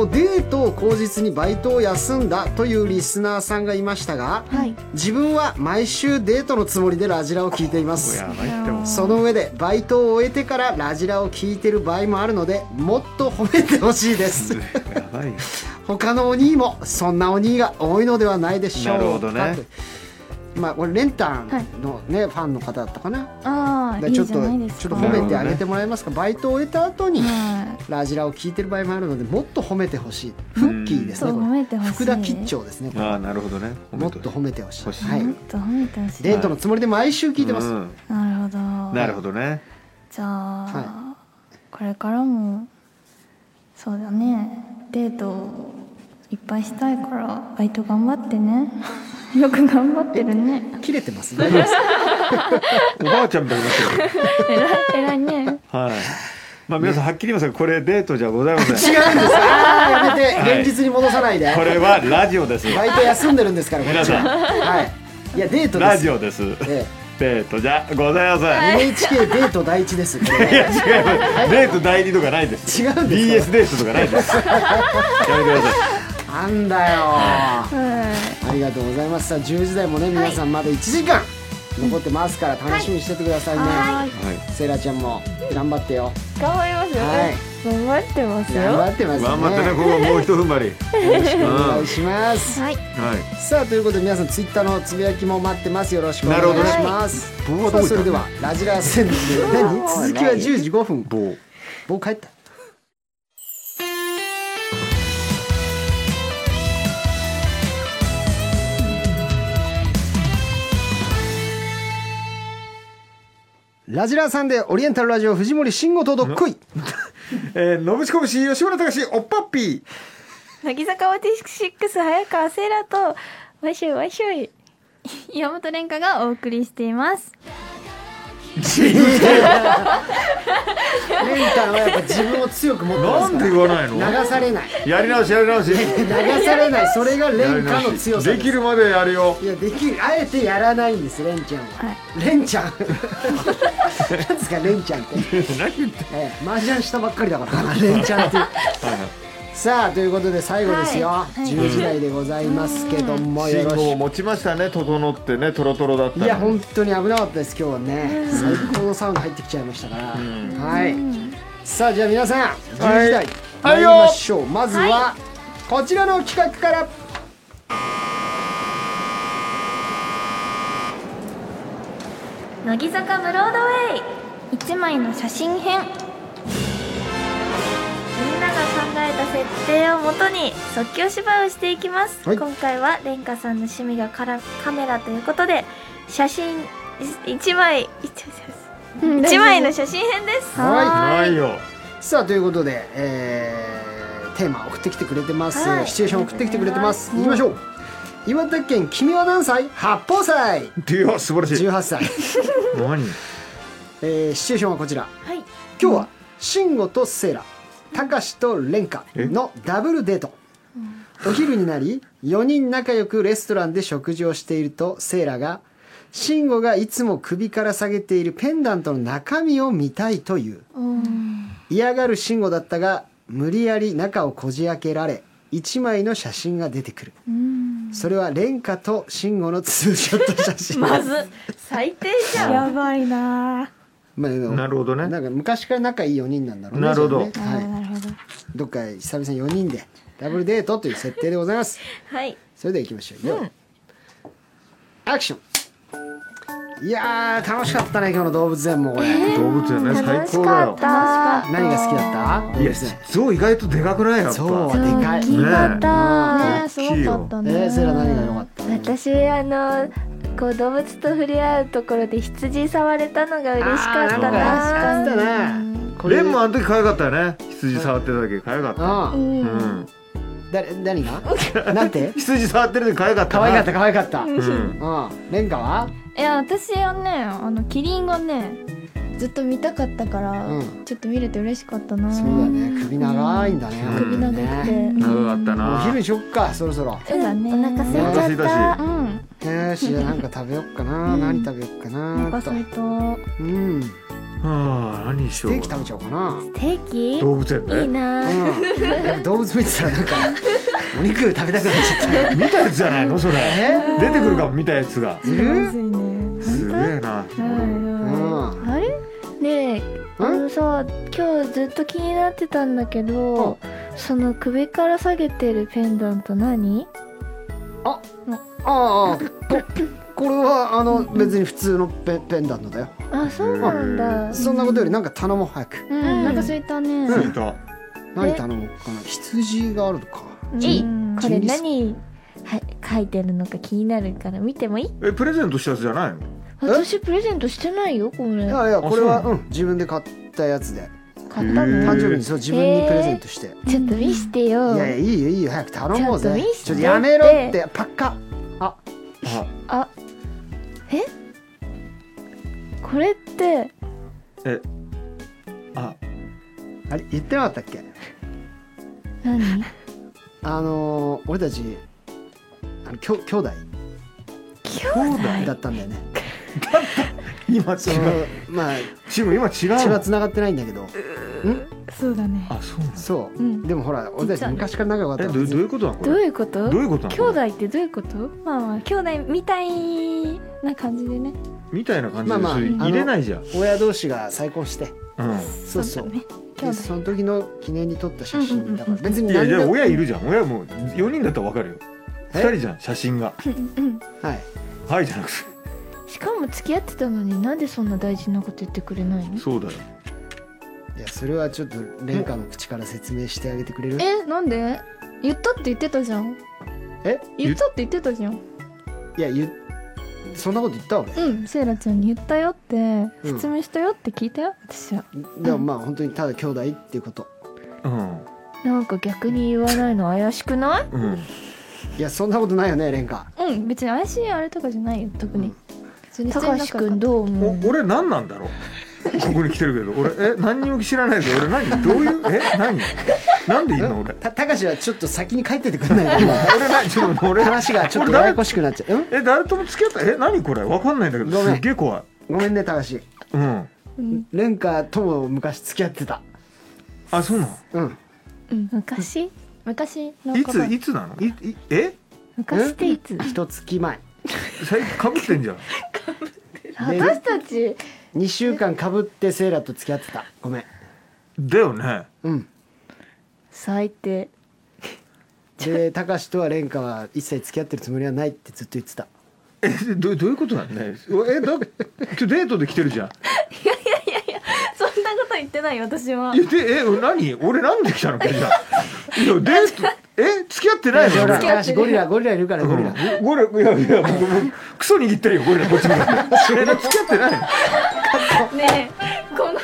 A: おデートを口実にバイトを休んだというリスナーさんがいましたが、
K: はい
A: 自分は毎週デートのつもりでラジラを聞いています
C: やないっても
A: その上でバイトを終えてからラジラを聞いてる場合もあるのでもっと褒めてほしいです
C: やばいよ
A: 他のお兄もそんなお兄が多いのではないでしょうか
C: なるほどね
A: とまあこれレンタンのね、ファンの方だったかな
K: ああ
A: で
K: いい
A: ち
K: じ
A: ょ
K: ゃ
A: っと
K: ないです
A: ちょ
K: か
A: っと褒めてあげてもらえますか、バイトを終えた後に
K: は
A: ラジラを聞いてる場合もあるのでもっと褒めてほしいフッキーで
K: い
A: す
K: そ
A: ね
K: う
A: こ
K: 褒
A: れ
K: めてほしい
A: 福田吉兆ですねこれ
C: ああなるほどね
A: もっと褒めてほしい
C: 欲しい
A: はい
K: もっと褒めてほしい
A: デートのつもりで毎週聞いてます、
C: うん
K: なるほど
C: なるほどね
K: じゃあ、
A: は
K: これからもそうだねデートをいっぱいしたいからバイト頑張ってね よく頑張ってるね
A: 切れてます大丈夫ですか
C: おばあちゃんみたいになって る
K: 偉い偉いね
C: はいまあ皆さんはっきり言いますがこれデートじゃございません
A: 違うんですあーやめて
C: はい
A: 現実に戻さないで、
C: これはラジオです
A: バイト休んでるんですからこっち
C: 皆さん
A: はいいやデートです
L: ラジオです。
A: え
L: デートじゃございません。
A: え NHK デート第一ですこれ
L: いや違います。デート第二とかないです。
A: 違うんで
L: BS
A: す
L: デートとかないです。やめてください。
A: なんだよありがとうございますさあ10時台もね皆さんまだ1時間残ってますから楽しみにしててくださいね、セイラちゃんも頑張ってよ
B: 頑張りますよ、
A: はい
B: 頑張ってますよ
A: 頑張ってますね
C: 頑張ってねここもう一踏ん張り
A: よろしくお願いします、
C: はい
A: さあということで皆さんツイッターのつぶやきも待ってますよろしくお願い
C: なるほどね
A: します、
C: 棒は
A: さあ
C: どこ行った
A: それではラジラー 戦で何続きは10時5分
C: 棒
A: 棒帰ったラジラーさんでオリエンタルラジオ藤森慎吾とどっこい
C: えー、のぶしこぶし吉村隆おっぱっぴ
B: 乃木坂46早川セイラとわいしょいわいしょい
K: 岩本蓮香がお送りしています
A: レンタンはやっぱ自分を強く持ってま
C: な
A: す
C: ん
A: か
C: で言わないの
A: ら流されない
C: やり直しやり直し
A: 流されないそれが
C: や
A: レ
C: り
A: ンカの
C: 直
A: 強
C: し
A: さ
C: で
A: です
C: きるまでや るよ
A: いやできるあえてやらないんですレンちゃんは、レンちゃんなんですかレンちゃんって
C: 何言って
A: ええ麻雀したばっかりだからかなレンちゃんってさあということで最後ですよ、10時台でございますけどもよろ
C: 信
A: し
C: 号を
A: く
C: 持ちましたね整ってねトロトロだった
A: い
C: の
A: や本当に危なかったです今日はね最高のサウンド入ってきちゃいましたから、はいさあじゃあ皆さん10時台参りましょう、まずはこちらの企画から
K: 乃木坂ブロードウェイ一枚の写真編
F: みんなが考えた設定をもとに即興芝居をしていきます、
A: はい
F: 今回はレンカさんの趣味がカラカメラということで写真一枚一枚の写真編です
A: はい
C: ないよ
A: さあということで、えーテーマ送ってきてくれてます、
F: はい
A: シチュエーション送ってきてくれてますいきましょう岩手県君は何歳八方歳
C: いや素晴らしい
A: 18歳、
C: 何
A: えーシチュエーションはこちら、今日は慎吾とセイラたかしとレンカのダブルデートお昼になり4人仲良くレストランで食事をしているとセイラが慎吾がいつも首から下げているペンダントの中身を見たいという嫌がる慎吾だったが無理やり中をこじ開けられ1枚の写真が出てくるそれはレンカと慎吾のツーショット写真まず
B: 最低じゃんやばいな
A: まあ、
C: なるほどね
A: なんか昔から仲いい4人なんだろうね。
C: なるほど
A: じゃあねはい、
B: なるほど
A: どっか久々に4人でダブルデートという設定でございます。
F: はい
A: それでは行きましょうよ。アクション。いやー楽しかったね今日の動物園もこれ。
C: 動物園ね最高だよ
B: 楽しか
A: 何が好きだった？
C: いや
A: 動
C: そう意外とでかくないやっぱ
A: そうでかい。
C: ねえ
B: った
E: ねすごかったね
A: えー、セラ何が良かった？
B: 私あのこう動物と触れ合うところで羊触れたのが嬉しかった
A: あーな
B: な
A: んか嬉しかったね。これ
C: レンもあの時可愛かったよね羊触ってた時可愛かった
A: う。
C: うんん
A: 誰何が？なん て？
C: 羊触ってる時可愛かった
A: 可
C: な
A: 愛かった可愛かった。うん。
C: うん
A: レンカは？
K: いや私はねあのキリンがねずっと見たかったから、
A: うん
K: ちょっと見れて嬉しかったな
A: そうだね首長いんだね。
K: 首長くて、
A: ね
C: 長かった
A: お昼
C: な
A: にしよっかそろそろ。
K: そうだね
B: お腹空い
C: お腹空いたし
K: うん
A: よしじゃあなんか食べよっかな、何食べよっか
K: お
A: な
K: 腹
A: と
K: 空いた
A: うん
C: ああ何し
A: ス
C: よ
A: テ
C: う
A: ーキ食べちゃおうかな
B: ステーキ
C: 動物園
B: いい
C: ね
B: な
A: うん やっぱ動物見てたらなんかお肉食べたくなっちゃった
C: 見たやつじゃないのそれ
A: え
C: 出てくるかも見たやつが
A: いる
C: すげえな
A: うん
B: あれねえあのさ今日ずっと気になってたんだけどその首から下げてるペンダント何
A: ああここれはあの別に普通のペペンダントだよ
B: あそうなんだ
A: そんなことよりなんか頼もう早く
K: うん、お腹空いたね、
C: 着いた
A: 何頼もうかな羊があるのか
B: えいこれ
A: ジンギス
B: 何はい書いてるのか気になるから見てもいい
C: えプレゼントしたやつじゃないの
B: 私プレゼントしてないよこ
A: い
B: れ
A: やいや
C: あ
A: これは
C: そう
A: うん自分で買ったやつで
B: 買ったの
C: へえ
A: 誕生日にそう自分にプレゼントして、
B: ちょっと見してよ
A: いやいやいいよいいよ早く頼もうぜ
B: ちょっと見せて
A: ちょっとやめろってパッカ
C: あ
B: これって
C: あ
A: あれ言ってなかったっけ
B: 何
A: あのー、俺たちあのきょ兄弟だったんだよね
C: 今違
A: そうまあ
C: チーム今違
A: 血
C: う
A: は
C: の
A: 繋がってないんだけど
B: そうだね
C: あそうなんだ
A: そう、
B: うん
A: でもほら俺たち昔から仲良かった
C: え
A: か
C: ど
A: ら
C: どういうことなのこ
B: どう
C: れ
B: いうこと
C: どういうことな
B: 兄
C: の
B: 弟ってどういうことまあまあ兄弟みたいな感じでね
C: みたいな感じ
A: まあ
C: で
A: まあ
C: それ入れないじゃん
A: 親同士が再婚して
C: うん
A: そうそう
B: だね
A: でその時の記念に撮った写真だから別に
C: いや
A: 何
C: じゃあ
A: ら
C: 親いるじゃん親も4人だったら分かるよ
A: え
C: 2人じゃん写真 が
A: はい
C: はいじゃなくて
E: しかも付き合ってたのになんでそんな大事なこと言ってくれないの
C: そうだよ
A: いやそれはちょっと蓮華の口から説明してあげてくれる
K: えなんで言ったって言ってたじゃん
A: え
K: 言ったって言ってたじゃん
A: いやゆそんなこと言った俺
K: うん
E: セイラちゃんに言ったよって
A: うん
E: 説明したよって聞いたよ私は
A: でもまあ本当にただ兄弟っていうこと
C: うん
E: なんか逆に言わないの怪しくない
C: うん
A: いやそんなことないよね蓮華
K: うん別に怪しいあれとかじゃないよ特に、
A: うん
K: 普通に
E: 高橋くんどう思う
C: お俺何なんだろうここに来てるけど俺え何にも知らないけど俺何どういうえ何なんでいいの俺
A: たたかしはちょっと先に帰っててくんないの
C: 俺何ちょっと 俺
A: 話がちょっと
C: 俺
A: や
C: 誰
A: やこしくなっちゃう、うん、
C: え誰とも付き合ったえ何これ分かんないんだけど
A: ご
C: す
A: めん
C: っげえ怖い
A: ごめんねたかし
C: うん
A: 蓮華とも昔付き合ってた
C: あそうなの
A: うん
B: 昔
K: 昔
C: いついつなのいいえ
B: 昔っていつ
A: 一月前
C: 最近かぶってんじゃん
A: 私
B: たち
A: 2週間かぶってセイラと付き合ってたごめん
C: だよね
A: うん
B: 最低
A: でたかしとは蓮華は一切付き合ってるつもりはないってずっと言ってた
C: えどどういうことなんだよえだちょデートで来てるじゃん
B: そんなこと言ってないよ私はい
C: やでえ何俺なんで来たのこれじゃあいやデートえ付き合ってないの
A: ほら
C: 俺
A: 高橋ゴリラゴリラいるからゴリラ
C: うんゴリラいやいやもうもうクソ握ってるよゴリラこっちもえ付き合ってないの
B: ねえこのこの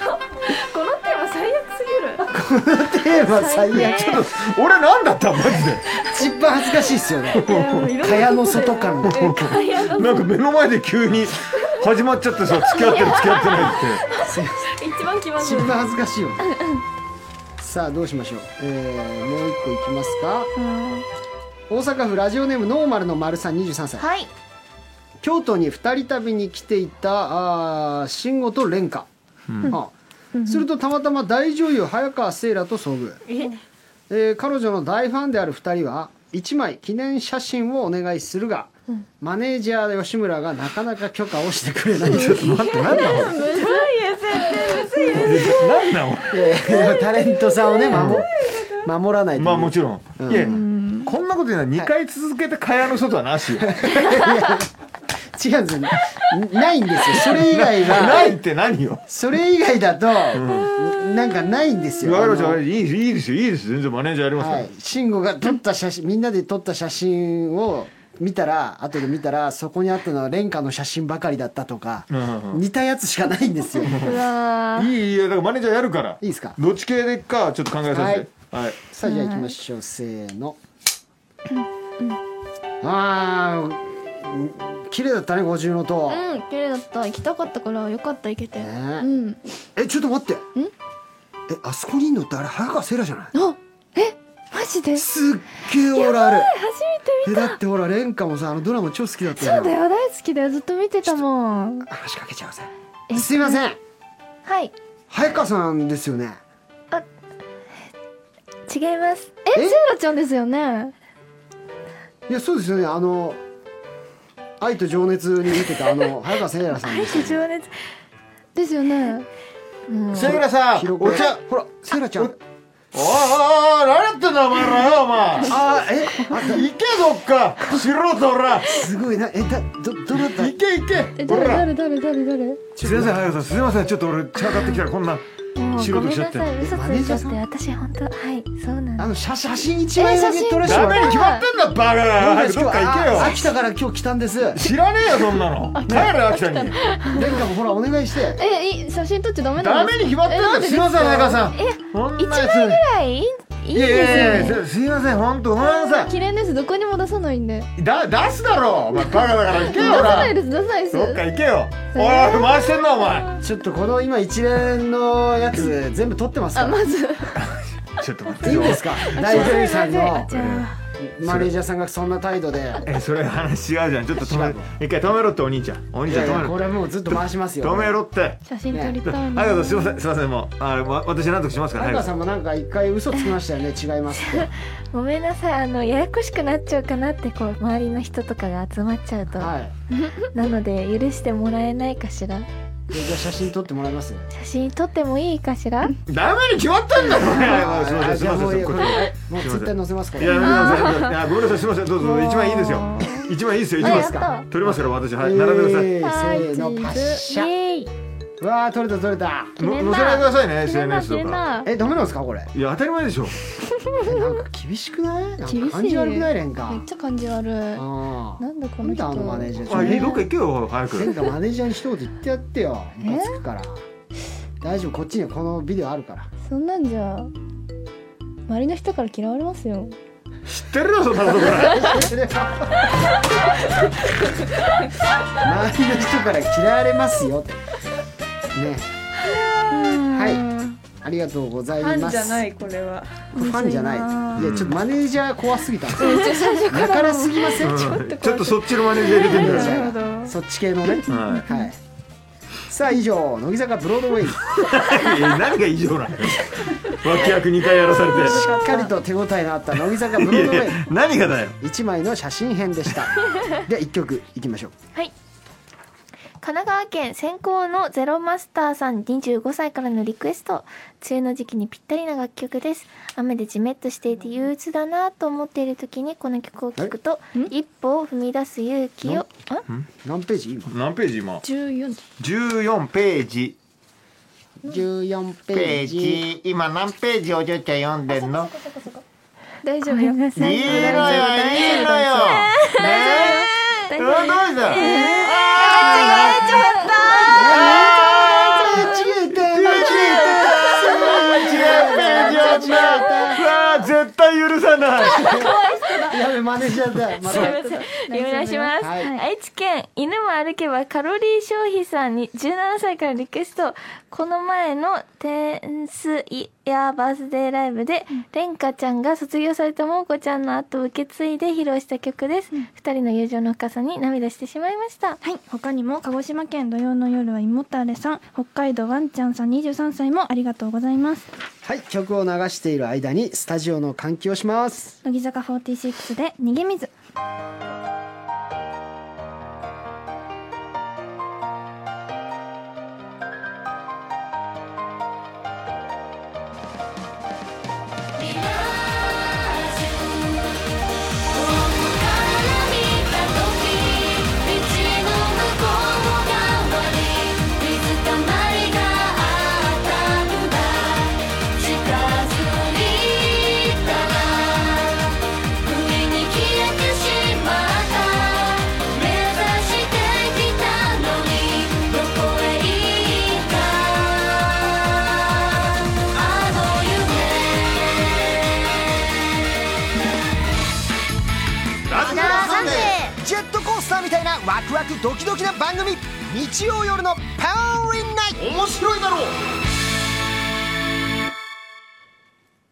B: テーマ最悪すぎる
A: テーマ最悪
C: ちょっと俺なんだったマジ
A: 一番恥ずかしいっすよね蚊帳の外感が
C: でなんか目の前で急に始まっちゃってさ付き合ってる付き合ってないって
B: 一番気まず
A: 一
B: い
A: 番恥ずかしいよねさあどうしましょう、えー、もう一個いきますか大阪府ラジオネームノーマルの丸さん23歳
F: はい
A: 京都に二人旅に来ていたあー慎吾と蓮華、あするとたまたま大女優早川聖羅と遭遇えー彼女の大ファンである2人は1枚記念写真をお願いするが、マネージャー吉村がなかなか許可をしてくれない
C: ちょっと 待ってなんだろう何なの
A: いやいやでもタレントさんをね守守らないと
C: まあもちろん、
A: うん
C: いやこんなこと言うのは2回続けて蚊帳の外はなしよ
A: 違うんですよねないんですよそれ以外
C: な
A: は
C: ないって何よ
A: それ以外だと、なんかないんですよ
C: わかりました
A: あの
C: わかりましたいいいですよいいですよ全然マネージャーやりますから、
A: はい、慎吾が撮った写真みんなで撮った写真を見たら後で見たらそこにあったのは蓮華の写真ばかりだったとか、
C: うんうんうん
A: 似たやつしかないんですよい
C: いいいいよだからマネージャーやるから
A: いですか
C: どっち系でいくかちょっと考えさせてはい、
A: さあじゃあ行きましょう、せーの、あー綺麗だったね五重の塔、
K: うん綺麗だった行きたかったからよかった行けて、
A: ね
K: うん
A: えちょっと待ってえあそこにいんのってあれ早川せいらじゃない
K: あえマジです
A: っげえオーラある
K: 初めて
A: えだってほら蓮華もさあのドラマ超好きだったよ
E: そうだよ大好きだよずっと見てたもん
A: 話しかけちゃうぜすいません
F: はい
A: 早川さんですよね
F: 違います
K: えセ
A: え
K: イラちゃんですよね
A: いやそうですよねあの「愛と情熱」に出てたあの早川せいらさんですよね
F: 情熱
K: ですよね
C: セイラさん
A: 広
C: お
A: 子
C: 茶
A: ほらせいらちゃん
C: おいおいおい何やってんだお前らよお前
A: あーえ
C: 行けどっか素人おら
A: すごいなえだどどなた
C: 行け行け
K: え
C: お
K: 誰
C: ら
K: 誰誰誰誰
C: すいません早川さんすいませんちょっと俺茶買ってきたらこんな
B: もう
C: 仕
B: ご
C: 事
B: めん
C: しちゃ
B: な
C: って
B: さい嘘つ
A: マネー
B: い
A: ジャ
B: ち
A: ー
B: ゃっ
A: さん
B: て私本当はいそうなんで
A: あの写写真一枚だけ撮らせて
C: ダ
A: もら
C: メ
A: って
C: に決まってんだバカが
A: 僕た
C: 早く
A: ち
C: ど
A: 今
C: っか
A: 日
C: 行けよ
A: あ秋田から今日来たんです蓮
C: 知らねえよそんなの帰れ秋田に
A: 華もほらお願いして
K: えい写真撮っちゃダメな
C: ダ
K: の
C: メに決まってんだよすいません早川さんこんなやつ
B: はいいい
C: いやいやいやすいません本当ごめんなさ
K: 綺麗ですどこにも出さないんで
C: いだ出すだろお前バカだから行け
K: 出
C: よ
K: さ
C: ほ
K: ない
C: ら
K: です出さないです
C: どっか行けよおいおい回してんなお前
A: ちょっとこの今一連のやつ全部撮ってますか
K: あ
A: ら
K: まず
C: ちょっと待っ
A: い
C: て
A: いん
C: よ
A: ですか大女優さんの
B: じゃあ
A: マネージャーさんがそんな態度でい
C: えそれ話違うじゃんちょっと止
A: 違う
C: め一回止めろってお兄ちゃんお兄ちゃ
A: や
C: ん
A: い
C: 止め
A: やこ
C: ろ
A: れはもうずっと回しますよ
C: 止めろって
K: 写真撮りた
C: あ
K: い
C: り
K: な
C: がとうすいませんすいませんもうあわ私何とかしますから
A: 早川
C: 早
A: さ
C: く
A: んもなんか一回嘘つきましたよね違いますって
B: ごめんなさいあのややこしくなっちゃうかなってこう周りの人とかが集まっちゃうと、
A: はい
B: なので許してもらえないかしら
A: でじゃあ写真撮ってもらいますはい
B: 写真撮ってもいいかしら
C: ダメに決まってんだろはいすいません
A: あ
C: す
A: じ
C: い
A: ゃあ
C: ま
A: もう
C: せ
A: い
C: ん
A: い
C: こ
A: こ
C: っ
A: れ
C: ち
A: もうツイッター載せますか
C: いや
A: ら
C: やめてくださいいやごめんなさいすいませんどうぞ一番いいですよ一番いいですよ一
A: いい
C: 番
A: ですか
C: 取りますから私は
A: え
C: い
A: ー
C: 並べてください
A: せーのパッシャうわー撮れた撮れた
C: の載せないでくださいね SNS とか
K: な
A: えダメなんですかこれ
C: いや当たり前でしょ
A: なんか厳しくないなん
K: 厳し
A: か
K: い
A: 感じ悪くない連か
K: めっちゃ感じ悪い
A: あ
K: なんだこ
A: あ
K: の
A: なんだ
K: 人
A: あのマネージャー
C: あいいどっか行けよ早く
A: 前回マネージャーに一言言ってやってよムカつくから大丈夫こっちにはこのビデオあるから
K: そんなんじゃ周りの人から嫌われますよ
C: 知ってるよそんなことこれ
A: それは周りの人から嫌われますよってねはいありがとうございますファンじゃないこれはファンじゃないいやちょっとマネージャー怖すぎたんですよだからすぎません
C: うん ちょっとそっちのマネージャー入れてみたら
A: そっち系のね
C: は
A: はいさあ以上乃木坂ブロードウ ェイし
C: いや何が異常なのよ脇役2回やらされて
A: っかりと手応えのあった乃木坂ブロ
C: い
A: ードウ
C: やい
A: ェイ
C: や何がだよ
A: 一枚の写真編でしたでは一曲いきましょう
F: 神奈川県先行のゼロマスターさん25歳からのリクエスト梅雨の時期にぴったりな楽曲です雨でジメッとしていて憂鬱だなと思っている時にこの曲を聴くと一歩を踏み出す勇気をん
A: 何ページ今
C: 何ページ今
K: 14
C: 14ページ
A: 14ページ
G: 今何ページお嬢ちゃん読んでんの
K: 大丈夫よ
G: いいのよいいのよねえうわどうしたあー
A: 違えて間違
C: 14ページうわー絶対許さない
A: えてやべマネージャーだまだ
F: すいませんお願いします、
A: はい
F: 愛知県犬も歩けばカロリー消費さんに17歳からリクエストこの前のテンスイヤーバースデーライブで蓮華、ちゃんが卒業された桃子ちゃんの後を受け継いで披露した曲です、二人の友情の深さに涙してしまいました
K: はい他にも鹿児島県土曜の夜は胃もたれさん北海道ワンちゃんさん23歳もありがとうございます
A: はい曲を流している間にスタジオの換気をします
K: 乃木坂46で逃げ水
I: 「遠くから見た時道の向こう側に水たまりがあったんだ」「近づいたら海に消えてしまった」「目指してきたのにどこへ行ったあの夢」
J: ラジオサンデージェットコースターみたいなワクワクドキドキな番組日曜夜のパワーリンナイト面白いだろう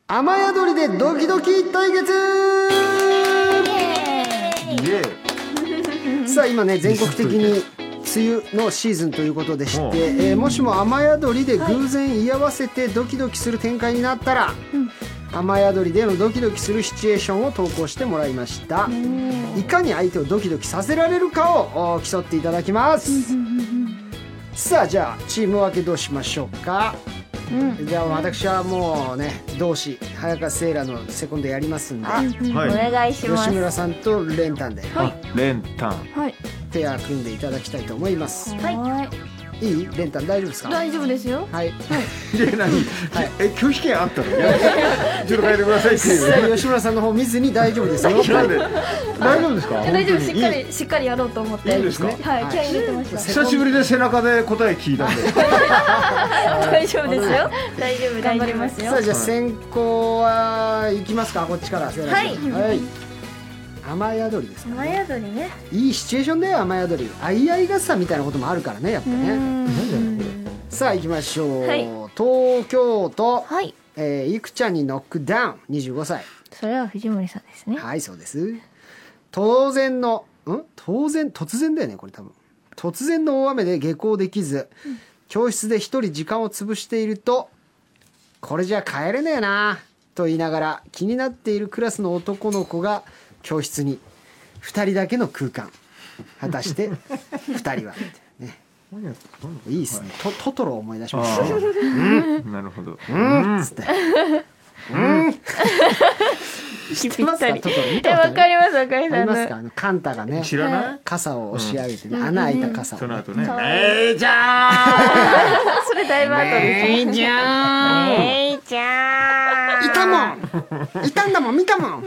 A: 雨宿りでドキドキ対決
C: イエーイ
A: さあ今ね全国的に梅雨のシーズンということでして、
C: うん
A: えーもしも雨宿りで偶然居合わせてドキドキする展開になったら、雨宿りでのドキドキするシチュエーションを投稿してもらいましたいかに相手をドキドキさせられるかをお競っていただきますさあじゃあチーム分けどうしましょうか、じゃあ私はもうね同志早川セイラのセコンドやりますんで
C: はい
F: お願いしま
A: 吉
F: す
A: 村さんとレンタンで
C: あレンタン
A: ペア組んでいただきたいと思います
F: はい
A: いいレンタン大丈夫ですか
K: 大丈夫ですよ
A: はい
C: いや何え拒否権あったのいやちょっと変えてくださいって
A: 実
C: いう
A: 際吉村さんの方見ずに大丈夫ですよ
C: なんで大丈夫ですか
K: 大丈夫
C: 本
K: し
C: 当
K: っ
C: に
K: かりしっかりやろうと思って
C: いいんですか
K: はい気合い入れてました
C: 久しぶりで背中で答え聞いたんで
K: 大丈夫ですよ大丈夫頑張りますよ
A: さあじゃあ先行は行きますかこっちからせーの
F: はい
A: はい雨宿りですか
F: 雨宿りね
A: いいシチュエーションだよ雨宿りあいあい傘みたいなこともあるからねやっぱねさあ行きましょう、
F: はい
A: 東京都、
F: はい
A: えーいくちゃんにノックダウン25歳
B: それは藤森さんですね
A: はいそうです当然のん当然突然だよねこれ多分突然の大雨で下校できず、教室で一人時間を潰しているとこれじゃ帰れねえなと言いながら気になっているクラスの男の子が教室に2人だけの空間果たして2 人は、ね、いいですね、とトトロを思い出しましたね
C: なるほど。
A: うんっつって うん知ってますかトトロ見
F: え
A: たこと
F: わ
A: な
F: か
A: い
F: りますわかります
A: あります
F: あ
A: か
F: の
A: あのカンタがね
C: 知らない
A: 傘を押し上げてね、穴開いた傘を
C: その
A: ね
C: 後ね。
J: えいちゃ
F: それだいぶ後
J: ん
F: です
J: えいちゃん
F: えいちゃん
A: いたもんいたんだもん見たもん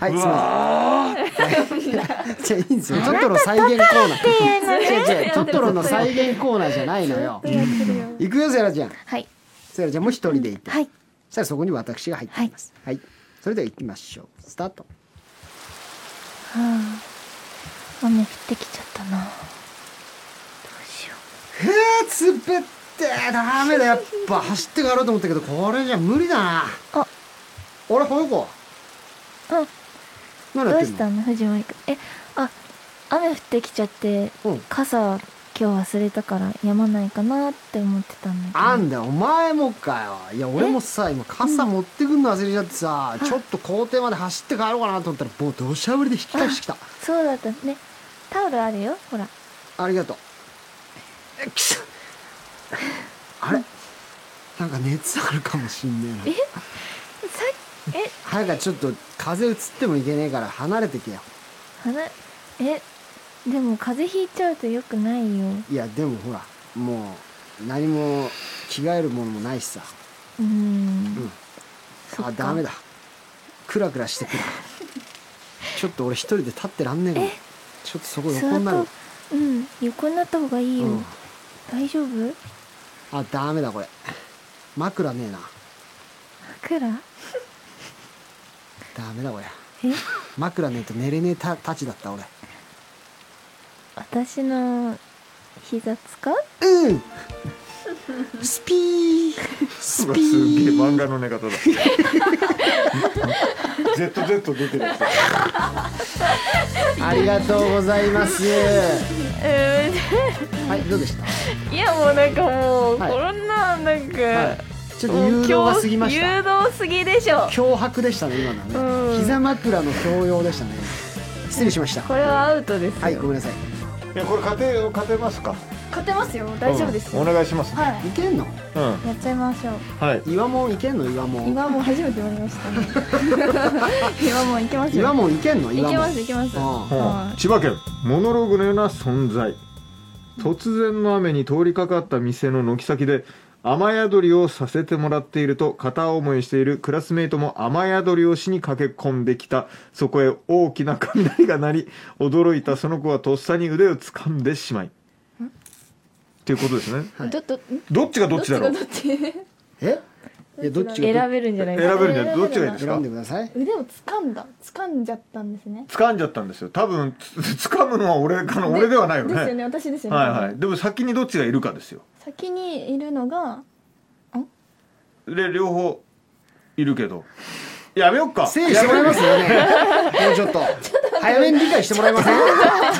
A: はいすいませんはいじゃあいいんですよトトロ再現コーナー違う違うトトロの再現コーナーじゃないのよ行くよセラちゃん
F: はい
A: セラちゃんも一人でいて、
F: はい
A: そしたらそこに私が入っていますはい、それでは行きましょうスタート
B: 雨降ってきちゃったな
A: へえつぶってえダメだやっぱ走って帰ろうと思ったけどこれじゃ無理だな
B: あ
A: あれこの子
B: うん
A: 何
B: ど
A: や
B: う
A: ってん
B: し
A: の
B: たの藤森くんえあ雨降ってきちゃって
A: うん
B: 傘今日忘れたからやまないかなって思ってたんだけど
A: あんだよお前もかよいや俺もさ今傘持ってくんの忘れちゃってさ、ちょっと校庭まで走って帰ろうかなと思ったらもう土砂降りで引き返してきた
B: そうだったねタオルあるよほら
A: ありがとうえくしゃあれなんか熱あるかもしんねえな
B: さえ
A: 早くちょっと風邪うつってもいけねえから離れてけよ
B: 鼻えでも風邪ひいちゃうとよくないよ
A: いやでもほらもう何も着替えるものもないしさ
B: うーん
A: あダメだクラクラして くるちょっと俺一人で立ってらんねえかもちょっとそこ
B: 座
A: 横に
B: っ
A: なる
B: たうん横になった方がいいよ、
A: うん
B: 大丈夫
A: あダメだこれ枕ねえな
B: 枕
A: ダメだこれ
B: え
A: 枕ねえと寝れねえたたちだった俺
B: 私の膝使う
A: うんスピース
C: う
A: ピ
C: わ すげえ
A: ー
C: 漫画の寝方だ。ZZ 出てるやつだ。
A: ありがとうございますはいどうでした
F: いやもうなんかもう、
A: はい
F: こんななんか、
A: ちょっと誘導が過ぎました
F: 誘導すぎでしょ
A: 脅迫でしたね今のはね
F: うん
A: 膝枕の強要でしたね失礼しました
F: これはアウトです
A: はいごめんなさい
C: いやこれ勝て勝てますか。
K: 勝てますよ大丈夫です
C: うんお願いします。
K: はい
A: けんの
C: うん
K: やっちゃいましょう
C: はい。
A: 岩門いけんの岩門
K: 今もう初めて言われましたね 今もう行きます
A: 岩
K: よ
A: 門いけんの
K: 行
A: 岩
K: きま
A: 門
K: す行きます
A: うん
C: うん千葉県モノローグのような存在突然の雨に通りかかった店の軒先で雨宿りをさせてもらっていると片思いしているクラスメイトも雨宿りをしに駆け込んできたそこへ大きな雷が鳴り驚いたその子はとっさに腕を掴んでしまいっていうことですね
K: どど
C: どっちがどっちだろう
K: どっちがどっち
A: えいやどっちが
F: 選べるんじゃない
C: 選べるんじゃないどっちがいいです
A: 選
C: か
A: んでください
K: 腕を掴んだ掴んじゃったんですね
C: 掴んじゃったんですよ多分つ掴むのは俺かな俺ではないよ
K: ですよ
C: ね
K: ね私ですよね、
C: はいはいでも先にどっちがいるかですよ
K: 先にいるのが
C: で両方いるけどやめよっか
A: 整理してもらいますよね。もうちょっと。早めに理解してもらえません
K: ちょ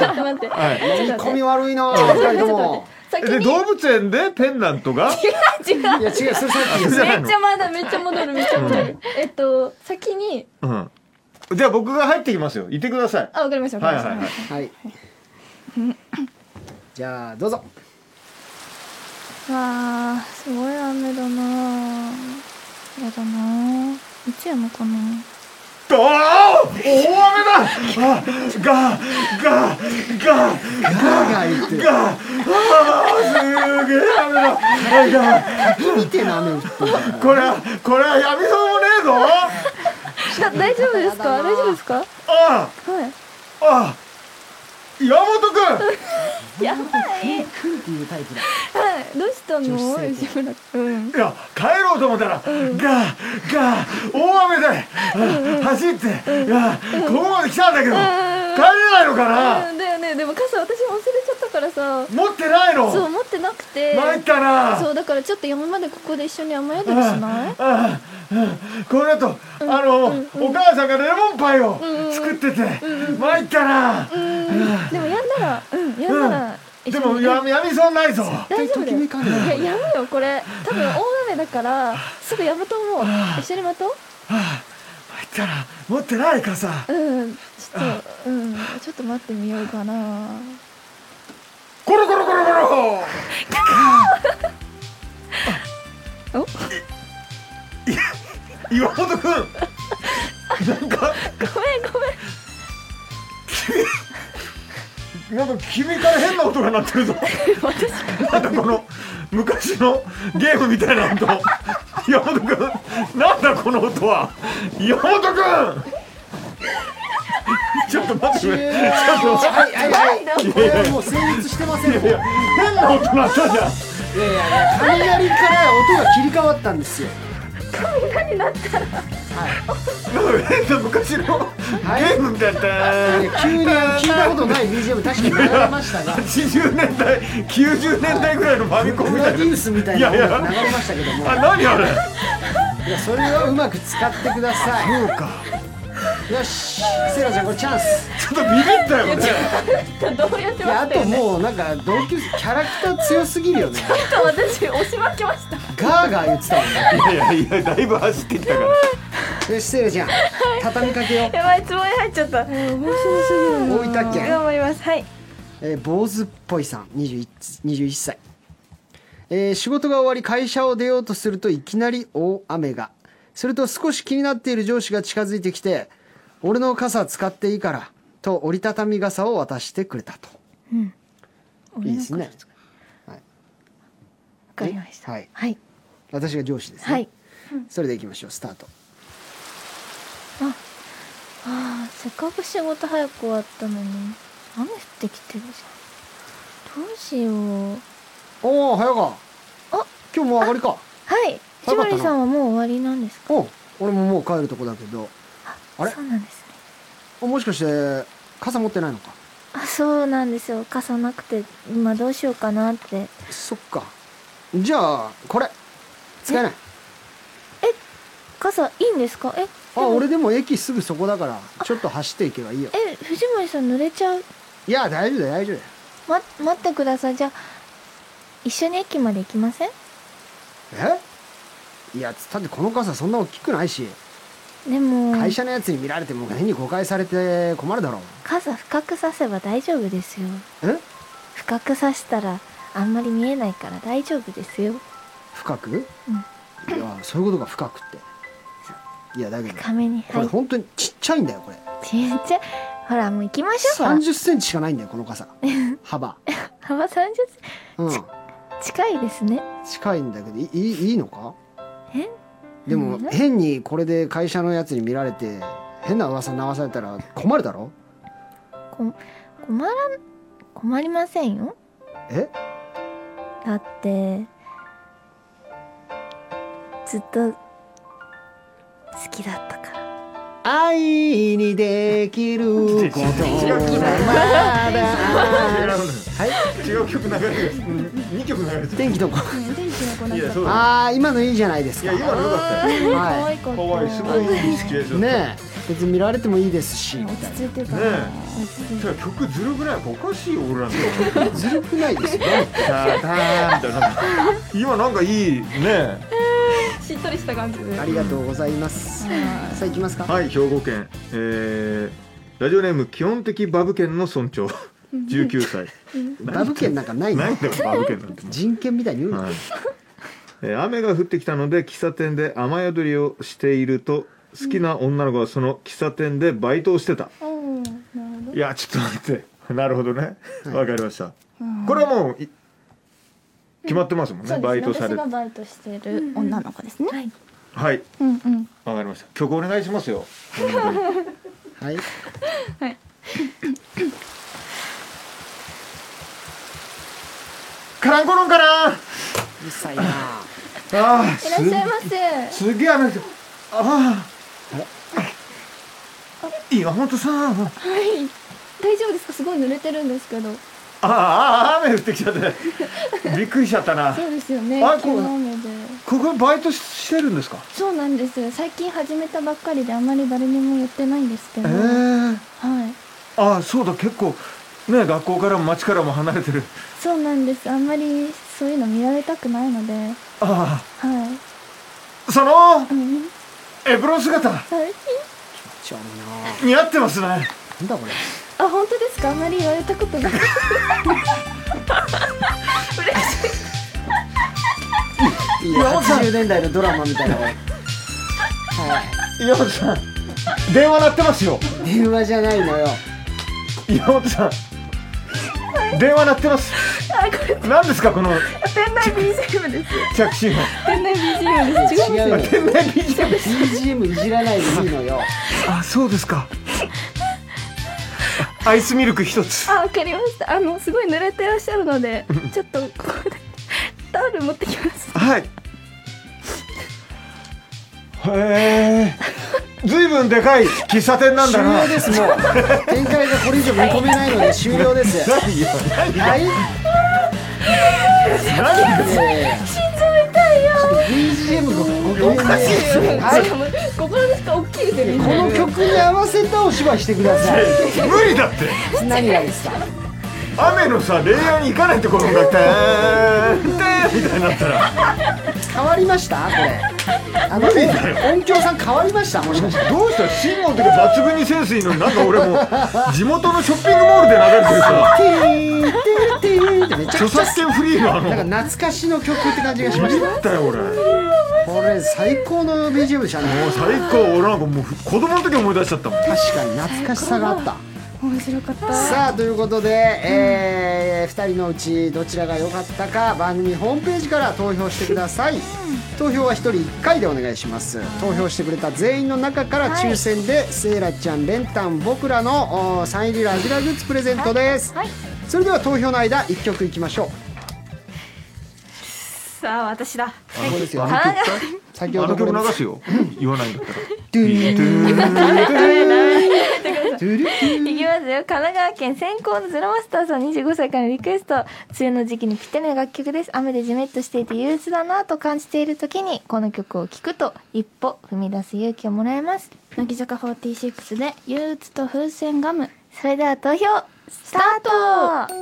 K: っと待って
C: はい
A: 飲み込み悪いなぁ、二人とも。
K: 先
C: で
K: に
C: 動物園でペンダントが
A: いや、違う、それさっき
C: あ
A: です
C: じゃ
K: め
C: ない
K: っ
C: の
K: ちゃまだめっちゃ戻るめっちゃ戻るえっと先に
C: うんじゃあ僕が入ってきますよいてください
K: あわかりましたわ
C: は
K: かり
C: いは
K: ま
C: い
K: した、
C: は
A: は
C: い
A: い。じゃあ、どうぞ。
K: わあすごい雨だなあやだなあいつやむかな
C: どう大雨だあガーガー
A: ガーガー言ってる。
C: ガーガーあーすげえ雨だあガー
A: 見てな、雨降ってる。
C: これはこれはやみそうもねえぞ
K: だ大丈夫ですか大丈夫ですか
C: あ
K: はい
C: あああ岩本君
K: やばい
A: 来るっていうタイプだ。
K: はいどうした
A: 女子
K: の
A: 生徒
K: 吉村君
C: いや帰ろうと思ったら、ガーガー大雨で、あ走って、いやここまで来たんだけど、帰れないのかな
M: だよねでも傘私も忘れちゃったからさ
C: 持ってないの
M: そう持ってなくて
C: 参ったな
M: そうだからちょっと山までここで一緒に雨宿りしない
C: あああこの後、あの、お母さんがレモンパイを作ってて、参ったな、
M: うんでもやんだらうんやんだら一
C: で
M: 緒
C: も
M: に
C: ややみそうにないぞ
M: 大丈夫だよいややむよこれ多分大雨だからすぐやむと思う一緒に待とう
C: 参ったな持ってないかさ
M: うんちょっとうんちょっと待ってみようかな
C: コロコロコロコロ
M: お
C: い岩本君なんか
M: ごめんごめん
C: なんか君から変な音が鳴ってるぞなんかこの昔のゲームみたいな音山本君なんだこの音は山本君ちょっと待ってくれちょっと待って
A: はいはいはいこれはもう成立してませんもんいや
C: 変な音鳴ったじゃん
A: いや雷から音が切り替わったんですよ
C: なんか変な昔のゲームみたいな、
A: いや急に聞いたことない BGM 確かに流れましたが
C: 80年代90年代ぐらいのファミコンみ
A: ブ
C: た
A: ラ
C: い
A: デ
C: な
A: ィウスみたいな音が流れましたけども
C: あ何あれ
A: いやそれはうまく使ってくださいそうかよしセイラちゃんこれチャンス
C: ちょっとビビったよね
M: どうやって
A: いやあ
M: 待って
A: と
M: よね
A: もうなんか同級生キャラクター強すぎるよね
M: ちょっと私押し負けました
A: ガーガー言ってたもんね
C: いやいやだいぶ走ってきたから
A: よしセイラちゃん畳みかけよ
B: やばいつぼに入っちゃった
M: 面白すぎる
A: う大分県
B: 頑張りますはい
A: えー坊主っぽいさん 21, 21歳、えー仕事が終わり会社を出ようとするといきなり大雨がすると少し気になっている上司が近づいてきて「俺の傘使っていいから」と折りたたみ傘を渡してくれたと、いいですね
B: わかりました
A: はい
B: はい
A: 私が上司ですね、
B: はい
A: それでいきましょうスタート
B: ああせっかく仕事早く終わったのに雨降ってきてるじゃんどうしよう
A: おお早川
B: あ
A: 今日もう上がりか
B: はい
A: 早かっ
B: 藤
A: たな
B: 森さんはもう終わりなんですか
A: おう俺ももう帰るとこだけどあれ
B: そうなんですね
A: あもしかして傘持ってないのか
B: あそうなんですよ傘なくて今どうしようかなって
A: そっかじゃあこれ使えない
B: 傘いいんですかえ
A: あ俺でも駅すぐそこだからちょっと走っていけばいいよ
B: え藤森さん濡れちゃう
A: いや大丈夫だよ大丈夫だよ
B: ま待ってくださいじゃあ一緒に駅まで行きません
A: えいやだってこの傘そんな大きくないし
B: でも
A: 会社のやつに見られても変に誤解されて困るだろう
B: 傘深くさせば大丈夫ですよ
A: え
B: 深くさしたらあんまり見えないから大丈夫ですよ
A: 深く、いやそういうことが深くっていやだけど
B: 深めに
A: こ
B: は
A: れ
B: い
A: 本当にちっちゃいんだよこれ
B: ちっちゃいほらもう行きましょうほ
A: 3
B: ら
A: 0センチしかないんだよこの傘 幅
B: 幅30
A: うん
B: 近いですね
A: 近いんだけどいいいいのか
B: え
A: でも
B: うん
A: 変にこれで会社のやつに見られて変な噂流されたら困るだろ
B: こ困らん困りませんよ
A: え
B: だってずっと好きだったから
A: 愛にできることまだはい
C: 違う曲流れてる2曲流れてる
A: 天気どこ
M: 天気の子なん
C: い
M: か
C: やそうだ
A: ああ今のいいじゃないです
C: い
A: か
C: や今のよかったよ
M: 可
A: は
M: 愛かった
C: 可愛いすごいいいシチュエーション
A: いねえ別に見られてもいいですしみたい
M: 落ち着いてた
C: ねえじゃあ曲ずるぐらいおかしいよ俺 らの
A: なずるくないですよ
C: タタンみたいな 今なんかいいね
M: しっとりした感じで
A: ありがとうございますさあ行きますか
C: はい兵庫県えーラジオネーム基本的バブ県の村長19歳
A: バブ券なんかない
C: な
A: ない
C: んだよバブ県なんてもう
A: 人権みたいに言うな
C: はいえー雨が降ってきたので喫茶店で雨宿りをしていると好きな女の子はその喫茶店でバイトをしてた、いやちょっと待ってなるほどねわかりました、これはもうい決まってますもんね、バイトされて
M: バイトしてる女の子ですねはい
C: はい
M: うんうん
C: わかりました曲お願いしますよ
A: はい
C: カランコロンカラン
A: うるさいな
C: あー
M: いらっしゃいませ
C: すすげえ雨ですああ岩本さん
M: はい大丈夫ですかすごい濡れてるんですけど
C: ああ雨降ってきちゃってびっくりしちゃったな
M: そうですよね
C: あ
M: 急な雨で
C: ここバイトしてるんですか
M: そうなんです最近始めたばっかりであまり誰にも言ってないんですけ
C: ええ
M: ど、はい
C: ああそうだ結構ね学校からも町からも離れてる
M: そうなんですあんまりそういうの見られたくないので
C: あ
M: はい
C: あそのエプロン姿
M: はい
C: 似合ってますねなん
A: だこれ
M: あ本当ですかあんまり言われたこと なくて嬉しい
A: いや80年代のドラマみたいなはい
C: 岩本さん電話鳴ってますよ
A: 電話じゃないのよ
C: 岩本さん電話鳴ってます何ですかこの
M: 店内 BGM です
C: 着信音
M: 店内 BGM です
A: 違うよ
C: 店内 BGM
A: BGM いじらないでいいのよ
C: あそうですかアイスミルク一つ
M: あわかりましたあのすごい濡れてらっしゃるの でちょっとここでタオル持ってきます
C: はいへえずいぶんでかい喫茶店なんだな
A: 終了ですもう展開がこれ以上見込めないので終了です
C: 何よ何よ
A: はい
C: 何よ
M: 心臓痛いよ
A: BGM がおかしいはい
M: 心の人大きいで
A: この曲に合わせたお芝居してください
C: 無理だって
A: 何がですか
C: 雨のさ恋愛に行かないところがてーんてーんみたいになったら
A: 変わりましたこれあの
C: 無理だよ
A: 音響さん変わりましたもしかして
C: どうした信号の時は抜群にセンスいいのになんか俺もう地元のショッピングモールで流れてる
A: ティー
C: さ
A: ティーティーってめちゃ
C: 著
A: くちゃ
C: 作権フリーのあの
A: なんか懐かしの曲って感じがしまし
C: だったよ俺
A: たこれ最高の BGM でしたね
C: もう最高俺なんかもう子供の時思い出しちゃったもん
A: 確かに懐かしさがあった
M: 面白かった
A: さあということで、え2人のうちどちらが良かったか番組ホームページから投票してください投票は1人1回でお願いします投票してくれた全員の中から抽選で、セイラちゃんレンタン僕らのおサイン入りラジラグッズプレゼントです、
F: はい
A: それでは投票の間1曲いきましょう
F: さあ私だ
C: あの曲
A: は先ほ
C: あ
A: ど
C: の
A: これ
C: 曲流すよ言わないんだったら
A: ドゥルドゥル
B: いきますよ神奈川県先行のゼロマスターさん25歳からのリクエスト梅雨の時期にぴったりな楽曲です雨でジメッとしていて憂鬱だなと感じている時にこの曲を聴くと一歩踏み出す勇気をもらえます
K: 乃木坂46で憂鬱と風船ガム
B: それでは投票スタート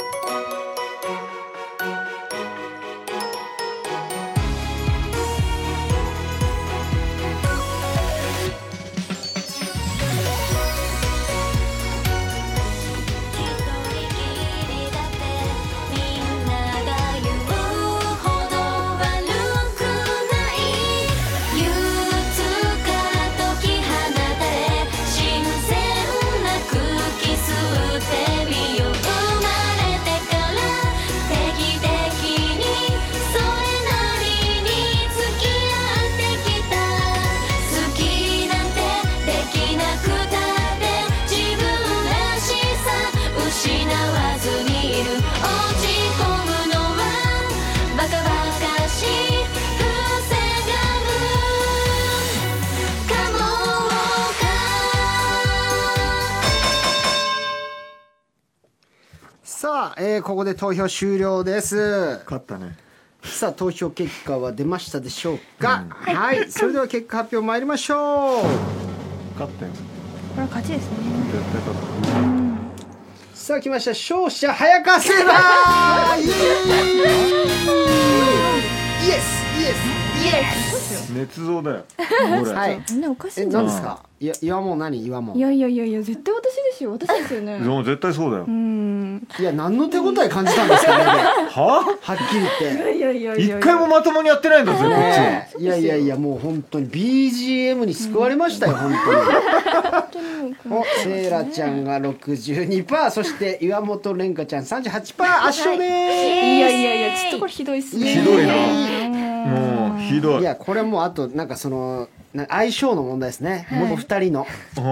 I: 一人きりだってみんなが言うほど悪くない憂鬱から解き放たれ新鮮な空気吸ってみよう生まれてから定期的にそれなりに付き合ってきた好きなんてできなくたって自分らしさ失わずにいる落ち込むのはバカバカしい防がむかも
A: さあ、えーここで投票終了です
C: 勝ったね
A: さあ投票結果は出ましたでしょうか、はいそれでは結果発表参りましょう
C: 勝ったよ
K: これ勝ちですね
C: 絶対勝った
A: さあ来ました勝者早川セイバーイエスイエスイエ
C: 捏造だよ
A: ス
C: 俺
A: はい
M: ねおかしい
A: え
M: んだ
A: 何ですかいや岩も何岩も
M: いやいやいやいや絶対私ですよ私ですよね
C: もう絶対 そうだよ
M: うん
A: いや何の手応え感じたんですかねこれ
C: は
A: はっきり言って
M: いやいやいやい
C: 一
M: や
C: 回もまともにやってないんだぜこっちは
A: ねえいやいやいやもう本当に BGM に救われましたよ本当におセイラちゃんが62%そして岩本蓮香ちゃん38%圧勝です
M: いやいやいやちょっとこれひどいっすね
C: ひどいなもうひど
A: い
C: い
A: やこれもうあとなんかそのな相性の問題ですね、この二人の
C: うん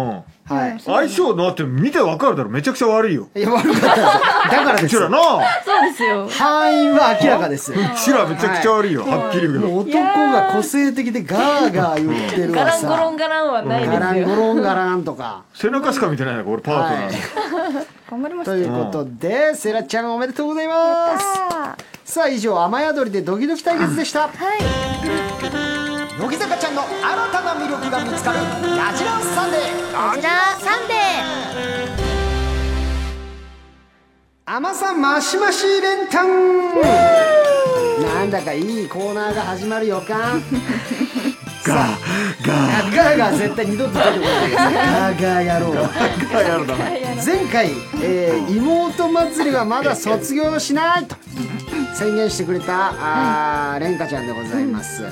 A: はい
C: 相性だって見てわかるだろめちゃくちゃ悪いよ
A: いや悪かったですだからです
C: うちらな
M: そうですよ
A: 範囲は明らかです
C: うちらめちゃくちゃ悪いよ、はっきり言うけど
A: 男が個性的でガーガー言ってる
M: ガ
A: わ
M: ランゴロ
A: さ
M: ンガランはないですよ
A: ガランゴロンガランとか
C: 背中しか見てないのか俺パートナーの、
M: 頑張りました
A: ということで、セラちゃんおめでとうございますさあ以上雨宿りでドキドキ対決でした、
J: 乃木坂ちゃんの新たな魅力が見つかるラジランサンデー
F: ラジラサンデ
A: 甘さマシマシ連単なんだかいいコーナーが始まる予感 ガーガーガーガー絶対二度と出てこないですガーガーやろう
C: やるだな
A: 前回、えー妹祭りはまだ卒業しないと宣言してくれたあーレンカちゃんでございます。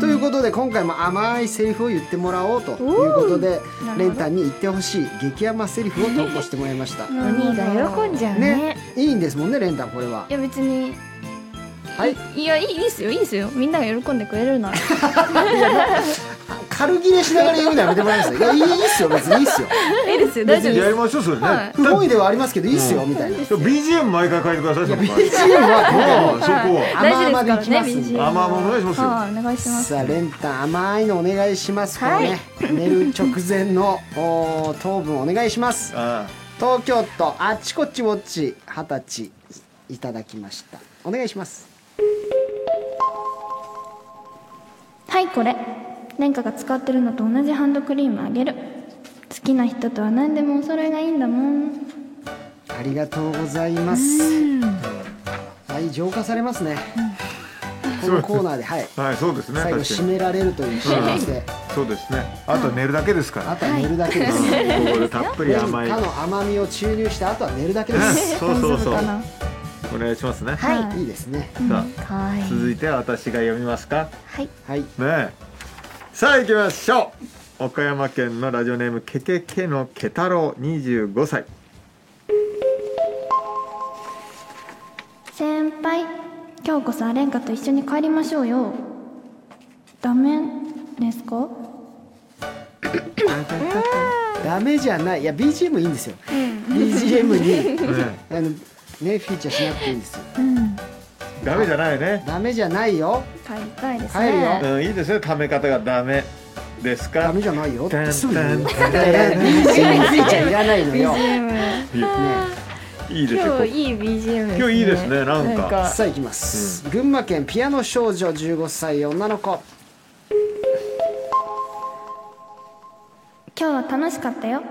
A: ということで今回も甘いセリフを言ってもらおうということでレンタンに言ってほしい激甘セリフを投稿してもらいました。
B: お兄が喜んじゃうね
A: ね、いいんですもんねレンタンこれは。
M: いや別に
A: はい、
M: いやいいですよいいですよみんなが喜んでくれるなら
A: 軽切れしながら言うのやめてもらえますいやいいっすよ別にいいっ すよ。
M: いいですよ大丈夫
C: や
M: で
C: りましょうそれね、
M: は
A: 不本意ではありますけどいいっすよみたいな。
C: BGM 毎回変えてくださいその
A: BGM は
C: そこ
M: す
C: は
A: 甘
M: 大
A: 々で
M: 丈夫で
A: い
M: す
A: き
M: から
A: ま
M: ね
A: すん
M: BG
A: で。
C: 甘々お願いしますよ、
M: はいお願いします
A: さあレンタン甘いのお願いしますからね、寝る直前のお糖分お願いします
C: あ
A: 東京都あっちこっちぼっち二十歳いただきましたお願いします
K: はいこれ蓮華が使ってるのと同じハンドクリームあげる好きな人とは何でもお揃いがいいんだもん
A: ありがとうございますはい浄化されますね、このコーナーではい
C: あはいそうですね
A: 最後
C: 確か
A: 締
C: に
A: められるという幸せ
C: そうですねあとは寝るだけですから、
A: あとは寝るだけです、
C: うんここでたっぷり
A: レン
C: 甘い
A: タの甘みを注入してあとは寝るだけで
C: うん
A: す
C: そうそうそう
M: かな
C: お願いしますね、
A: いいですね
C: さ
B: かわい
C: あ
B: い
C: 続いては私が読みますか
A: はい
C: ねえさあ行きましょう岡山県のラジオネームけけけのけ太郎25歳
K: 先輩今日こそ蓮華と一緒に帰りましょうよダメですか
A: ダメじゃないいや BGM いいんですよ、BGM に
C: ね
A: あのねフィーチャーしなくていいんですよ。
C: えダメじゃないね
A: ダメじゃないよ。
M: 帰りたいです
A: 帰るよ
M: ね
C: うんいいですねため方がダメですか
A: ダメじゃないよってすぐ言うよ。
C: タンタンタンタン
A: BGM フィーチャーいらないのよ。ね、
C: いいですよ
M: 今日いい BGM ですね
C: 今日いいですねなんか
A: さあ行きます、群馬県ピアノ少女15歳女の子。
K: 今日は楽しかったよ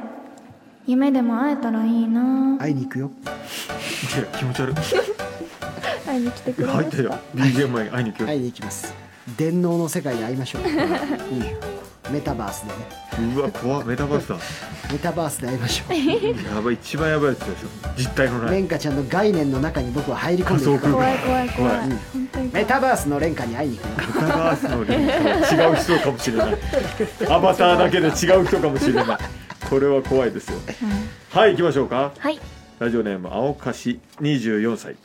K: 夢でも会えたらいいな
A: 会いに行くよ。
C: いや気持 ち悪い
M: 会いに来てくれま
C: 入っ
M: す
C: たよ BGM 前に会いに行くよ、
A: 会いに行きます。電脳の世界で会いましょう。うんメタバースでね。
C: うわ怖っメタバースだ
A: メタバースで会いましょ
C: やばい一番やばいやつですよ実体の
A: う。
C: な
A: レ
C: い
A: ンカちゃんの概念の中に僕は入り込ん
C: 仮
A: でい
C: 想
A: くか
C: 空
A: ら。
M: 怖
C: 間
M: い怖い怖い
C: 怖い
A: うんメタバースのレンカに会いに行くよ。
C: メタバースの連鎖は違う人かもしれないアバターだけで違う人かもしれないこれは怖いですよ、はい行きましょうか
B: はい
C: ラジオネーム青かし24歳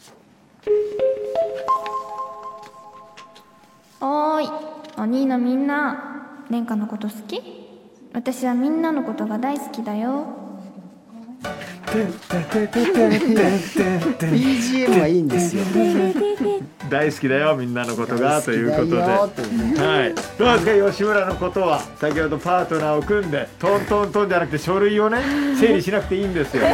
K: おーいお兄のみんな蓮華のこと好き私はみんなのことが大好きだよ
A: BGM はいいんですよ。
C: 大好きだよみんなのことが
A: 大好
C: とい
A: き
C: う
A: だ
C: こ
A: よ
C: とで
A: というね
C: はい、どうですか吉村のことは先ほどパートナーを組んでトントントンじゃなくて書類 をね整理しなくていいんです よ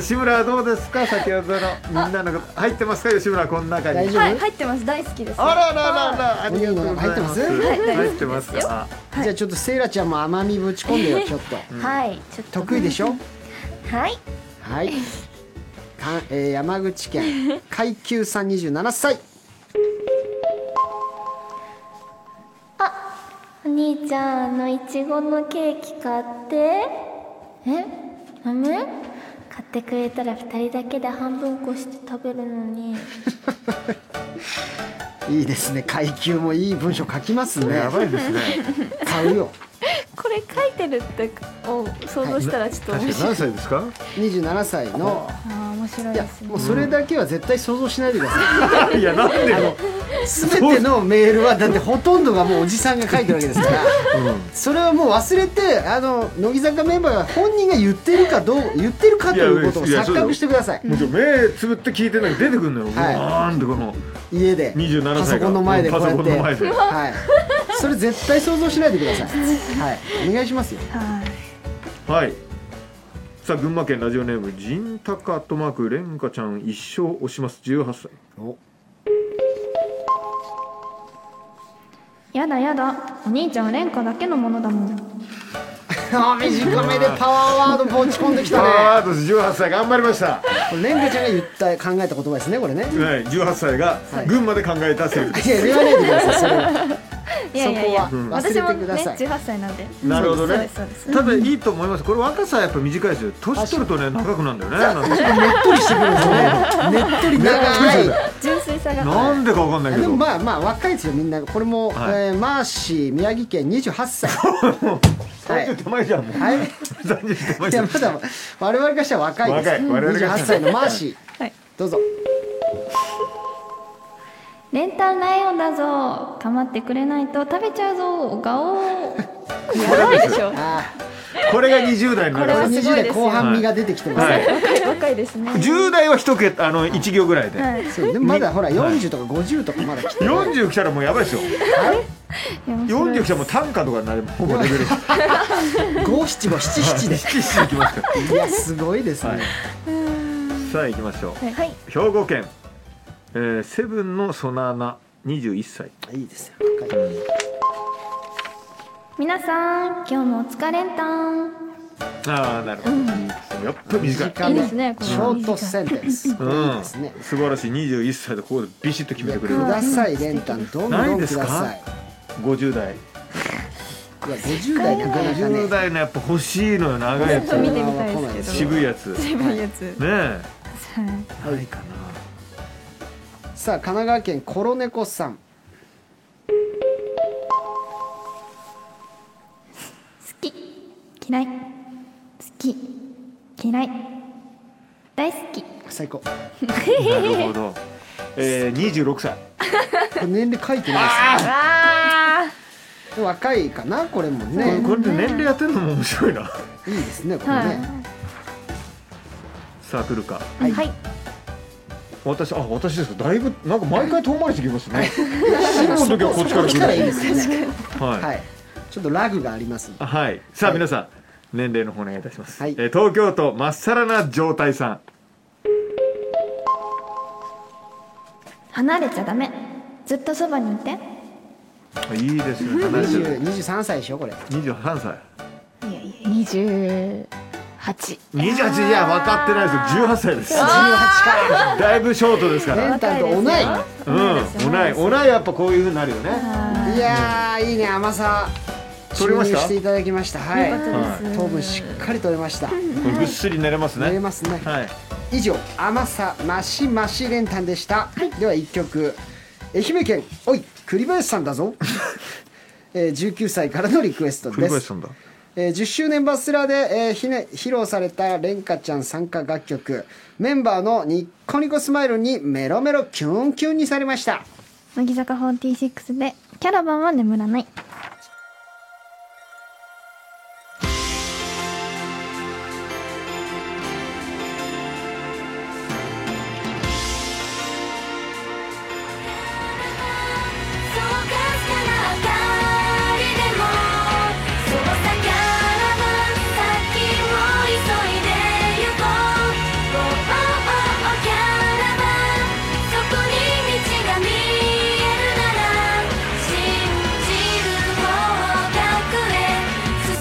C: 吉村はどうですか先ほどのみんなのこと入ってますか吉村この中に
A: 大丈夫、
M: はい入ってます大好きです
C: あららららありがとうございます
A: お兄
M: の中入ってます
C: 入ってますか
A: じゃあちょっとセイラちゃんも甘みぶち込んでよちょっと
B: はいちょっと
A: 得意でしょ
B: はい
A: はいか、えー、山口県階級さん27歳
F: ーお兄ちゃんあのいちごのケーキ買ってえダメ買ってくれたら2人だけで半分こして食べるのに
A: いいですね階級もいい文章書きますね
C: やばい ですね
A: 買うよ
M: これ書いてるってを想像したらちょっと
C: 確か
M: 面
C: に
M: 白い
C: 何歳ですか
A: 27歳の
M: あー面白い
A: いや
M: です
A: もうそれだけは絶対想像しないでくださ
C: いやなんで
A: い、あの全てのメールはだってほとんどがもうおじさんが書いてるわけですからそれはもう忘れてあの乃木坂メンバーが本人が言ってるかどう言ってるかということを錯覚してください
C: もちろん目つぶって聞いてない出てくるのよ、
A: はい
C: なんでこの
A: 家で
C: 27歳が
A: パソコンの前でこうやっ
C: パソコン
A: て
C: の前で
A: はいそれ絶対想像しないでくださいはいお願いしますよ
C: はい。さあ群馬県ラジオネームジンタカとマークレンカちゃん一生押します18歳。
K: やだやだお兄ちゃんは蓮華だけのものだもん
A: あ短めでパワーワードポンチポンできたね
C: パワーワード18歳頑張りました。
A: これレンガちゃんが言った考えた言葉ですねこれね
C: はい、18歳が群馬で考えたセリフ で
A: いや
C: す。
A: 言わないでくださいそれは
M: いやいやいや、
C: そこは
M: 私も
A: 忘れて
M: ね
A: ください
M: 18歳なんで
C: なるほど
M: そうで
C: ね
M: すそうですそう。です
C: ただいいと思います。これ若さはやっぱ短いですよ。年取るとね長くなるんだよね。な
A: ね
C: ん
A: っとりしてくるんです ねねっとり長い
M: 純粋さ
C: で
M: が
C: なんでかわかんないけ
A: で
C: ど。
A: もまあまあ若いですよみんなこれも、
C: はい
A: えーマーシー宮城県28歳 はい
C: 30手前じゃんもう。
A: はい
C: 30手前
A: い
C: じゃ
A: や
C: ん
A: ま。だ我々からしたら若いです
C: 若い我々から
A: 28
C: したら
A: 歳のマーシー、
M: はい
A: どうぞ
K: 練炭ライオンだぞ構ってくれないと食べちゃうぞガオ ー
M: やばいでしょ
A: ああ
C: これが20代の
M: これは
C: 長
M: すごい
A: 20
M: ですよ
A: 代後半身が出てきてますね、
C: はい。
M: 若いですね
C: 10代は一桁あの一行ぐらいで。
M: はい
A: そうでもまだほら
C: はい
A: 40とか50とかまだ来てる
C: 40来たらもうやばいですよ。40来たらもう単価とかになるほぼレベル。
A: 五七五七七で
C: 七七いきますから。
A: いやすごいですね、
C: はい。さあ行きましょう。
F: はい
C: 兵庫県、えー、セブンのソナーナ21歳。
A: い、いですよ若い
K: 皆さん今日もお疲れんたん
C: ああなるほど。やっぱ短い。
A: 短
M: いい
A: め
M: ですねこれ
A: ショートセンテンス、これいいですね
C: うん、素晴らしい21歳でここでビシッと決
A: い
C: め
A: や
C: てく
A: く
C: れる
A: ださい、レンタン、どんど
C: ない
A: ん
C: で
A: く
C: す
A: だ
C: か
A: さい。
C: 50代
A: いや、50代なかなかね
C: 50、代のやっぱ欲しいのよ長いやつ
M: 見てみたいですけど
C: 渋いやつね
M: 自分やつ
C: え
A: はい、かな。さあ、神奈川県コロネコさん。
K: 好き嫌い好き嫌い大好き
A: 最高。こ
C: なるほど、 えー、26歳
A: れ年齢書いてないですよ。若いかな、これもね。
C: これで年齢やってるのも面白いな
A: いいですね、これね。
C: さあ来るか
F: はい、はい、
C: 私あ私ですかだいぶなんか毎回遠回りしてきますね進路の時はこっちから
A: こっ
C: 来
A: ち
C: る
A: からいいですよね。
C: はい、
A: はい。ちょっとラグがありますんで。
C: あはい、さあ、
A: はい
C: 皆さん年齢の方お願いいたします、
A: はい
C: えー東京都まっさらな状態さん
K: 離れちゃダメずっとそばにいて
C: いいですね話して
A: 20
C: る
A: 23歳でしょ、これ。
C: 28歳
E: 28
C: 28じゃ分かってないですよ18歳です
A: 18か。
C: だいぶショートですから
A: レンタンと同い。
C: うんおないおないやっぱこういうふうになるよね
A: いやー、いいね、甘さ。
C: 取れました
A: 注入していただきました。はい。
C: は
A: 糖分しっかり取れました。
C: い、これぐっすり寝れます
A: 寝れ
C: ね
A: ますね。
C: はい
A: 以上甘さマシマシ練炭でした、では1曲愛媛県おい栗林さんだ ぞ、えー、19歳からのリクエスト
C: 栗
A: で
C: 林さ
A: す、
C: んだ
A: えー10周年バスラーで、えーひね、披露されたレンカちゃん参加楽曲メンバーのニッコニコスマイルにメロメロキュンキュンにされました
K: 乃木坂46でキャラバンは眠らない
I: そうかすかなあかりでもそうさからば先を急いで行こう Oh, oh, oh, キャラバンそこに道が見えるなら信じる方角へ進む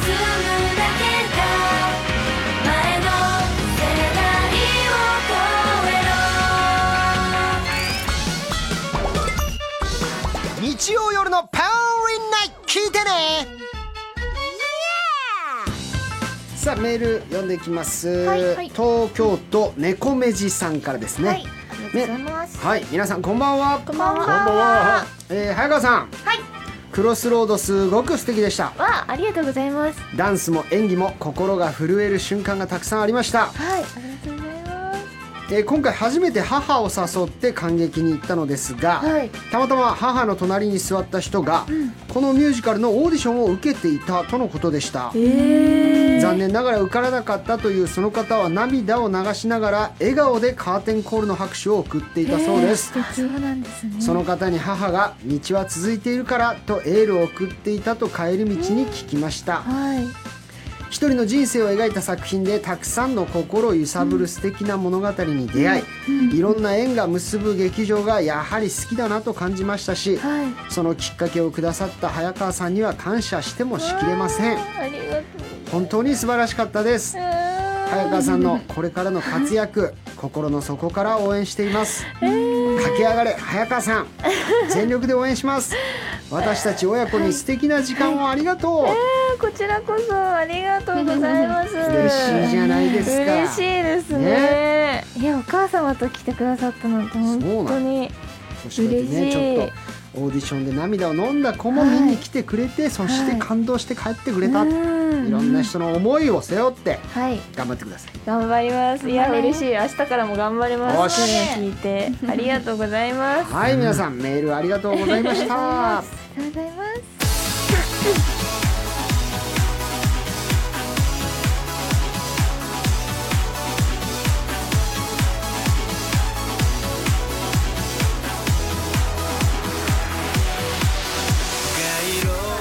I: だけだ前の世代を越えろ
J: 日曜夜のパワーリンナイト聞いてね
A: さあメール読んでいきます、
F: はいはい
A: 東京都猫目じさんからですね
F: はい、ありがとうございます、
A: はい皆さんこんばんは、
F: こんばんは
A: えー早川さん
F: はい
A: クロスロードすごく素敵でした
F: わあありがとうございます
A: ダンスも演技も心が震える瞬間がたくさんありました
F: はいありがとうございます
A: えー今回初めて母を誘って感激に行ったのですが、
F: はい
A: たまたま母の隣に座った人が、このミュージカルのオーディションを受けていたとのことでした、残念ながら受からなかったというその方は涙を流しながら笑顔でカーテンコールの拍手を送っていたそうです
B: あそうなんですね
A: その方に母が「道は続いているから」とエールを送っていたと帰り道に聞きました、
F: はい
A: 一人の人生を描いた作品でたくさんの心を揺さぶる素敵な物語に出会い、いろんな縁が結ぶ劇場がやはり好きだなと感じましたし、そのきっかけをくださった早川さんには感謝してもしきれません
M: ありがとう
A: 本当に素晴らしかったです早川さんのこれからの活躍心の底から応援しています駆け上がれ早川さん全力で応援します私たち親子に素敵な時間をありがとう、
F: えーこちらこそありがとうございます
A: 嬉しいじゃないですか
F: 嬉しいですねいやお母様と来てくださったなんて本当に
A: そして
F: 嬉
A: ねち
F: しい
A: ょっとオーディションで涙を飲んだ子も見に来てくれて、そして感動して帰ってくれた、い、ろんな人の思いを背負って
F: はい
A: 頑張ってください、
F: 頑張りますいや嬉しい明日からも頑張りま
A: よ
F: す
A: し
F: 去年聞いてありがとうござい ます
A: はい皆さんメールありがとうございました
F: ありがとうございます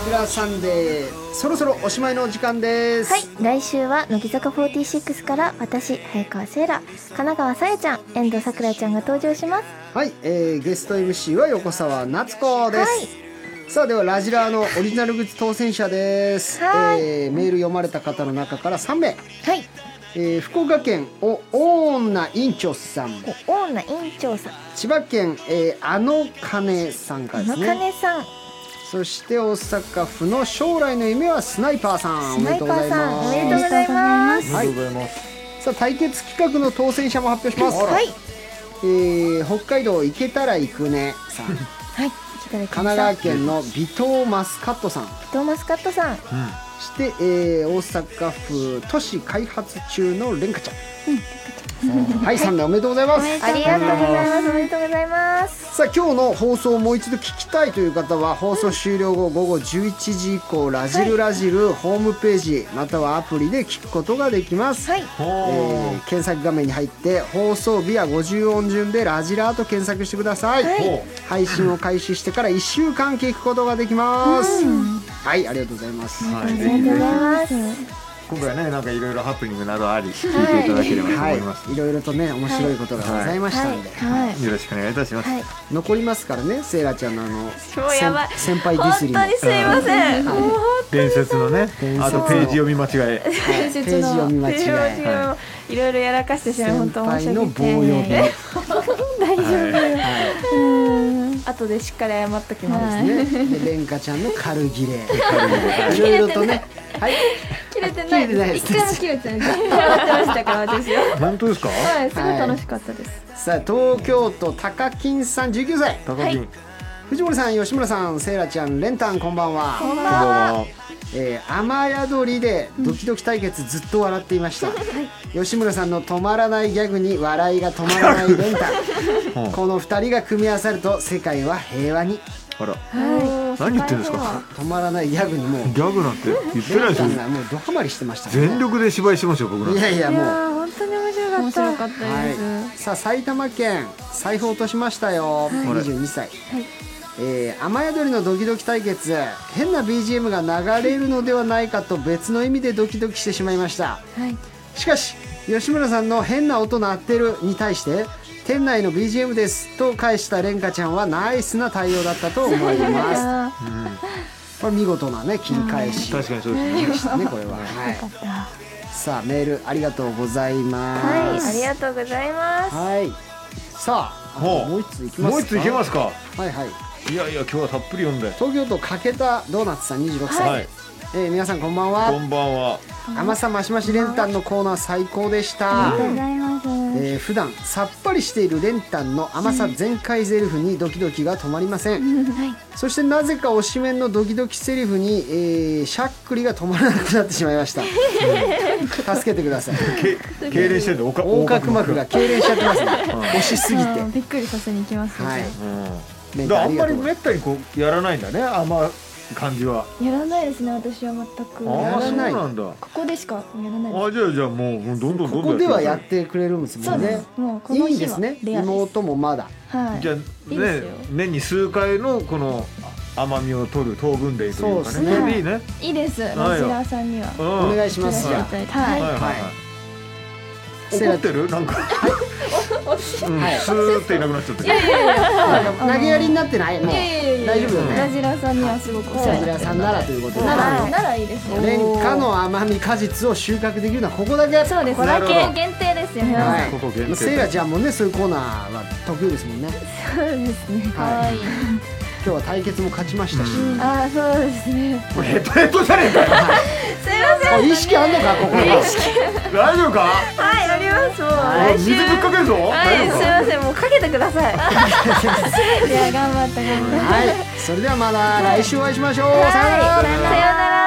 A: グラサンデーそろそろおしまいの時間です、
F: はい、来週は乃木坂46から私早川せいら神奈川さやちゃん遠藤さくらちゃんが登場します
A: はい、えーゲスト MC は横澤夏子です、さあではラジラーのオリジナルグッズ当選者です、
F: はい
A: えーメール読まれた方の中から3名、
F: はい
A: えー福岡県お大女院長さん
F: オーナ委員長さん
A: 千葉県、えーあの鐘さんか
F: あ
A: らで
F: の
A: す
F: か
A: ね
F: ねさん、
A: そして大阪府の将来の夢はスナイパーさんお
F: ス
A: め
F: ナ
A: で
F: イ
A: と
F: パ
A: うござ
F: ー
A: い
F: さん
A: ま
F: お
A: す
F: めでとうございます
A: はい
C: ございます。
A: さあ対決企画の当選者も発表します
F: はい、
A: えー北海道行けたら行くねさ ん
F: はい、いただきま
A: 神
F: した
A: 奈川県の微糖マスカットさん
F: トーマスカットさん
A: そして、えー大阪府都市開発中のレンカちゃん、 はい3名おめでとうございます
F: ありがとうございますおめでとうございます
A: さあ今日の放送をもう一度聞きたいという方は放送終了後午後11時以降「ラジルラジル」ホームページまたはアプリで聞くことができます、
F: はい
C: お
A: え
C: お
A: ー検索画面に入って放送日や50音順で「ラジラ」と検索してください、
C: い
A: 配信を開始してから1週間聞くことができますはいありがとうございます、
C: はい、ぜひぜひ
F: ありがとうございます
C: 今回はねなんかいろいろハプニングなどあり聞いていただければと思
A: はい
C: ます、
A: い、いろいろとね面白いことがございましたんで、
F: はい
C: よろしくお願いいたします、
F: はい
A: 残りますからねセイラちゃんのあの
F: もうやばい
A: 先先輩ディス
F: 本
A: リ
F: 当にすいません、もう
C: 伝説のね
A: 伝説の
C: あとページ読み間違え
F: 伝
A: ペー
F: 説
A: ジ
F: の
A: 読み間違
F: ページ読み
A: え
F: 間違えいろいろやらかしてしまい本
A: 先
F: 当申し
A: 輩の
F: 訳
A: 棒
F: ない
A: 読み、はい
F: 後でしっかり謝っときます、
A: ですねでレンカちゃんの軽切れいろいろとねはい
M: 切れてない
A: 切れてないです
M: 一回も切れてない笑ってましたから私は
C: 本当ですか
M: はいすごい楽しかったです、
A: さあ東京都高金さん19歳
C: 高木、こん
A: 藤森さん吉村さんセイラちゃんレンタンこんばんは
C: ばんは
A: えー雨宿りでドキドキ対決ずっと笑っていました、吉村さんの止まらないギャグに笑いが止まらないレンタ
C: うん
A: この2人が組み合わさると世界は平和に
C: あら、何言ってんですか
A: 止まらないギャグにもう
C: ギャグなんて言ってない
A: レン
C: です
A: タ
C: よ
A: ンがもうドハマりしてましたね
C: 全力で芝居してますよ僕ら
A: いやいやもう
F: あー本当に面白か
M: 面
F: った
M: 白かったです、
A: はい、さあ埼玉県財布落としましたよ、22歳、えー雨宿りのドキドキ対決変な BGM が流れるのではないかと別の意味でドキドキしてしまいました、しかし吉村さんの変な音鳴ってるに対して店内の BGM ですと返したレンカちゃんはナイスな対応だったと思 います、これ見事なね切り返し
C: 確かにそうですね
A: でしたねこれは、はい、さあメールありがとうございます、
F: はい、ありがとうございます。
A: はい。さあ、
C: ほう
A: もう一ついきますか。
C: もう一ついけますか
A: はいはい。
C: いやいや今日はたっぷり読んで
A: 東京都かけたドーナツさん26歳。
C: はい
A: えー皆さんこんばん
C: こ
A: は。
C: んばんは
A: 甘さマシマシ連ンタンのコーナー最高でした。
B: ありがとうございます
A: えー普段さっぱりしている練炭の甘さ全開ゼリフにドキドキが止まりません、そしてなぜか推しメンのドキドキセリフに、えーしゃっくりが止まらなくなってしまいました助けてください
C: 痙攣してるんでおか
A: 横隔膜が痙攣しちゃってますね
C: うん
A: 押しすぎて
E: うんびっくりさせに行きますね、
A: はい
C: うん、だからあんまりめったにこうやらないんだね甘い感じは
E: やらないですね私は全く
C: ああそうなんだ
E: ここでしかやらないです
C: あじゃあじゃあもうどんどんどんどん
A: ここではやっ
C: く
A: てくれるんですも
E: そうんで
A: ね
E: すもうこ
A: い
E: の
A: いん
E: 日
A: です
E: は
A: ね
E: レアです
A: 妹もまだ
E: はい
C: じゃあね
E: いいですよ
C: 年に数回のこの甘みを取る糖分類という
A: そ
C: かねそう
A: ですね
C: れでいいね、
E: いいですラジ
C: ないよ
E: ラーさんには
C: うん、
A: お願い
C: し
A: しますじゃ
E: はい
C: はいはいはい、
A: セ
C: 怒
A: ラ
C: ってるなんか、うん
A: はい
C: スーっていなくなっちゃってる
A: あ投げやりになってないもう
E: いやいやいや
A: 大丈夫よ
E: ラ
A: ね
E: ジラーさんにはすごくお世
A: さ
E: 話
A: じ
E: にな
A: ら
E: って
A: さんならということで
E: ならならいいですよ
A: 廉価の甘み果実を収穫できるのはここだけ
E: そうです
C: ここだけなるほど
E: 限定ですよね
A: はい
C: ここ限定
A: まあセイラちゃんもねそういうコーナーは得意ですもんね
E: そうですね
A: はい
E: い
A: 今日は対決も勝ちましたし
E: ああそうですね
C: これヘトヘトじゃねえかよ
A: あ意識あんのかここに
C: 大丈夫か
B: はいありますもう
C: お水ぶっかけるぞ、
B: はい
C: 大丈
B: すい
C: 夫か
B: ませんもうかけてください
E: いや頑張った頑張った
A: はいそれではまた来週お会いしましょうさようなら
B: さようなら